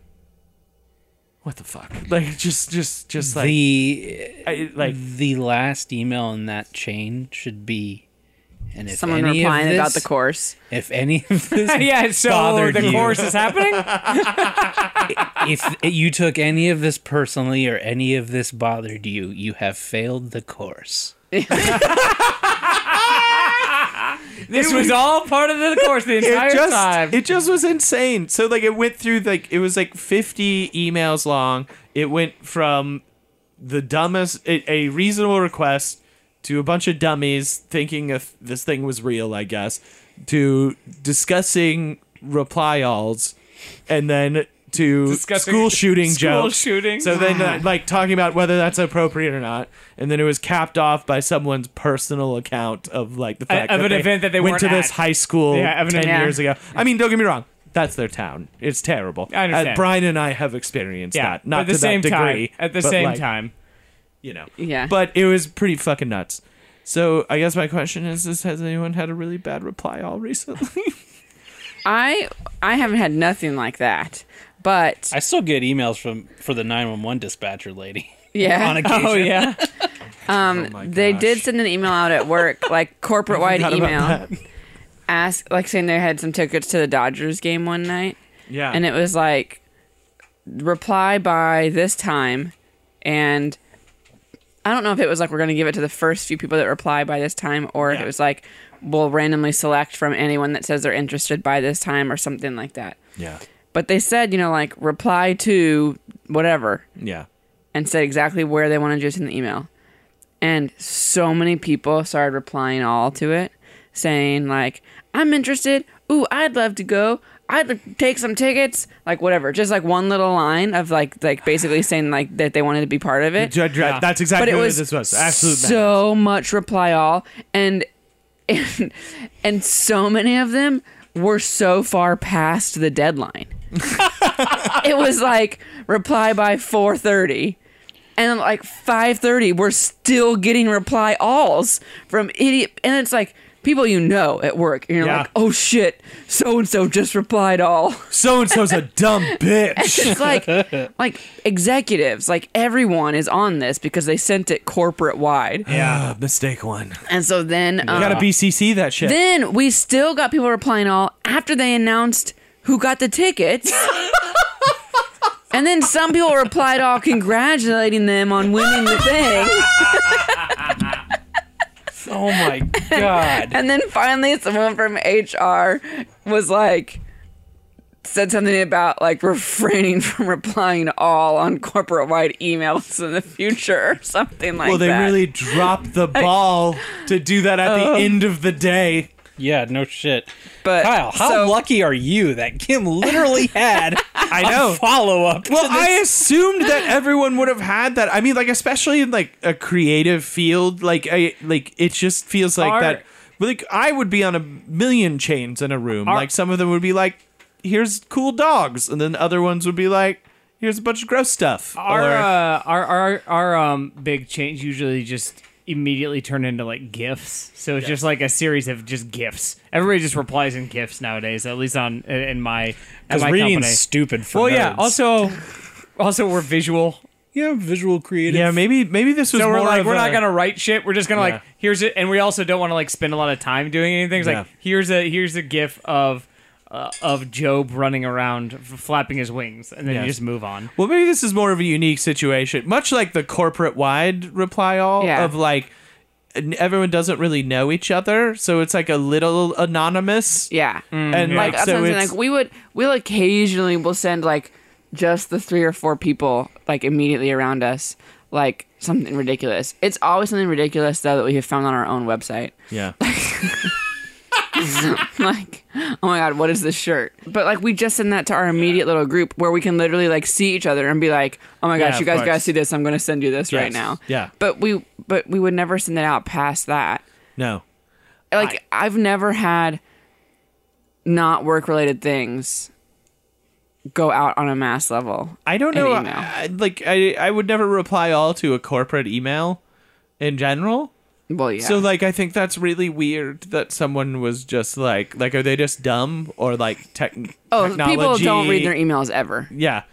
[SPEAKER 3] what the fuck [laughs] like just just just like
[SPEAKER 2] the
[SPEAKER 3] I, like
[SPEAKER 2] the last email in that chain should be and if
[SPEAKER 5] Someone
[SPEAKER 2] any of
[SPEAKER 5] replying about the
[SPEAKER 2] this-
[SPEAKER 5] course.
[SPEAKER 2] if any
[SPEAKER 3] [laughs]
[SPEAKER 2] of this
[SPEAKER 4] yeah, so
[SPEAKER 2] bothered
[SPEAKER 4] the
[SPEAKER 2] you.
[SPEAKER 4] course is happening.
[SPEAKER 2] if you took any of this personally or any of this bothered you you have failed the course
[SPEAKER 4] This was all part of the course the
[SPEAKER 3] it
[SPEAKER 4] entire
[SPEAKER 3] just
[SPEAKER 4] time.
[SPEAKER 3] it just was insane. So like it went through like it was like 50 emails long. It went from the dumbest a, a reasonable request to a bunch of dummies thinking if this thing was real, I guess, to discussing reply alls and then to
[SPEAKER 4] Discussing [laughs]
[SPEAKER 3] school shooting
[SPEAKER 4] school
[SPEAKER 3] jokes.
[SPEAKER 4] shooting.
[SPEAKER 3] So then
[SPEAKER 4] [laughs]
[SPEAKER 3] uh, like talking about whether that's appropriate or not. And then it was capped off by someone's personal account of like the fact
[SPEAKER 4] of
[SPEAKER 3] that
[SPEAKER 4] an
[SPEAKER 3] they
[SPEAKER 4] event that they
[SPEAKER 3] went
[SPEAKER 4] weren't
[SPEAKER 3] to this
[SPEAKER 4] at.
[SPEAKER 3] high school
[SPEAKER 4] Yeah, of an
[SPEAKER 3] 10
[SPEAKER 4] event.
[SPEAKER 3] years ago. I mean, don't get me wrong. That's their town. It's terrible.
[SPEAKER 4] I understand.
[SPEAKER 3] Uh, Brian and I have experienced that. Not
[SPEAKER 4] but at the
[SPEAKER 3] to
[SPEAKER 4] same
[SPEAKER 3] that degree.
[SPEAKER 4] time. At the
[SPEAKER 3] but,
[SPEAKER 4] same
[SPEAKER 3] like,
[SPEAKER 4] time,
[SPEAKER 3] You know.
[SPEAKER 5] Yeah.
[SPEAKER 3] But it was pretty fucking nuts.
[SPEAKER 4] [laughs]
[SPEAKER 3] So I guess my question is, is has anyone had a really bad reply all recently?
[SPEAKER 5] I I haven't had nothing like that. But
[SPEAKER 2] I still get emails from for the 911 dispatcher lady.
[SPEAKER 5] Yeah.
[SPEAKER 2] on occasion.
[SPEAKER 4] Oh [laughs] yeah.
[SPEAKER 3] oh my
[SPEAKER 5] they
[SPEAKER 3] gosh.
[SPEAKER 5] did send an email out
[SPEAKER 3] [laughs]
[SPEAKER 5] at work, like corporate wide
[SPEAKER 3] Forgot about
[SPEAKER 5] email,
[SPEAKER 3] that.
[SPEAKER 5] ask like saying they had some tickets to the Dodgers game one night,
[SPEAKER 3] Yeah.
[SPEAKER 5] and it was like reply by this time, and I don't know if it was like we're gonna give it to the first few people that reply by this time, or if
[SPEAKER 3] Yeah.
[SPEAKER 5] it was like we'll randomly select from anyone that says they're interested by this time or something like that.
[SPEAKER 3] Yeah.
[SPEAKER 5] But they said, you know, like reply to whatever,
[SPEAKER 3] Yeah.
[SPEAKER 5] and said exactly where they wanted you to send the email. And so many people started replying all to it, saying like, "I'm interested. Ooh, I'd love to go. I'd l- take some tickets. Like whatever." Just like one little line of like like basically saying like that they wanted to be part of it.
[SPEAKER 3] Judge Dredd,
[SPEAKER 4] Yeah.
[SPEAKER 3] That's
[SPEAKER 5] But
[SPEAKER 3] exactly
[SPEAKER 5] it
[SPEAKER 3] what
[SPEAKER 5] was
[SPEAKER 3] this was. Absolute madness.
[SPEAKER 5] so much reply all and [laughs] and and so many of them were so far past
[SPEAKER 3] [laughs]
[SPEAKER 5] the deadline. it was like reply by 4:30 and like 5:30 we're still getting reply alls from idiot and it's like people you know at work and you're
[SPEAKER 3] Yeah.
[SPEAKER 5] like oh shit so and so just replied all [laughs]
[SPEAKER 3] So and so's a dumb bitch. [laughs]
[SPEAKER 5] it's like like executives like everyone is on this because they sent it corporate wide
[SPEAKER 3] yeah. Ah, Mistake one.
[SPEAKER 4] Uh.
[SPEAKER 5] and so then um,
[SPEAKER 3] You gotta BCC that shit.
[SPEAKER 5] then we still got people replying all after they announced who got
[SPEAKER 3] [laughs]
[SPEAKER 5] the tickets. and then some people replied all congratulating them on winning the thing.
[SPEAKER 2] Oh my god.
[SPEAKER 5] And then finally someone from HR was like said something about like refraining [laughs] from replying to all on corporate wide emails in the future or something like
[SPEAKER 3] well, they
[SPEAKER 5] that.
[SPEAKER 3] really dropped
[SPEAKER 5] [laughs]
[SPEAKER 3] the ball to do that at
[SPEAKER 5] Oh.
[SPEAKER 3] the end of the day.
[SPEAKER 2] [laughs] yeah, no shit.
[SPEAKER 5] but
[SPEAKER 2] Kyle, how
[SPEAKER 5] so-
[SPEAKER 2] lucky are you that Kim literally had I
[SPEAKER 3] know.
[SPEAKER 2] follow up?
[SPEAKER 3] Well, I assumed that
[SPEAKER 4] [laughs]
[SPEAKER 3] everyone would have had that. I mean, like especially in like a creative field, like I like it just feels like
[SPEAKER 4] Art.
[SPEAKER 3] that. Like I would be on a million chains in a room. Like some of them would be like, "Here's cool dogs," and then other ones would be like, "Here's a bunch of gross stuff."
[SPEAKER 4] our,
[SPEAKER 3] or,
[SPEAKER 4] uh, our our our um big change usually just immediately turn into like gifs so it's just like a series of just gifs everybody just replies in gifs nowadays at least on in- in my at
[SPEAKER 2] because
[SPEAKER 4] my
[SPEAKER 2] reading's
[SPEAKER 4] company
[SPEAKER 2] stupid for
[SPEAKER 4] well yeah
[SPEAKER 2] nerds.
[SPEAKER 4] also also we're visual
[SPEAKER 2] yeah, visual creative.
[SPEAKER 3] yeah, maybe maybe this was
[SPEAKER 4] so
[SPEAKER 3] more
[SPEAKER 4] we're like
[SPEAKER 3] of
[SPEAKER 4] we're
[SPEAKER 3] a-
[SPEAKER 4] not gonna write shit we're just gonna
[SPEAKER 3] Yeah.
[SPEAKER 4] like here's it and we also don't want to like spend a lot of time doing anything it's
[SPEAKER 3] Yeah.
[SPEAKER 4] like here's a here's a gif of uh, of job running around f- flapping his wings and then
[SPEAKER 3] Yes.
[SPEAKER 4] you just move on
[SPEAKER 3] Well, maybe this is more of a unique situation, much like the corporate wide reply all
[SPEAKER 5] Yeah.
[SPEAKER 3] of like n- everyone doesn't really know each other, so it's like a little anonymous.
[SPEAKER 5] Yeah.
[SPEAKER 3] And like,
[SPEAKER 5] like, that's what
[SPEAKER 3] so
[SPEAKER 5] I'm saying,
[SPEAKER 3] it's,
[SPEAKER 5] like we would we'll occasionally we'll send like just the three or four people like immediately around us like something ridiculous it's always something ridiculous though that we have found on our own website [laughs]
[SPEAKER 3] yeah, [laughs]
[SPEAKER 5] like oh my god what is this shirt but like we just send that to our immediate little group where we can literally like see each other and be like oh my gosh
[SPEAKER 3] Yeah,
[SPEAKER 5] you
[SPEAKER 3] of
[SPEAKER 5] guys gotta
[SPEAKER 3] course.
[SPEAKER 5] see this i'm gonna send you this right
[SPEAKER 3] Yes.
[SPEAKER 5] now
[SPEAKER 3] Yeah.
[SPEAKER 5] but we but we would never send it out past that
[SPEAKER 3] no,
[SPEAKER 5] like I, have never had not work related things go out on a mass level.
[SPEAKER 3] I don't know.
[SPEAKER 5] email.
[SPEAKER 3] I, I- like I, I would never reply all to a corporate email in general.
[SPEAKER 5] Well, yeah.
[SPEAKER 3] So like I think that's really weird that someone was just like like are they just dumb or like tech
[SPEAKER 5] oh,
[SPEAKER 3] technology?
[SPEAKER 5] people don't read their emails ever.
[SPEAKER 3] yeah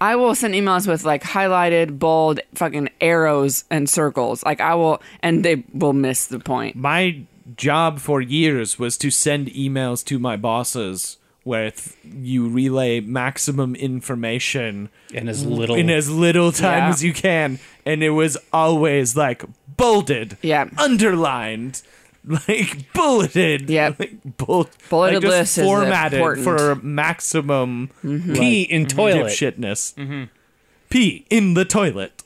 [SPEAKER 5] I will send emails with like highlighted, bold, fucking arrows and circles. Like I will, and they will miss the point.
[SPEAKER 3] my job for years was to send emails to my bosses where th- you relay maximum information
[SPEAKER 2] and as little
[SPEAKER 3] in as little time
[SPEAKER 5] Yeah.
[SPEAKER 3] as you can and it was always like bolded
[SPEAKER 5] Yeah.
[SPEAKER 3] underlined [laughs] like bulleted
[SPEAKER 5] Yeah.
[SPEAKER 3] [laughs] like bull-
[SPEAKER 5] Bulleted
[SPEAKER 3] like just
[SPEAKER 5] list is
[SPEAKER 3] formatted
[SPEAKER 5] important.
[SPEAKER 3] for maximum
[SPEAKER 2] pee in toilet. Mm-hmm.
[SPEAKER 3] dipshitness pee in the toilet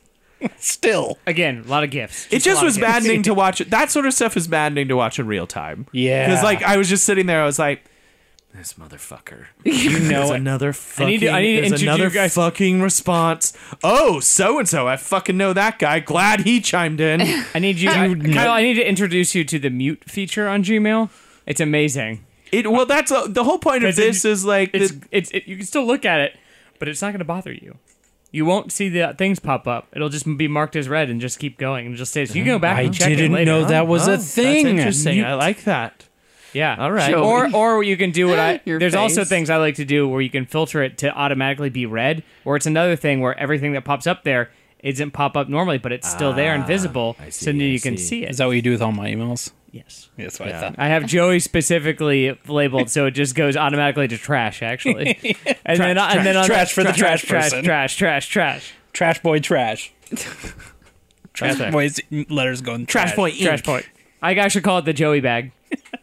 [SPEAKER 2] Still, [laughs]
[SPEAKER 4] again a lot of gifs
[SPEAKER 3] it just
[SPEAKER 4] a lot of
[SPEAKER 3] was
[SPEAKER 4] gifs. [laughs]
[SPEAKER 3] maddening to watch. That sort of stuff is maddening to watch in real time.
[SPEAKER 2] Yeah.
[SPEAKER 3] because like I was just sitting there, I was like, "This
[SPEAKER 4] [laughs]
[SPEAKER 3] motherfucker,
[SPEAKER 2] you
[SPEAKER 3] there's
[SPEAKER 2] know,
[SPEAKER 3] another fucking,
[SPEAKER 4] need to- I need to
[SPEAKER 3] there's
[SPEAKER 4] introduce
[SPEAKER 3] another
[SPEAKER 4] you guys-
[SPEAKER 3] fucking response." Oh, so and so, I fucking know that guy. Glad he chimed
[SPEAKER 4] [laughs]
[SPEAKER 3] in.
[SPEAKER 4] I need you, I, Kyle. I need to introduce you to the mute feature on Gmail. It's amazing.
[SPEAKER 3] it well, that's uh, the whole point of
[SPEAKER 4] It's a-
[SPEAKER 3] this is like
[SPEAKER 4] It's,
[SPEAKER 3] the,
[SPEAKER 4] it's it, you can still look at it, but it's not going to bother you. You won't see the things pop up. It'll just be marked as red and just keep going and just say so you can go back
[SPEAKER 2] I
[SPEAKER 4] and check it
[SPEAKER 2] didn't
[SPEAKER 4] later.
[SPEAKER 2] know that was
[SPEAKER 3] Oh,
[SPEAKER 2] a thing.
[SPEAKER 3] That's interesting.
[SPEAKER 2] You-
[SPEAKER 3] I like that.
[SPEAKER 4] Yeah.
[SPEAKER 3] All right. Ah, Joey.
[SPEAKER 4] Or or you can do what I
[SPEAKER 5] Your
[SPEAKER 4] there's also
[SPEAKER 5] face.
[SPEAKER 4] things I like to do where you can filter it to automatically be red, or it's another thing where everything that pops up there isn't pop up normally, but it's still there
[SPEAKER 2] Ah,
[SPEAKER 4] and visible,
[SPEAKER 3] I
[SPEAKER 4] so
[SPEAKER 3] see,
[SPEAKER 4] now
[SPEAKER 3] I
[SPEAKER 4] you can
[SPEAKER 3] see.
[SPEAKER 4] see it.
[SPEAKER 2] Is that what you do with all my emails?
[SPEAKER 4] yes.
[SPEAKER 2] That's what
[SPEAKER 3] Yeah.
[SPEAKER 2] I thought.
[SPEAKER 4] I have Joey specifically labeled, so it just goes automatically to trash.
[SPEAKER 2] [laughs]
[SPEAKER 4] Actually, and then and then on
[SPEAKER 2] trash for the trash
[SPEAKER 4] trash,
[SPEAKER 2] person.
[SPEAKER 4] trash, trash, trash,
[SPEAKER 2] Trash boy [laughs] trash.
[SPEAKER 4] trash,
[SPEAKER 2] Trash boy's letters going trash.
[SPEAKER 4] trash point. I actually call it the
[SPEAKER 2] [laughs]
[SPEAKER 4] Joey bag.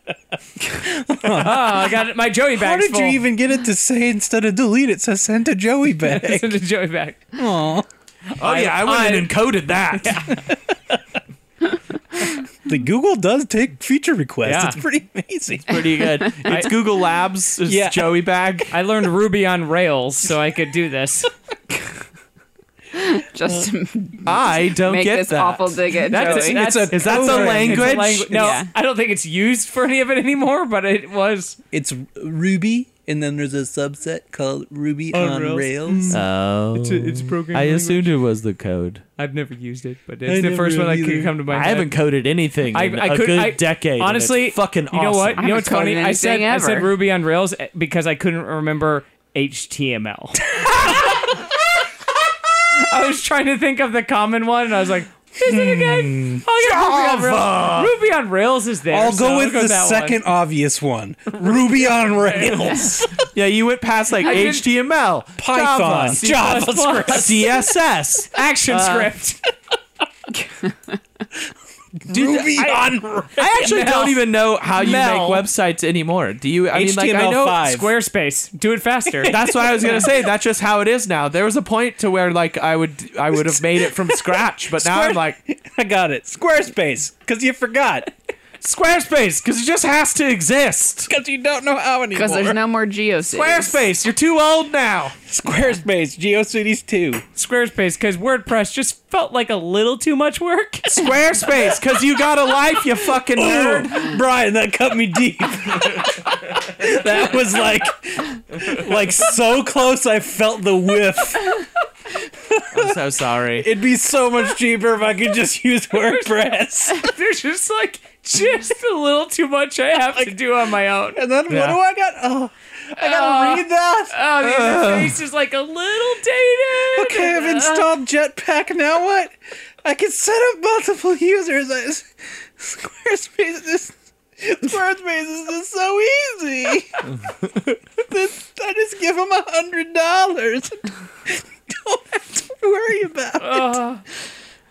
[SPEAKER 4] oh, I got it. my Joey bag.
[SPEAKER 2] How did you
[SPEAKER 4] [laughs]
[SPEAKER 2] even get it to say instead of delete? It says send to Joey
[SPEAKER 4] [laughs]
[SPEAKER 2] back.
[SPEAKER 4] the Joey bag?
[SPEAKER 2] Aw.
[SPEAKER 3] Oh yeah, I went
[SPEAKER 4] I-
[SPEAKER 3] and encoded
[SPEAKER 4] [laughs]
[SPEAKER 3] that.
[SPEAKER 2] The Google does take feature requests.
[SPEAKER 4] Yeah.
[SPEAKER 2] It's pretty amazing.
[SPEAKER 3] Pretty good. [laughs] It's Google Labs. It's
[SPEAKER 2] Yeah.
[SPEAKER 3] Joey
[SPEAKER 4] [laughs]
[SPEAKER 3] Bag.
[SPEAKER 4] I learned Ruby on Rails, so I could do
[SPEAKER 2] [laughs]
[SPEAKER 4] this.
[SPEAKER 5] Just to
[SPEAKER 3] I don't
[SPEAKER 5] [laughs] make
[SPEAKER 3] get
[SPEAKER 5] this
[SPEAKER 3] that.
[SPEAKER 5] awful dig at
[SPEAKER 4] That's-
[SPEAKER 5] Joey.
[SPEAKER 4] that's-
[SPEAKER 3] Is that the
[SPEAKER 4] over-
[SPEAKER 3] language?
[SPEAKER 4] it's a langu-
[SPEAKER 5] [laughs]
[SPEAKER 4] No,
[SPEAKER 5] Yeah.
[SPEAKER 4] I don't think it's used for any of it anymore. But it was.
[SPEAKER 2] It's Ruby, and then there's a subset called Ruby
[SPEAKER 4] On
[SPEAKER 2] on,
[SPEAKER 4] Rails.
[SPEAKER 2] Rails.
[SPEAKER 3] Oh,
[SPEAKER 4] It's a, it's a program.
[SPEAKER 3] I
[SPEAKER 4] language.
[SPEAKER 3] assumed it was the code.
[SPEAKER 4] I've never used it, but
[SPEAKER 2] I
[SPEAKER 4] it's the
[SPEAKER 2] never
[SPEAKER 4] first one that
[SPEAKER 2] have
[SPEAKER 4] could
[SPEAKER 2] either.
[SPEAKER 4] come to my.
[SPEAKER 3] I
[SPEAKER 4] head.
[SPEAKER 3] haven't coded anything
[SPEAKER 4] I-
[SPEAKER 3] in
[SPEAKER 4] I
[SPEAKER 3] a
[SPEAKER 4] could-
[SPEAKER 3] good
[SPEAKER 4] I-
[SPEAKER 3] decade. and it's
[SPEAKER 4] honestly,
[SPEAKER 3] fucking
[SPEAKER 4] You
[SPEAKER 3] awesome.
[SPEAKER 4] know what? You know
[SPEAKER 5] haven't
[SPEAKER 4] what's funny?
[SPEAKER 5] coded
[SPEAKER 4] I said
[SPEAKER 5] anything
[SPEAKER 4] I said
[SPEAKER 5] ever.
[SPEAKER 4] Ruby on Rails eh, because I couldn't remember HTML. [laughs] I was trying to think of the common one, and I was like, "Is it again? Oh, yeah, Ruby on
[SPEAKER 3] Hmm. Java.
[SPEAKER 4] Rails. Ruby on Rails is there.
[SPEAKER 2] I'll
[SPEAKER 4] so
[SPEAKER 2] go with the
[SPEAKER 4] that one.
[SPEAKER 2] second obvious one Ruby on Rails.
[SPEAKER 3] Yeah, you went past like
[SPEAKER 4] did-
[SPEAKER 3] HTML,
[SPEAKER 2] Python,
[SPEAKER 3] Java, C++, [laughs] Uh,
[SPEAKER 2] JavaScript.
[SPEAKER 3] CSS.
[SPEAKER 4] action script.
[SPEAKER 2] Ruby on Rails.
[SPEAKER 3] I actually
[SPEAKER 4] Mel.
[SPEAKER 3] don't even know how you
[SPEAKER 4] Mel.
[SPEAKER 3] make websites anymore. Do you? I mean, like I know
[SPEAKER 2] HTML5.
[SPEAKER 4] Squarespace. Do it
[SPEAKER 3] [laughs]
[SPEAKER 4] faster.
[SPEAKER 3] That's what I was gonna say. That's just how it is now. There was a point to where like I would I would have made it from scratch, but now I'm like [laughs]
[SPEAKER 2] I got it. Squarespace, because you forgot.
[SPEAKER 3] Squarespace because it just has to exist.
[SPEAKER 2] Because you don't know how anymore.
[SPEAKER 5] Because there's no more GeoCities.
[SPEAKER 3] Squarespace, you're too old now.
[SPEAKER 2] Squarespace, GeoCities 2.
[SPEAKER 4] Squarespace because WordPress just felt like a little too much work. [laughs]
[SPEAKER 3] Squarespace because you got a life, you fucking nerd.
[SPEAKER 2] Ooh, Brian, that cut me deep. that was like, like so close. I felt the whiff.
[SPEAKER 3] I'm so sorry.
[SPEAKER 2] It'd be so much cheaper if I could just use WordPress.
[SPEAKER 4] There's just like just a little too much I have to do on my own.
[SPEAKER 2] And then
[SPEAKER 3] Yeah.
[SPEAKER 2] what do I got? Oh, I gotta
[SPEAKER 4] Uh,
[SPEAKER 2] read that.
[SPEAKER 4] Oh, the interface is like a little dated.
[SPEAKER 2] Okay, I've installed Jetpack. Now what? I can set up multiple users. I, Squarespace is Squarespace is just so easy. [laughs] This- I just give them a hundred dollars. Don't have to worry about it.
[SPEAKER 4] Uh,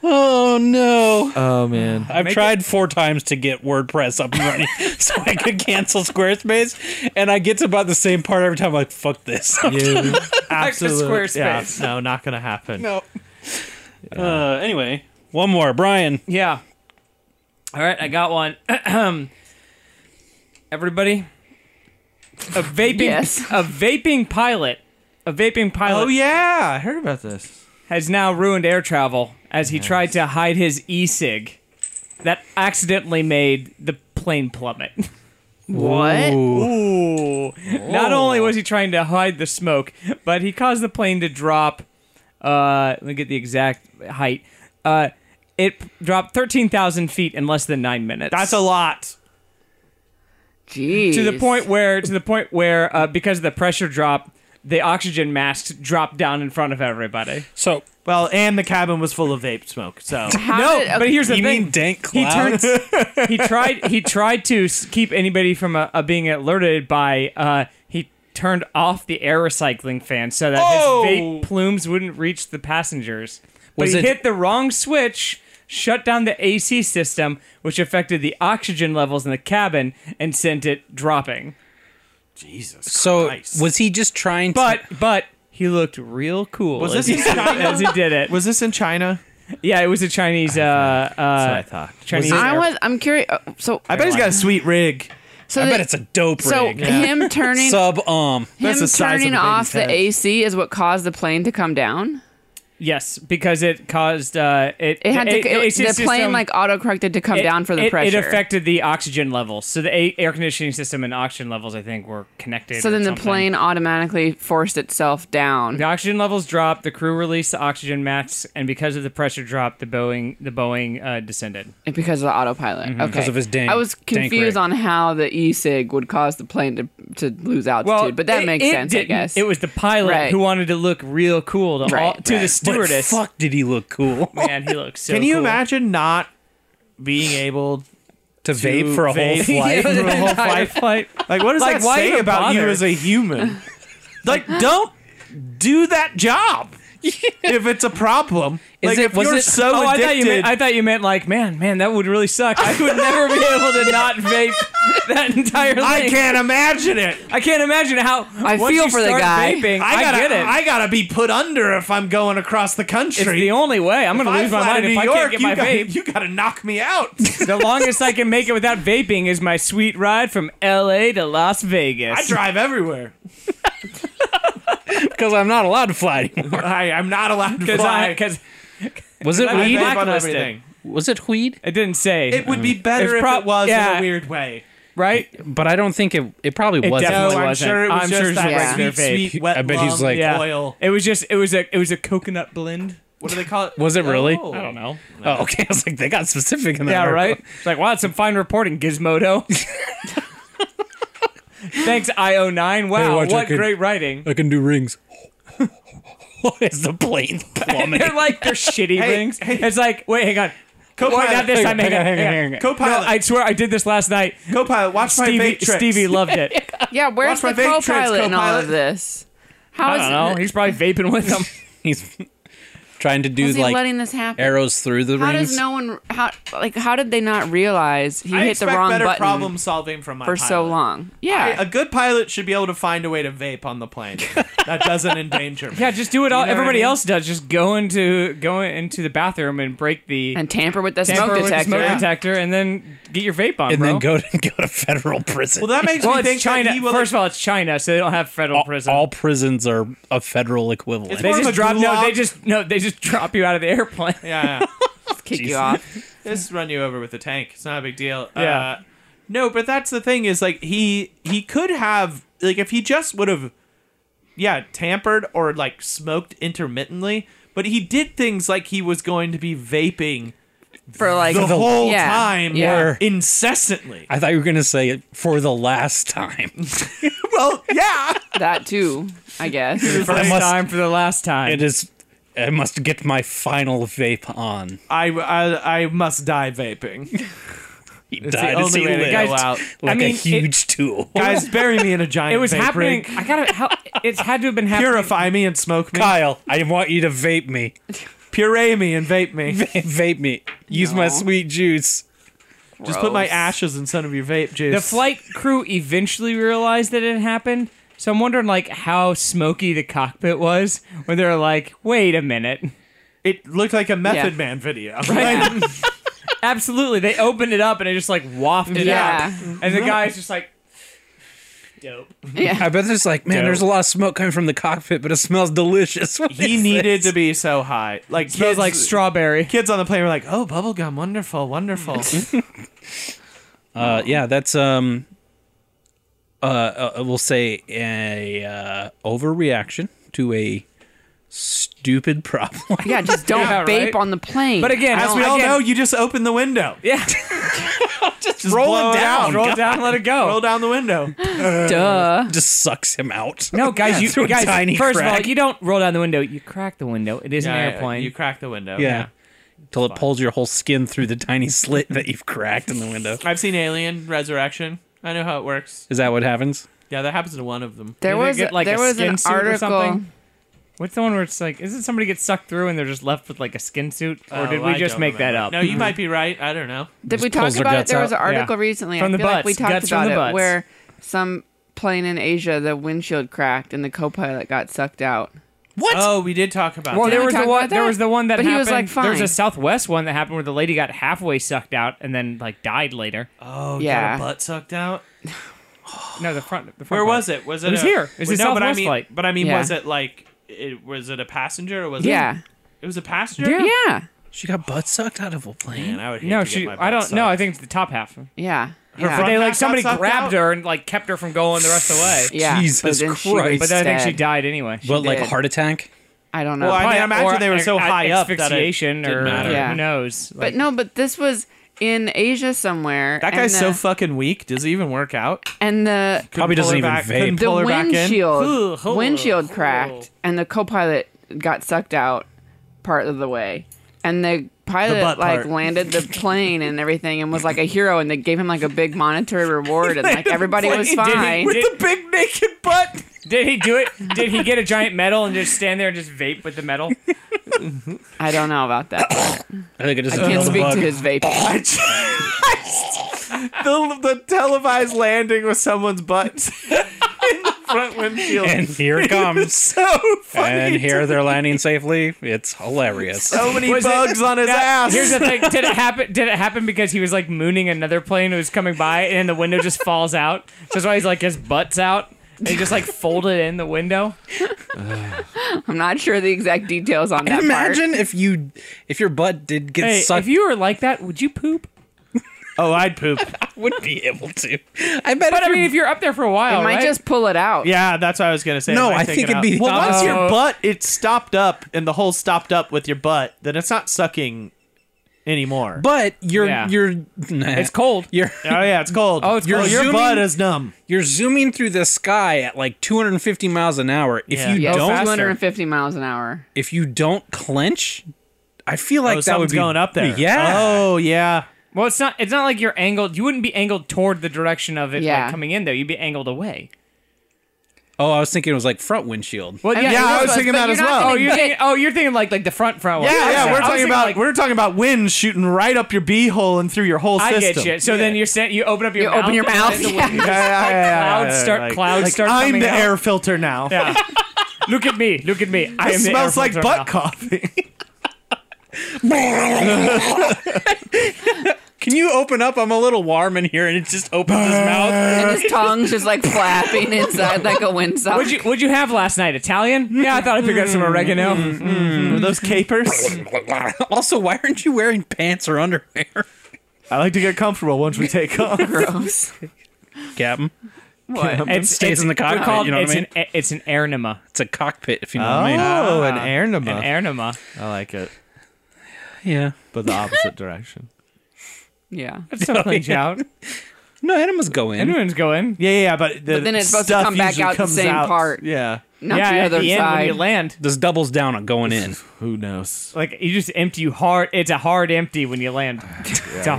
[SPEAKER 2] Oh no!
[SPEAKER 3] Oh man.
[SPEAKER 2] I've tried four times to get WordPress up and running so I could cancel Squarespace, and I get to about the same part every time. I'm like, fuck this. [laughs]
[SPEAKER 3] You
[SPEAKER 4] to
[SPEAKER 3] absolutely. Yeah,
[SPEAKER 4] Squarespace.
[SPEAKER 3] no, not gonna happen.
[SPEAKER 2] no. Uh, anyway, one more, Brian.
[SPEAKER 4] yeah. All right, I got one. [clears throat] Everybody, a vaping
[SPEAKER 5] Yes.
[SPEAKER 4] a vaping pilot, a vaping pilot.
[SPEAKER 3] Oh yeah, I heard about this.
[SPEAKER 4] has now ruined air travel as he tried to hide his e-cig that accidentally made the plane plummet. [laughs]
[SPEAKER 5] What?
[SPEAKER 4] Ooh.
[SPEAKER 3] Oh.
[SPEAKER 4] Not only was he trying to hide the smoke, but he caused the plane to drop uh let me get the exact height. Uh it p- dropped 13,000 feet in less than 9 minutes.
[SPEAKER 3] That's a lot.
[SPEAKER 5] Jeez.
[SPEAKER 4] to the point where to the point where uh, because of the pressure drop, the oxygen masks dropped down in front of everybody.
[SPEAKER 2] So
[SPEAKER 3] Well, and the cabin was full of vape smoke, so
[SPEAKER 5] How
[SPEAKER 4] no,
[SPEAKER 5] did-
[SPEAKER 4] but here's the
[SPEAKER 2] you
[SPEAKER 4] thing.
[SPEAKER 2] mean dank
[SPEAKER 4] he
[SPEAKER 2] clouds?
[SPEAKER 4] turns [laughs] he tried he tried to s- keep anybody from uh, uh, being alerted by uh he turned off the air recycling fan so that
[SPEAKER 3] Oh!
[SPEAKER 4] his vape plumes wouldn't reach the passengers but
[SPEAKER 2] Was
[SPEAKER 4] he
[SPEAKER 2] it-
[SPEAKER 4] hit the wrong switch shut down the ac system which affected the oxygen levels in the cabin and sent it dropping
[SPEAKER 3] Jesus.
[SPEAKER 2] so
[SPEAKER 3] Christ.
[SPEAKER 2] was he just trying?
[SPEAKER 4] but
[SPEAKER 2] to...
[SPEAKER 4] but he looked real cool
[SPEAKER 3] Was this
[SPEAKER 4] as,
[SPEAKER 3] in China?
[SPEAKER 4] [laughs] as he did it
[SPEAKER 3] was this in China?
[SPEAKER 4] yeah it was a chinese uh uh
[SPEAKER 3] I thought.
[SPEAKER 4] chinese
[SPEAKER 5] I
[SPEAKER 4] air-
[SPEAKER 5] was. I'm curious. uh, so
[SPEAKER 3] I bet he's got a sweet rig.
[SPEAKER 5] So
[SPEAKER 2] I
[SPEAKER 5] the-
[SPEAKER 2] bet it's a dope
[SPEAKER 5] so
[SPEAKER 2] rig.
[SPEAKER 5] him turning
[SPEAKER 2] Sub um.
[SPEAKER 5] him
[SPEAKER 3] That's the size of
[SPEAKER 5] turning
[SPEAKER 3] a baby's
[SPEAKER 5] off the
[SPEAKER 3] head.
[SPEAKER 5] AC is what caused the plane to come down.
[SPEAKER 4] Yes, because it caused uh, it.
[SPEAKER 5] It had to. It,
[SPEAKER 4] it's
[SPEAKER 5] the
[SPEAKER 4] just
[SPEAKER 5] plane
[SPEAKER 4] system-
[SPEAKER 5] like autocorrected to come
[SPEAKER 4] it-
[SPEAKER 5] down for the
[SPEAKER 4] it-
[SPEAKER 5] pressure.
[SPEAKER 4] It affected the oxygen levels. So the a- air conditioning system and oxygen levels, I think, were connected.
[SPEAKER 5] so
[SPEAKER 4] or
[SPEAKER 5] then the
[SPEAKER 4] something.
[SPEAKER 5] plane automatically forced itself down.
[SPEAKER 4] The oxygen levels dropped. The crew released the oxygen masks, and because of the pressure drop, the Boeing the Boeing uh, descended.
[SPEAKER 5] Because of the autopilot. Okay.
[SPEAKER 2] Because of his dank-
[SPEAKER 5] I was
[SPEAKER 2] dank
[SPEAKER 5] confused
[SPEAKER 2] rig.
[SPEAKER 5] on how the e-cig would cause the plane to, to lose altitude, but that
[SPEAKER 4] it-
[SPEAKER 5] makes
[SPEAKER 4] it
[SPEAKER 5] sense, I
[SPEAKER 4] didn't.
[SPEAKER 5] guess.
[SPEAKER 4] It was the pilot
[SPEAKER 5] Right.
[SPEAKER 4] who wanted to look real cool to, all-
[SPEAKER 5] Right,
[SPEAKER 4] to the
[SPEAKER 5] right.
[SPEAKER 4] stewardess.
[SPEAKER 2] But fuck, did he look cool
[SPEAKER 4] Man, he looks so
[SPEAKER 3] Can you
[SPEAKER 4] cool.
[SPEAKER 3] imagine not being able
[SPEAKER 2] to vape for a whole
[SPEAKER 3] vape. [laughs]
[SPEAKER 2] flight?
[SPEAKER 4] For a whole
[SPEAKER 3] Entire
[SPEAKER 4] flight, flight.
[SPEAKER 3] like what does
[SPEAKER 4] Like,
[SPEAKER 3] that
[SPEAKER 4] why
[SPEAKER 3] say
[SPEAKER 4] even
[SPEAKER 3] about you
[SPEAKER 4] bother?
[SPEAKER 3] as a human? like don't do that
[SPEAKER 4] [laughs]
[SPEAKER 3] job. If it's a problem,
[SPEAKER 2] Is
[SPEAKER 3] like
[SPEAKER 2] it-
[SPEAKER 3] if
[SPEAKER 2] was
[SPEAKER 3] you're
[SPEAKER 2] it-
[SPEAKER 3] so
[SPEAKER 4] oh, I
[SPEAKER 3] addicted,
[SPEAKER 4] thought you meant. I thought you meant like, man, man, that would really suck. I would never be able to not vape that entire. Thing.
[SPEAKER 3] I can't imagine it.
[SPEAKER 4] I can't imagine how.
[SPEAKER 5] I
[SPEAKER 4] once
[SPEAKER 5] feel
[SPEAKER 4] you
[SPEAKER 5] for the
[SPEAKER 4] start
[SPEAKER 5] guy.
[SPEAKER 4] Vaping,
[SPEAKER 3] I
[SPEAKER 4] I,
[SPEAKER 3] gotta,
[SPEAKER 4] get it.
[SPEAKER 3] I gotta be put under if I'm going across the
[SPEAKER 4] it's
[SPEAKER 3] country.
[SPEAKER 4] the only way. I'm
[SPEAKER 3] If
[SPEAKER 4] gonna
[SPEAKER 3] I
[SPEAKER 4] lose my
[SPEAKER 3] fly
[SPEAKER 4] mind
[SPEAKER 3] to
[SPEAKER 4] if
[SPEAKER 3] New
[SPEAKER 4] I
[SPEAKER 3] York,
[SPEAKER 4] can't get
[SPEAKER 3] you
[SPEAKER 4] my
[SPEAKER 3] gotta-
[SPEAKER 4] vape.
[SPEAKER 3] You gotta knock me out.
[SPEAKER 4] [laughs] the longest I can make it without vaping is my sweet ride from L.A. to Las Vegas.
[SPEAKER 3] I drive everywhere.
[SPEAKER 2] Because I'm not allowed to fly anymore.
[SPEAKER 3] I, I'm not
[SPEAKER 4] [laughs]
[SPEAKER 3] allowed to
[SPEAKER 4] because
[SPEAKER 3] fly.
[SPEAKER 4] because
[SPEAKER 3] [laughs]
[SPEAKER 2] Was it
[SPEAKER 4] I
[SPEAKER 2] weed?
[SPEAKER 4] vape
[SPEAKER 3] vape on
[SPEAKER 4] blacklisted.
[SPEAKER 3] everything.
[SPEAKER 2] Was it weed?
[SPEAKER 4] it didn't say
[SPEAKER 3] It
[SPEAKER 4] [laughs]
[SPEAKER 3] would be better
[SPEAKER 4] It's
[SPEAKER 3] if
[SPEAKER 4] prob-
[SPEAKER 3] it was in
[SPEAKER 4] yeah.
[SPEAKER 3] a weird way.
[SPEAKER 4] right.
[SPEAKER 2] But I don't think it. It probably
[SPEAKER 4] It
[SPEAKER 2] wasn't.
[SPEAKER 4] definitely
[SPEAKER 3] No, I'm
[SPEAKER 4] wasn't.
[SPEAKER 3] sure it was
[SPEAKER 4] I'm
[SPEAKER 3] just
[SPEAKER 4] sure it's
[SPEAKER 3] that
[SPEAKER 4] just
[SPEAKER 5] regular
[SPEAKER 4] regular
[SPEAKER 3] Sweet,
[SPEAKER 4] vape.
[SPEAKER 3] sweet, wet
[SPEAKER 2] I bet
[SPEAKER 3] lung
[SPEAKER 2] he's like-
[SPEAKER 4] Yeah,
[SPEAKER 3] oil.
[SPEAKER 4] it was just it was a it was a coconut blend.
[SPEAKER 3] What do they call it?
[SPEAKER 2] Was it really?
[SPEAKER 3] Oh.
[SPEAKER 4] I don't
[SPEAKER 6] [laughs]
[SPEAKER 4] know.
[SPEAKER 2] Oh, okay. [laughs] I was like, they got specific in that.
[SPEAKER 4] [laughs] Yeah,
[SPEAKER 2] article.
[SPEAKER 4] right. It's like, wow, that's some fine reporting, [laughs] Gizmodo. Thanks, IO9.
[SPEAKER 2] Hey,
[SPEAKER 4] Wow,
[SPEAKER 2] watch, I
[SPEAKER 4] what
[SPEAKER 2] can-
[SPEAKER 4] great writing.
[SPEAKER 2] I can do rings. As the plane plummeted.
[SPEAKER 4] [laughs] They're like [laughs] they're shitty
[SPEAKER 3] Hey,
[SPEAKER 4] rings.
[SPEAKER 3] hey.
[SPEAKER 4] It's like, wait, hang on.
[SPEAKER 3] Copilot.
[SPEAKER 4] Wait, not this
[SPEAKER 2] Hang
[SPEAKER 4] time.
[SPEAKER 2] on,
[SPEAKER 4] Hang on,
[SPEAKER 2] hang on, hang on,
[SPEAKER 4] hang
[SPEAKER 2] hang
[SPEAKER 4] on.
[SPEAKER 2] on.
[SPEAKER 3] Copilot.
[SPEAKER 4] No, I swear, I did this last night.
[SPEAKER 3] Copilot, watch my
[SPEAKER 4] Stevie,
[SPEAKER 3] vape tricks.
[SPEAKER 4] Stevie loved it. [laughs]
[SPEAKER 5] yeah, where's
[SPEAKER 3] Watch my
[SPEAKER 5] the
[SPEAKER 3] vape
[SPEAKER 5] co-pilot
[SPEAKER 3] tricks,
[SPEAKER 5] in all
[SPEAKER 3] co-pilot.
[SPEAKER 5] of this? How
[SPEAKER 4] I
[SPEAKER 5] is
[SPEAKER 4] don't know. Oh, He's probably vaping with them.
[SPEAKER 2] He's
[SPEAKER 6] [laughs]
[SPEAKER 2] trying to do
[SPEAKER 5] is he
[SPEAKER 2] like
[SPEAKER 5] letting this happen?
[SPEAKER 2] arrows through the
[SPEAKER 5] how
[SPEAKER 2] rings.
[SPEAKER 5] does no one how like how did they not realize he
[SPEAKER 3] I
[SPEAKER 5] hit the
[SPEAKER 3] expect
[SPEAKER 5] wrong
[SPEAKER 3] better
[SPEAKER 5] button
[SPEAKER 3] problem solving from my
[SPEAKER 5] for so
[SPEAKER 3] pilot.
[SPEAKER 5] long?
[SPEAKER 3] I-
[SPEAKER 5] Yeah.
[SPEAKER 3] A good pilot should be able to find a way to vape on the [laughs] plane. that doesn't endanger me.
[SPEAKER 4] [laughs] Yeah, just do what all,
[SPEAKER 3] know what I
[SPEAKER 4] everybody
[SPEAKER 3] mean?
[SPEAKER 4] else does. Just go into go into the bathroom and break the
[SPEAKER 5] and tamper with the
[SPEAKER 4] tamper
[SPEAKER 5] smoke
[SPEAKER 4] with the
[SPEAKER 5] detector.
[SPEAKER 4] smoke
[SPEAKER 3] Yeah.
[SPEAKER 4] detector, and then get your vape on,
[SPEAKER 2] and
[SPEAKER 4] bro.
[SPEAKER 2] then go to [laughs] go to federal prison.
[SPEAKER 3] Well, that makes
[SPEAKER 4] Well,
[SPEAKER 3] me
[SPEAKER 4] it's
[SPEAKER 3] think
[SPEAKER 4] China.
[SPEAKER 3] that he will.
[SPEAKER 4] First of all, it's China, so they don't have federal
[SPEAKER 2] all,
[SPEAKER 4] prison.
[SPEAKER 2] all prisons are a federal equivalent.
[SPEAKER 3] It's
[SPEAKER 4] they
[SPEAKER 3] more of
[SPEAKER 4] just
[SPEAKER 3] a
[SPEAKER 4] drop. No,
[SPEAKER 3] gulag.
[SPEAKER 4] they just no. They just drop you out of the airplane.
[SPEAKER 3] yeah, yeah.
[SPEAKER 4] [laughs]
[SPEAKER 5] Kick
[SPEAKER 2] Jeez.
[SPEAKER 5] you off.
[SPEAKER 3] [laughs] just run you over with a tank. It's not a big deal.
[SPEAKER 4] Yeah.
[SPEAKER 3] Uh, no, but that's the thing is like he he could have like if he just would have, yeah, tampered or like smoked intermittently. But he did things like he was going to be vaping
[SPEAKER 5] For like
[SPEAKER 3] the whole
[SPEAKER 5] yeah,
[SPEAKER 3] time,
[SPEAKER 5] Yeah.
[SPEAKER 3] incessantly.
[SPEAKER 2] I thought you were gonna say it for the last
[SPEAKER 3] [laughs]
[SPEAKER 2] time.
[SPEAKER 3] Well,
[SPEAKER 4] [laughs]
[SPEAKER 3] yeah.
[SPEAKER 5] That too, I guess.
[SPEAKER 4] First
[SPEAKER 2] must-
[SPEAKER 4] time for the last time.
[SPEAKER 2] it is. I must get my final vape on.
[SPEAKER 3] I, I I must die [laughs] vaping.
[SPEAKER 2] He
[SPEAKER 3] It's
[SPEAKER 2] died
[SPEAKER 3] the
[SPEAKER 2] as
[SPEAKER 3] only
[SPEAKER 2] he
[SPEAKER 3] way to
[SPEAKER 2] lived.
[SPEAKER 3] go
[SPEAKER 4] Guys,
[SPEAKER 3] out.
[SPEAKER 2] like
[SPEAKER 4] mean,
[SPEAKER 2] a
[SPEAKER 4] it-
[SPEAKER 2] huge tool.
[SPEAKER 3] Guys, bury me in a giant.
[SPEAKER 4] It was
[SPEAKER 3] vape
[SPEAKER 4] happening.
[SPEAKER 3] rig.
[SPEAKER 4] I gotta. How, it's had to have been happening.
[SPEAKER 3] Purify me and smoke me.
[SPEAKER 2] Kyle, I want you to vape
[SPEAKER 3] [laughs]
[SPEAKER 2] me.
[SPEAKER 3] Puree me and vape [laughs] me.
[SPEAKER 2] vape me. Use my
[SPEAKER 5] No.
[SPEAKER 2] sweet juice.
[SPEAKER 3] Just put my
[SPEAKER 5] Gross.
[SPEAKER 3] ashes in some of your vape juice.
[SPEAKER 4] The flight crew eventually realized that it happened. So I'm wondering, like, how smoky the cockpit was when they were like, "Wait a minute."
[SPEAKER 3] It looked like a Method
[SPEAKER 5] Yeah.
[SPEAKER 3] Man
[SPEAKER 4] [laughs]
[SPEAKER 3] video.
[SPEAKER 5] Yeah.
[SPEAKER 4] Absolutely, they opened it up and it just like wafted
[SPEAKER 5] Yeah.
[SPEAKER 4] out, and the guy's just like, "Dope."
[SPEAKER 2] I bet there's like, man,
[SPEAKER 4] Dope.
[SPEAKER 2] there's a lot of smoke coming from the cockpit, but it smells delicious. [laughs] What
[SPEAKER 3] He
[SPEAKER 2] is
[SPEAKER 3] needed
[SPEAKER 2] this?
[SPEAKER 3] to be so high. Like
[SPEAKER 4] Smells
[SPEAKER 3] kids,
[SPEAKER 4] like strawberry.
[SPEAKER 3] kids on the plane were like, "Oh, bubblegum, wonderful, wonderful."
[SPEAKER 4] Mm.
[SPEAKER 3] [laughs]
[SPEAKER 2] Uh, yeah, that's um. Uh, uh, we'll say a uh, overreaction to a
[SPEAKER 6] [laughs]
[SPEAKER 2] stupid problem.
[SPEAKER 5] Yeah, just don't
[SPEAKER 4] Yeah,
[SPEAKER 5] vape
[SPEAKER 4] right?
[SPEAKER 5] on the plane.
[SPEAKER 4] But again,
[SPEAKER 3] As we all
[SPEAKER 4] Oh, again,
[SPEAKER 3] know, you just open the window. [laughs]
[SPEAKER 4] yeah,
[SPEAKER 3] Just roll
[SPEAKER 2] blow
[SPEAKER 3] it
[SPEAKER 2] it
[SPEAKER 3] down.
[SPEAKER 2] out.
[SPEAKER 4] roll it down, let it go.
[SPEAKER 3] Roll down the
[SPEAKER 4] [laughs]
[SPEAKER 3] window.
[SPEAKER 4] uh,
[SPEAKER 5] duh.
[SPEAKER 2] Just sucks him out.
[SPEAKER 4] No, guys,
[SPEAKER 2] Through
[SPEAKER 4] you
[SPEAKER 2] a
[SPEAKER 4] guys.
[SPEAKER 2] tiny
[SPEAKER 4] First of all,
[SPEAKER 2] crack.
[SPEAKER 4] you don't roll down the window. You crack the window. It is
[SPEAKER 3] Yeah,
[SPEAKER 4] an airplane.
[SPEAKER 3] You crack the window.
[SPEAKER 2] yeah. Till it pulls your whole skin through the tiny slit that you've cracked in the window.
[SPEAKER 3] I've seen Alien Resurrection. I know how it works.
[SPEAKER 2] Is that what happens? [laughs]
[SPEAKER 3] Yeah, that happens to one of them.
[SPEAKER 5] There
[SPEAKER 4] Do they
[SPEAKER 5] was
[SPEAKER 4] get, like,
[SPEAKER 5] there
[SPEAKER 4] a
[SPEAKER 5] was an
[SPEAKER 4] skin suit or
[SPEAKER 5] article.
[SPEAKER 4] something? What's the one where it's like, isn't somebody get sucked through and they're just left with like a skin suit? Or
[SPEAKER 3] Oh,
[SPEAKER 4] did we
[SPEAKER 3] I
[SPEAKER 4] just
[SPEAKER 3] don't
[SPEAKER 4] make that
[SPEAKER 3] remember.
[SPEAKER 4] up?
[SPEAKER 3] No, you might be right. I don't know.
[SPEAKER 5] Did we
[SPEAKER 2] Just pulls
[SPEAKER 5] talk
[SPEAKER 2] their
[SPEAKER 5] about it?
[SPEAKER 2] guts
[SPEAKER 5] There was an
[SPEAKER 2] out.
[SPEAKER 5] article
[SPEAKER 4] Yeah.
[SPEAKER 5] recently.
[SPEAKER 4] From
[SPEAKER 5] I
[SPEAKER 4] the
[SPEAKER 5] feel like we
[SPEAKER 4] butts.
[SPEAKER 5] talked
[SPEAKER 4] Guts from
[SPEAKER 5] about
[SPEAKER 4] the
[SPEAKER 5] it
[SPEAKER 4] butts.
[SPEAKER 5] where some plane in Asia the windshield cracked and the co-pilot got sucked out.
[SPEAKER 2] What?
[SPEAKER 3] Oh, we did talk about
[SPEAKER 4] Well,
[SPEAKER 3] that.
[SPEAKER 4] there
[SPEAKER 5] we
[SPEAKER 4] was the
[SPEAKER 5] talk
[SPEAKER 4] one.
[SPEAKER 5] about
[SPEAKER 4] There
[SPEAKER 5] that?
[SPEAKER 4] was the one that
[SPEAKER 5] But he
[SPEAKER 4] happened.
[SPEAKER 5] was, like,
[SPEAKER 4] There was
[SPEAKER 5] fine.
[SPEAKER 4] a Southwest one that happened where the lady got halfway sucked out and then like died later.
[SPEAKER 3] Oh,
[SPEAKER 5] Yeah.
[SPEAKER 3] got a butt sucked out.
[SPEAKER 4] [sighs] No, the front. The front
[SPEAKER 3] Where
[SPEAKER 4] part.
[SPEAKER 3] was it? Was it?
[SPEAKER 4] was
[SPEAKER 3] a-
[SPEAKER 4] here. It was
[SPEAKER 3] Wait,
[SPEAKER 4] a
[SPEAKER 3] no, but I
[SPEAKER 4] Southwest
[SPEAKER 3] mean,
[SPEAKER 4] flight.
[SPEAKER 3] but I mean,
[SPEAKER 5] Yeah.
[SPEAKER 3] was it like? It, was it a passenger or was it?
[SPEAKER 5] Yeah.
[SPEAKER 3] It was a passenger.
[SPEAKER 4] Yeah.
[SPEAKER 5] Yeah.
[SPEAKER 6] She got butt sucked out of a
[SPEAKER 3] Man,
[SPEAKER 6] plane.
[SPEAKER 3] I would hate
[SPEAKER 4] No,
[SPEAKER 3] to get
[SPEAKER 4] she.
[SPEAKER 3] my
[SPEAKER 4] I
[SPEAKER 3] butt
[SPEAKER 4] don't. No, I
[SPEAKER 3] sucked.
[SPEAKER 4] think it's the top half.
[SPEAKER 5] Yeah. yeah.
[SPEAKER 4] But
[SPEAKER 3] front-
[SPEAKER 4] they like
[SPEAKER 3] half
[SPEAKER 4] somebody
[SPEAKER 3] got sucked
[SPEAKER 4] grabbed
[SPEAKER 3] out?
[SPEAKER 4] her and like kept her from going the rest of the [laughs] way.
[SPEAKER 5] yeah. but
[SPEAKER 6] Jesus
[SPEAKER 5] then she was
[SPEAKER 6] Christ.
[SPEAKER 4] But then I think she
[SPEAKER 5] dead.
[SPEAKER 4] died anyway.
[SPEAKER 6] What, like a
[SPEAKER 5] did.
[SPEAKER 6] heart attack?
[SPEAKER 5] I don't know.
[SPEAKER 3] Well, I
[SPEAKER 4] Probably-
[SPEAKER 3] mean, imagine
[SPEAKER 4] or
[SPEAKER 3] they were so
[SPEAKER 4] a-
[SPEAKER 3] high up that it
[SPEAKER 4] asphyxiation
[SPEAKER 3] didn't
[SPEAKER 4] or
[SPEAKER 3] matter.
[SPEAKER 5] Yeah.
[SPEAKER 4] who knows.
[SPEAKER 5] but
[SPEAKER 4] Like,
[SPEAKER 5] no, but this was in Asia somewhere.
[SPEAKER 3] That
[SPEAKER 5] and
[SPEAKER 3] guy's so
[SPEAKER 5] the-
[SPEAKER 3] fucking weak. Does he even work [laughs] out?
[SPEAKER 5] and the
[SPEAKER 6] Probably
[SPEAKER 3] Couldn't
[SPEAKER 6] doesn't
[SPEAKER 3] pull her
[SPEAKER 6] even
[SPEAKER 3] back- couldn't
[SPEAKER 6] vape.
[SPEAKER 5] the
[SPEAKER 3] pull her back in? Ooh,
[SPEAKER 5] windshield
[SPEAKER 3] hoo,
[SPEAKER 5] windshield
[SPEAKER 3] hoo.
[SPEAKER 5] cracked, and the co-pilot got sucked out part of the way, and the pilot
[SPEAKER 3] butt
[SPEAKER 5] like
[SPEAKER 3] part.
[SPEAKER 5] landed the plane and everything, and was like a hero, and they gave him like a big monetary reward, and
[SPEAKER 4] [laughs]
[SPEAKER 5] like everybody was
[SPEAKER 4] Did he-
[SPEAKER 5] fine.
[SPEAKER 4] did-
[SPEAKER 3] the big naked butt.
[SPEAKER 4] Did he do it? Did he get a giant medal and just stand there and just vape with the medal?
[SPEAKER 5] I don't know about that.
[SPEAKER 6] I think it just.
[SPEAKER 5] Can't speak to his vape.
[SPEAKER 3] I just, the, the televised landing with someone's butt [laughs] in the front windshield.
[SPEAKER 6] And here [laughs] it comes.
[SPEAKER 3] [laughs] so funny.
[SPEAKER 6] and here
[SPEAKER 3] to-
[SPEAKER 6] they're landing [laughs] safely. It's hilarious.
[SPEAKER 3] so many
[SPEAKER 4] Was it-
[SPEAKER 3] bugs on his ass.
[SPEAKER 4] Here's the thing: Did it happen? Did it happen because he was like mooning another plane that was coming by, and the window just falls out? So that's why he's like his butt's out. And he just like folded in the window.
[SPEAKER 5] I'm not sure the exact details on that
[SPEAKER 6] Imagine if you, if your butt did get
[SPEAKER 4] Hey,
[SPEAKER 6] sucked,
[SPEAKER 4] if you were like that, would you poop?
[SPEAKER 3] oh, I'd [laughs] poop.
[SPEAKER 6] wouldn't be able to. I bet.
[SPEAKER 4] But
[SPEAKER 6] if
[SPEAKER 4] I
[SPEAKER 6] your-
[SPEAKER 4] mean, if you're up there for a while,
[SPEAKER 5] part. It might
[SPEAKER 4] right?
[SPEAKER 5] just pull it out.
[SPEAKER 3] Yeah, that's what I was gonna say.
[SPEAKER 6] No,
[SPEAKER 3] It might
[SPEAKER 6] I
[SPEAKER 3] take
[SPEAKER 6] think
[SPEAKER 3] it
[SPEAKER 6] it'd
[SPEAKER 3] out.
[SPEAKER 6] be the
[SPEAKER 3] well. Once
[SPEAKER 6] opposite.
[SPEAKER 3] your butt it's stopped up and the hole stopped up with your butt, then it's not sucking anymore.
[SPEAKER 6] but you're
[SPEAKER 4] Yeah.
[SPEAKER 6] you're, nah.
[SPEAKER 4] it's cold.
[SPEAKER 6] You're
[SPEAKER 3] oh yeah, it's cold.
[SPEAKER 4] Oh, it's
[SPEAKER 3] your,
[SPEAKER 4] cold.
[SPEAKER 3] your
[SPEAKER 6] Zooming-
[SPEAKER 3] butt is numb.
[SPEAKER 6] you're zooming through the sky at like 250 miles an hour. If
[SPEAKER 3] Yeah.
[SPEAKER 6] you
[SPEAKER 5] Yes,
[SPEAKER 6] don't,
[SPEAKER 4] faster.
[SPEAKER 5] 250 miles an hour.
[SPEAKER 6] if you don't clench, I feel like
[SPEAKER 3] oh,
[SPEAKER 6] that
[SPEAKER 3] something's
[SPEAKER 6] would be
[SPEAKER 3] going up there.
[SPEAKER 6] Yeah.
[SPEAKER 3] Oh yeah.
[SPEAKER 4] Well, it's not. It's not like you're angled. You wouldn't be angled toward the direction of it
[SPEAKER 5] Yeah.
[SPEAKER 4] like, coming in, though. You'd be angled away.
[SPEAKER 6] Oh, I was thinking it was like front windshield.
[SPEAKER 4] Well,
[SPEAKER 5] I mean,
[SPEAKER 3] yeah, I
[SPEAKER 5] that's
[SPEAKER 3] was
[SPEAKER 5] what-
[SPEAKER 3] thinking
[SPEAKER 5] but
[SPEAKER 3] that
[SPEAKER 5] you're
[SPEAKER 3] as
[SPEAKER 5] not
[SPEAKER 3] well.
[SPEAKER 5] gonna
[SPEAKER 4] Oh, you're
[SPEAKER 5] get-
[SPEAKER 4] thinking. Oh, you're thinking like like the front front one.
[SPEAKER 3] Yeah, yeah,
[SPEAKER 4] I
[SPEAKER 3] we're
[SPEAKER 4] was
[SPEAKER 3] talking
[SPEAKER 4] thinking,
[SPEAKER 3] about
[SPEAKER 4] like,
[SPEAKER 3] we're talking about wind shooting right up your beehole and through your whole
[SPEAKER 4] I
[SPEAKER 3] system.
[SPEAKER 4] get you. So then you're sent. You open up your
[SPEAKER 5] You
[SPEAKER 4] mouth.
[SPEAKER 5] open your
[SPEAKER 4] and
[SPEAKER 5] mouth,
[SPEAKER 4] then the
[SPEAKER 5] yeah.
[SPEAKER 3] [laughs]
[SPEAKER 4] wind-
[SPEAKER 3] Yeah, yeah, yeah, yeah,
[SPEAKER 4] Clouds
[SPEAKER 3] yeah,
[SPEAKER 4] start-
[SPEAKER 3] like-
[SPEAKER 4] clouds
[SPEAKER 3] like,
[SPEAKER 4] start
[SPEAKER 3] I'm
[SPEAKER 4] coming
[SPEAKER 3] the
[SPEAKER 4] out.
[SPEAKER 3] air filter now. [laughs]
[SPEAKER 4] Yeah. [laughs] look at me. Look at me. I
[SPEAKER 3] It
[SPEAKER 4] am the
[SPEAKER 3] smells
[SPEAKER 4] air
[SPEAKER 3] like
[SPEAKER 4] filter
[SPEAKER 3] butt
[SPEAKER 4] now. [laughs]
[SPEAKER 3] coffee. [laughs]
[SPEAKER 6] Can you open up? I'm a little warm in here, and it just opens his mouth.
[SPEAKER 5] And his tongue's just like flapping inside
[SPEAKER 4] [laughs]
[SPEAKER 5] like a windsock.
[SPEAKER 4] What'd you What'd you have last
[SPEAKER 3] [laughs]
[SPEAKER 4] night? Italian? Yeah, I thought I picked up some
[SPEAKER 3] Mm-hmm.
[SPEAKER 4] oregano.
[SPEAKER 3] Are those capers?
[SPEAKER 6] also, why aren't you wearing pants or underwear,
[SPEAKER 3] [laughs]
[SPEAKER 6] [laughs]
[SPEAKER 3] I like to get comfortable once we take
[SPEAKER 4] [laughs]
[SPEAKER 3] off.
[SPEAKER 5] Gross.
[SPEAKER 6] Captain?
[SPEAKER 5] What?
[SPEAKER 4] It's
[SPEAKER 6] Stays
[SPEAKER 4] it's-
[SPEAKER 6] in the
[SPEAKER 4] they're
[SPEAKER 6] cockpit,
[SPEAKER 4] called-
[SPEAKER 6] you know what I
[SPEAKER 4] it's
[SPEAKER 6] mean?
[SPEAKER 4] An, it's an airnema.
[SPEAKER 6] It's a cockpit, if you know
[SPEAKER 3] Oh,
[SPEAKER 6] what I mean.
[SPEAKER 3] an
[SPEAKER 4] uh, An
[SPEAKER 3] airnema. [laughs]
[SPEAKER 4] airnema.
[SPEAKER 3] I like it,
[SPEAKER 6] Yeah.
[SPEAKER 3] but the opposite direction.
[SPEAKER 5] [laughs] Yeah.
[SPEAKER 4] That's so clinch out.
[SPEAKER 6] No, animals go in.
[SPEAKER 4] Anyone's going.
[SPEAKER 3] Yeah, yeah, yeah, but, the
[SPEAKER 5] But then it's supposed to
[SPEAKER 3] stuff
[SPEAKER 5] come back
[SPEAKER 3] usually
[SPEAKER 5] out the
[SPEAKER 3] comes
[SPEAKER 5] same
[SPEAKER 3] out-
[SPEAKER 5] part.
[SPEAKER 3] Yeah,
[SPEAKER 5] Not
[SPEAKER 4] yeah,
[SPEAKER 5] the
[SPEAKER 4] at
[SPEAKER 5] other
[SPEAKER 4] the end when
[SPEAKER 5] side.
[SPEAKER 4] you land,
[SPEAKER 6] This doubles down on going in.
[SPEAKER 3] who knows?
[SPEAKER 4] like you just empty you hard. It's a hard empty when
[SPEAKER 3] [sighs]
[SPEAKER 4] you land. it's a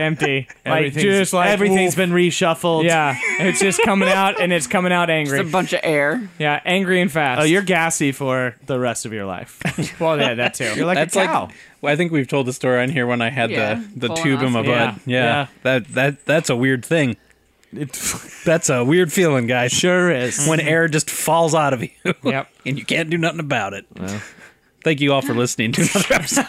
[SPEAKER 3] [laughs]
[SPEAKER 4] empty. Like
[SPEAKER 3] Everything's
[SPEAKER 4] just like
[SPEAKER 3] everything's been reshuffled.
[SPEAKER 4] Yeah, it's just coming out and it's coming
[SPEAKER 5] [laughs]
[SPEAKER 4] out
[SPEAKER 5] It's
[SPEAKER 4] angry.
[SPEAKER 5] a bunch of air.
[SPEAKER 4] Yeah, angry and fast.
[SPEAKER 3] Oh, you're gassy for the rest of your life.
[SPEAKER 4] well, yeah, that
[SPEAKER 3] [laughs]
[SPEAKER 4] too.
[SPEAKER 3] You're [laughs] like
[SPEAKER 6] That's
[SPEAKER 3] a
[SPEAKER 6] like,
[SPEAKER 3] cow.
[SPEAKER 6] well, I think we've told the story on here when I had
[SPEAKER 5] Yeah,
[SPEAKER 6] the, the
[SPEAKER 5] pulling
[SPEAKER 6] tube in my
[SPEAKER 5] us-
[SPEAKER 4] Yeah,
[SPEAKER 6] butt. Yeah,
[SPEAKER 3] yeah.
[SPEAKER 6] that that that's a weird thing.
[SPEAKER 3] it
[SPEAKER 6] That's a weird feeling, guys.
[SPEAKER 3] sure is.
[SPEAKER 6] When air just falls out of you,
[SPEAKER 4] Yep.
[SPEAKER 6] and you can't do nothing about it. Thank you all for listening to another [laughs] episode.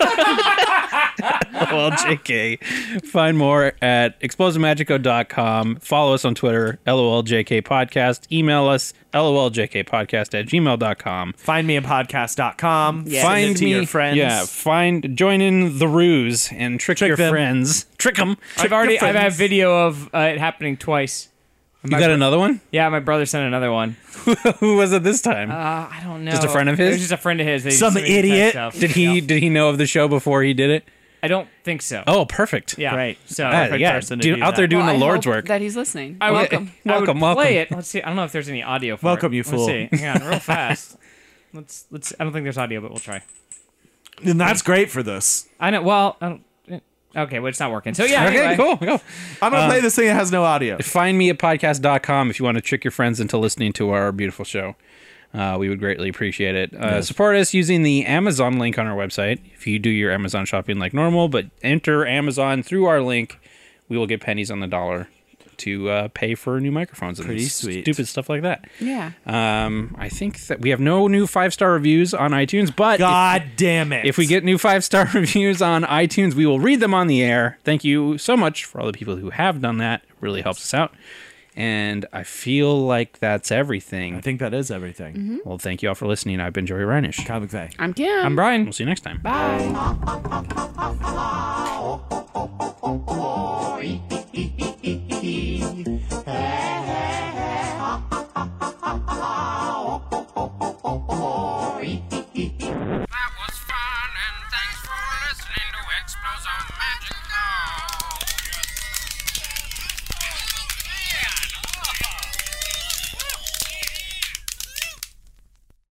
[SPEAKER 6] well, JK. Find more at explosivemagico.com. Follow us on Twitter, LOLJK Podcast. Email us, LOLJKPodcast at gmail.com.
[SPEAKER 3] Find me in podcast.com.
[SPEAKER 5] Yeah.
[SPEAKER 3] Send it
[SPEAKER 6] find
[SPEAKER 3] to
[SPEAKER 6] me,
[SPEAKER 3] your friends.
[SPEAKER 6] Yeah, find join in the ruse and trick,
[SPEAKER 3] Trick
[SPEAKER 6] your
[SPEAKER 3] them.
[SPEAKER 6] friends. Trick them.
[SPEAKER 4] I've already I've had
[SPEAKER 3] friends.
[SPEAKER 4] video of uh, it happening twice.
[SPEAKER 6] You got another one?
[SPEAKER 4] Yeah, my brother sent another one.
[SPEAKER 6] Who was it this time?
[SPEAKER 4] Uh, I don't know.
[SPEAKER 6] Just a friend of his?
[SPEAKER 4] It was just a friend of his. They
[SPEAKER 3] Some
[SPEAKER 4] just sent me
[SPEAKER 3] idiot.
[SPEAKER 4] stuff.
[SPEAKER 6] did he
[SPEAKER 4] No,
[SPEAKER 6] did he know of the show before he did it?
[SPEAKER 4] I don't think so.
[SPEAKER 6] Oh, perfect.
[SPEAKER 4] Uh, yeah.
[SPEAKER 3] great.
[SPEAKER 4] So
[SPEAKER 6] Ah,
[SPEAKER 3] Perfect
[SPEAKER 6] yeah.
[SPEAKER 3] person to
[SPEAKER 6] dude,
[SPEAKER 3] do
[SPEAKER 6] out
[SPEAKER 3] that.
[SPEAKER 6] there doing
[SPEAKER 5] Well, I
[SPEAKER 6] the Lord's
[SPEAKER 5] hope
[SPEAKER 6] work.
[SPEAKER 5] That he's listening.
[SPEAKER 4] I would-
[SPEAKER 5] Welcome.
[SPEAKER 4] I
[SPEAKER 6] Welcome,
[SPEAKER 4] would
[SPEAKER 6] welcome.
[SPEAKER 4] Play it. Let's see. I don't know if there's any audio for
[SPEAKER 3] Welcome,
[SPEAKER 4] it.
[SPEAKER 3] you fool.
[SPEAKER 4] Let's see. Hang on, real fast. let's let's. I don't think there's audio, but we'll try.
[SPEAKER 3] And that's great for this.
[SPEAKER 4] I know. Well, I don't. eh, Okay, well, it's not working. So yeah.
[SPEAKER 6] okay,
[SPEAKER 4] anyway.
[SPEAKER 6] cool. Go.
[SPEAKER 3] I'm going to play this thing that has no audio.
[SPEAKER 6] Find me at podcast.com if you want to trick your friends into listening to our beautiful show. Uh, we would greatly appreciate it. Uh, Support us using the Amazon link on our website. If you do your Amazon shopping like normal, but enter Amazon through our link, we will get pennies on the dollar to uh, pay for new microphones and
[SPEAKER 3] Pretty
[SPEAKER 6] s-
[SPEAKER 3] sweet.
[SPEAKER 6] stupid stuff like that.
[SPEAKER 5] Yeah.
[SPEAKER 6] Um, I think that we have no new five star reviews on iTunes, but if-
[SPEAKER 3] God damn it.
[SPEAKER 6] if we get new five star [laughs] reviews on iTunes, we will read them on the air. Thank you so much for all the people who have done that. It really helps us out. And I feel like that's everything.
[SPEAKER 3] I think that is everything.
[SPEAKER 6] Well, thank you all for listening. I've been Joey Reinish.
[SPEAKER 3] Comic Bay.
[SPEAKER 5] I'm Kim.
[SPEAKER 7] I'm Brian.
[SPEAKER 6] We'll see you next time.
[SPEAKER 5] Bye.